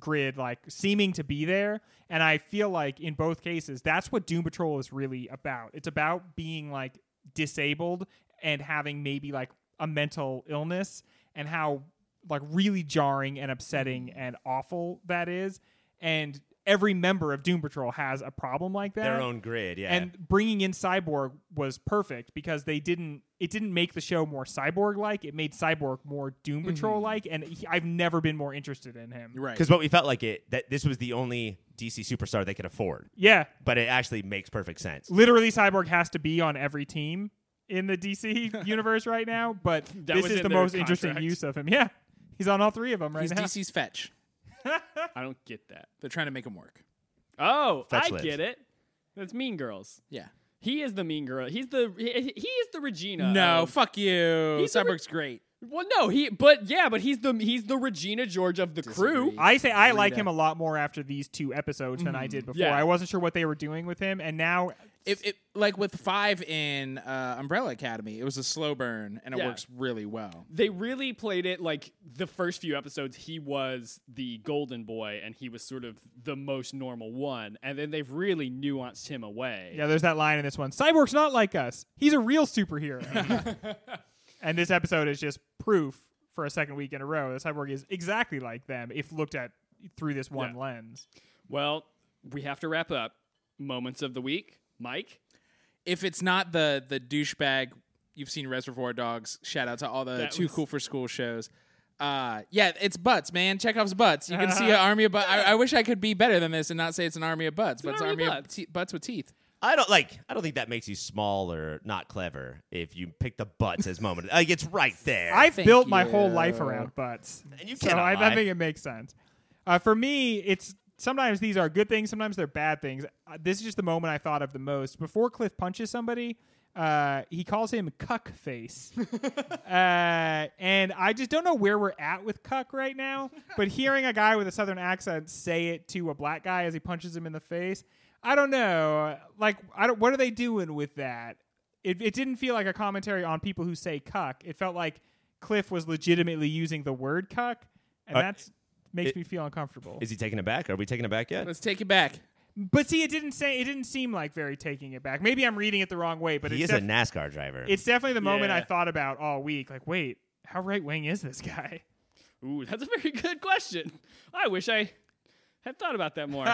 [SPEAKER 3] Grid like seeming to be there. And I feel like in both cases, that's what Doom Patrol is really about. It's about being like disabled and having maybe like a mental illness, and how like really jarring and upsetting
[SPEAKER 2] Mm-hmm.
[SPEAKER 3] and awful that is. And every member of Doom Patrol has a problem like that.
[SPEAKER 2] Their own grid, yeah.
[SPEAKER 3] And bringing in Cyborg was perfect because they didn't. It didn't make the show more cyborg like. It made cyborg more Doom
[SPEAKER 1] Mm-hmm.
[SPEAKER 3] Patrol like, and he, I've never been more interested in him.
[SPEAKER 4] right?
[SPEAKER 2] because what we felt like it that this was the only DC superstar they could afford,
[SPEAKER 3] Yeah,
[SPEAKER 2] but it actually makes perfect sense.
[SPEAKER 3] literally, cyborg has to be on every team in the
[SPEAKER 1] (laughs)
[SPEAKER 3] DC universe right now. But
[SPEAKER 1] That
[SPEAKER 3] this
[SPEAKER 1] was
[SPEAKER 3] is
[SPEAKER 1] in
[SPEAKER 3] the
[SPEAKER 1] their
[SPEAKER 3] most interesting
[SPEAKER 1] contract.
[SPEAKER 3] use of him. Yeah, he's on all three of them right
[SPEAKER 4] He's
[SPEAKER 3] now.
[SPEAKER 4] DC's fetch.
[SPEAKER 1] I don't get that.
[SPEAKER 4] They're trying to make him work.
[SPEAKER 1] Oh,
[SPEAKER 2] Fetch
[SPEAKER 1] I
[SPEAKER 2] lives.
[SPEAKER 1] get it. That's Mean Girls.
[SPEAKER 4] Yeah.
[SPEAKER 1] He is the mean girl. He's the he, he is the Regina.
[SPEAKER 4] No,
[SPEAKER 1] of-
[SPEAKER 4] fuck you.
[SPEAKER 1] Uh, oh. He's the re-
[SPEAKER 4] Cyborg's great.
[SPEAKER 1] well, no, he. But yeah, but he's the he's the Regina George of the crew.
[SPEAKER 4] Disagree.
[SPEAKER 3] I say I like
[SPEAKER 4] Rita.
[SPEAKER 3] him a lot more after these two episodes than I did before.
[SPEAKER 1] Mm-hmm. Yeah.
[SPEAKER 3] I wasn't sure what they were doing with him, and now
[SPEAKER 4] If it, like with five in uh, Umbrella Academy, it was a slow burn and it
[SPEAKER 1] Yeah.
[SPEAKER 4] works really well.
[SPEAKER 1] they really played it like the first few episodes he was the golden boy and he was sort of the most normal one and then they've really nuanced him away
[SPEAKER 3] Yeah, there's that line in this one. Cyborg's not like us. He's a real
[SPEAKER 2] (laughs)
[SPEAKER 3] superhero. and this episode is just proof for a second week in a row that Cyborg is exactly like them if looked at through this one
[SPEAKER 1] Yeah.
[SPEAKER 3] lens.
[SPEAKER 1] well we have to wrap up moments of the week mike
[SPEAKER 4] If it's not the the douchebag, you've seen Reservoir Dogs. Shout out to all the
[SPEAKER 1] That
[SPEAKER 4] Too
[SPEAKER 1] was-
[SPEAKER 4] Cool for School shows. Uh, yeah, it's butts, man. Chekhov's butts. You
[SPEAKER 1] (laughs)
[SPEAKER 4] can see an army of butts. I, I wish I could be better than this and not say it's an army of butts, but
[SPEAKER 1] an
[SPEAKER 4] it's an
[SPEAKER 1] army
[SPEAKER 4] army
[SPEAKER 1] of
[SPEAKER 4] of
[SPEAKER 1] butts.
[SPEAKER 4] te- butts with teeth.
[SPEAKER 2] I don't like. I don't think that makes you small or not clever if you pick the butts as moment. Like it's right there.
[SPEAKER 3] I've
[SPEAKER 4] Thank
[SPEAKER 3] built my whole
[SPEAKER 4] you.
[SPEAKER 3] life around butts.
[SPEAKER 2] And you
[SPEAKER 3] so
[SPEAKER 2] cannot
[SPEAKER 3] I, I
[SPEAKER 2] lie.
[SPEAKER 3] think it makes sense. Uh, for me, it's sometimes these are good things, sometimes they're bad things. Uh, this is just the moment I thought of the most. Before Cliff punches somebody, Uh, he calls him Cuck Face, uh, and I just don't know where we're at with Cuck right now. But hearing a guy with a Southern accent say it to a black guy as he punches him in the face, I don't know. Like, I don't. What are they doing with that? It, it didn't feel like a commentary on people who say Cuck. It felt like Cliff was legitimately using the word Cuck, and
[SPEAKER 2] Uh,
[SPEAKER 3] that's makes
[SPEAKER 2] it-
[SPEAKER 3] me feel uncomfortable.
[SPEAKER 2] Is he taking it back? Are we taking it back yet?
[SPEAKER 4] Let's take it back.
[SPEAKER 3] But see, it didn't say. It didn't seem like very taking it back. Maybe I'm reading it the wrong way, but
[SPEAKER 2] He
[SPEAKER 3] it's,
[SPEAKER 2] is a
[SPEAKER 3] def-
[SPEAKER 2] NASCAR driver.
[SPEAKER 3] it's definitely the moment I
[SPEAKER 1] Yeah.
[SPEAKER 3] thought about all week. Like, wait, how right wing is this guy?
[SPEAKER 1] Ooh, that's a very (laughs) good question. I wish I had thought about that more.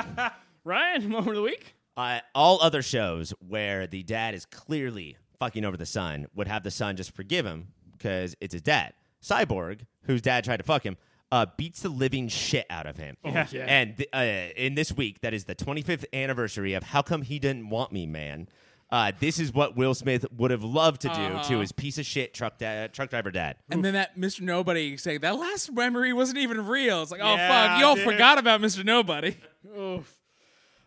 [SPEAKER 1] Ryan, moment of the week.
[SPEAKER 2] uh, all other shows where the dad is clearly fucking over the son would have the son just forgive him because it's his dad. Cyborg, whose dad tried to fuck him, uh, beats the living shit out of him.
[SPEAKER 1] yeah.
[SPEAKER 2] And th- uh, in this week, that is the 25th anniversary of How Come He Didn't Want Me, Man. Uh, this is what Will Smith would have loved to do
[SPEAKER 3] Uh-huh.
[SPEAKER 2] to his piece of shit truck, da- truck driver dad.
[SPEAKER 4] And then that Mr. Nobody saying that last memory wasn't even real. It's like, oh
[SPEAKER 3] Yeah,
[SPEAKER 4] fuck, y'all
[SPEAKER 3] dude.
[SPEAKER 4] forgot about Mr. Nobody. (laughs)
[SPEAKER 1] Oof.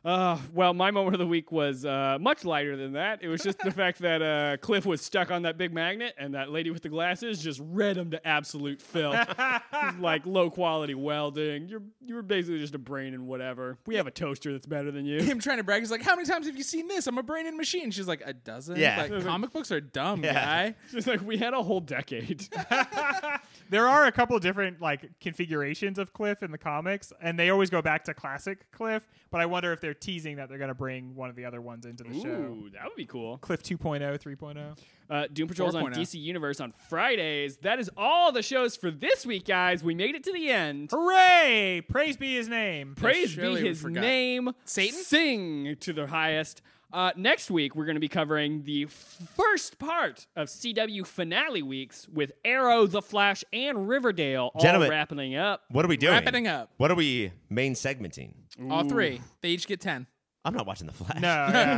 [SPEAKER 1] Uh, well, my moment of the week was uh, much lighter than that. It was just the fact that uh, Cliff was stuck on that big magnet, and that lady with the glasses just read him to absolute filth. It's like low quality welding. You're you're basically just a brain and whatever. We have a toaster that's better than you.
[SPEAKER 4] (laughs) Him trying to brag. He's like, how many times have you seen this? I'm a brain in machine. She's like, a dozen.
[SPEAKER 2] Yeah.
[SPEAKER 4] Like, comic books are dumb, guy.
[SPEAKER 1] She's like, we had a whole decade.
[SPEAKER 3] There are a couple different like configurations of Cliff in the comics, and they always go back to classic Cliff. But I wonder if they're teasing that they're going to bring one of the other ones into the show.
[SPEAKER 1] Ooh, that would be cool.
[SPEAKER 3] Cliff oh, 2.0, 3.0.
[SPEAKER 1] Uh, Doom Patrol's on
[SPEAKER 4] 4.0.
[SPEAKER 1] DC Universe on Fridays. That is all the shows for this week, guys. We made it to the end.
[SPEAKER 3] Hooray! Praise be his name.
[SPEAKER 1] Praise
[SPEAKER 4] surely
[SPEAKER 1] be
[SPEAKER 4] we
[SPEAKER 1] his
[SPEAKER 4] forgot.
[SPEAKER 1] name.
[SPEAKER 4] Satan?
[SPEAKER 1] Sing to the highest. Uh, next week, we're going to be covering the first part of CW finale weeks with Arrow, The Flash, and Riverdale all
[SPEAKER 2] Gentlemen.
[SPEAKER 1] wrapping up.
[SPEAKER 2] What are we doing?
[SPEAKER 4] Wrapping up.
[SPEAKER 2] What are we main segmenting?
[SPEAKER 4] All three. They each get ten.
[SPEAKER 2] I'm not watching The Flash.
[SPEAKER 3] No, yeah.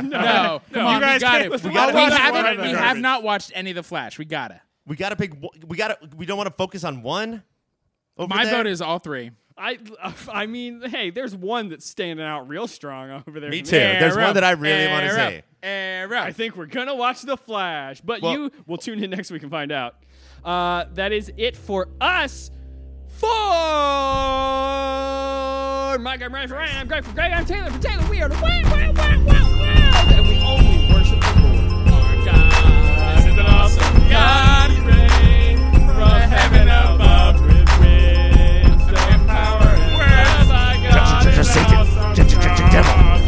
[SPEAKER 1] (laughs)
[SPEAKER 4] (laughs) No, come on,
[SPEAKER 3] You guys
[SPEAKER 4] we got
[SPEAKER 3] can't-
[SPEAKER 4] it.
[SPEAKER 3] listen,
[SPEAKER 4] We,
[SPEAKER 3] we gotta
[SPEAKER 4] got-
[SPEAKER 3] watch
[SPEAKER 4] we
[SPEAKER 3] one
[SPEAKER 4] haven't.
[SPEAKER 3] of
[SPEAKER 4] We
[SPEAKER 3] them.
[SPEAKER 4] have not watched any of the Flash. We gotta.
[SPEAKER 2] We gotta pick. one- We gotta. We don't want to focus on one. over
[SPEAKER 4] My
[SPEAKER 2] there?
[SPEAKER 4] vote is all three.
[SPEAKER 1] I, (laughs) I mean, hey, there's one that's standing out real strong over there.
[SPEAKER 2] Me
[SPEAKER 1] to
[SPEAKER 2] too. There's one that I really want to
[SPEAKER 4] Arrow.
[SPEAKER 2] say.
[SPEAKER 4] Arrow.
[SPEAKER 1] I think we're gonna watch The Flash, but
[SPEAKER 2] Well-
[SPEAKER 1] you will tune in next week and find out. Uh, that is it for us. For Mike, I'm Ryan for Ryan. I'm Greg for Greg. I'm Taylor for Taylor. We are the Wild Wild Wild Wild Wild, and we only worship the Lord our God. Is an awesome God? Rain from heaven above with wisdom, power, and love. God is an awesome God.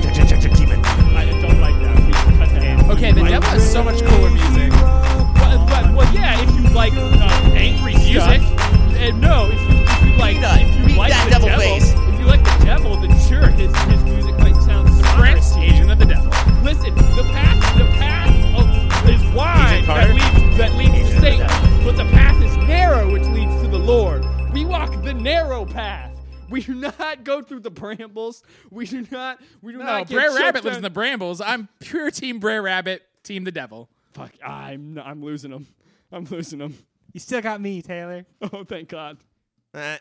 [SPEAKER 1] I don't like that. We should cut that out.
[SPEAKER 4] okay, the devil is so much cooler music.
[SPEAKER 1] Well, well, well, yeah, if you like uh, angry music. Uh, no, if you, if you like, if you like
[SPEAKER 2] that
[SPEAKER 1] the
[SPEAKER 2] devil
[SPEAKER 1] devil,
[SPEAKER 2] face.
[SPEAKER 1] if you like the devil, then sure, his, his music might sound sonorous. Agent of the devil. Listen, the path, the path of, is wide that
[SPEAKER 2] Agent Carter.
[SPEAKER 1] leads, that leads
[SPEAKER 2] Agent
[SPEAKER 1] to
[SPEAKER 2] of the
[SPEAKER 1] Satan,
[SPEAKER 2] devil.
[SPEAKER 1] but the path is narrow which leads to the Lord. We walk the narrow path. We do not go through the brambles. We do not. We do
[SPEAKER 4] No,
[SPEAKER 1] not. get
[SPEAKER 4] Brer
[SPEAKER 1] tripped
[SPEAKER 4] Rabbit lives
[SPEAKER 1] on-
[SPEAKER 4] in the brambles. I'm pure team Brer Rabbit, team the devil.
[SPEAKER 1] Fuck, I'm (laughs) I'm losing them. I'm losing them.
[SPEAKER 3] You still got me, Taylor.
[SPEAKER 1] Oh, thank God.
[SPEAKER 2] Eh.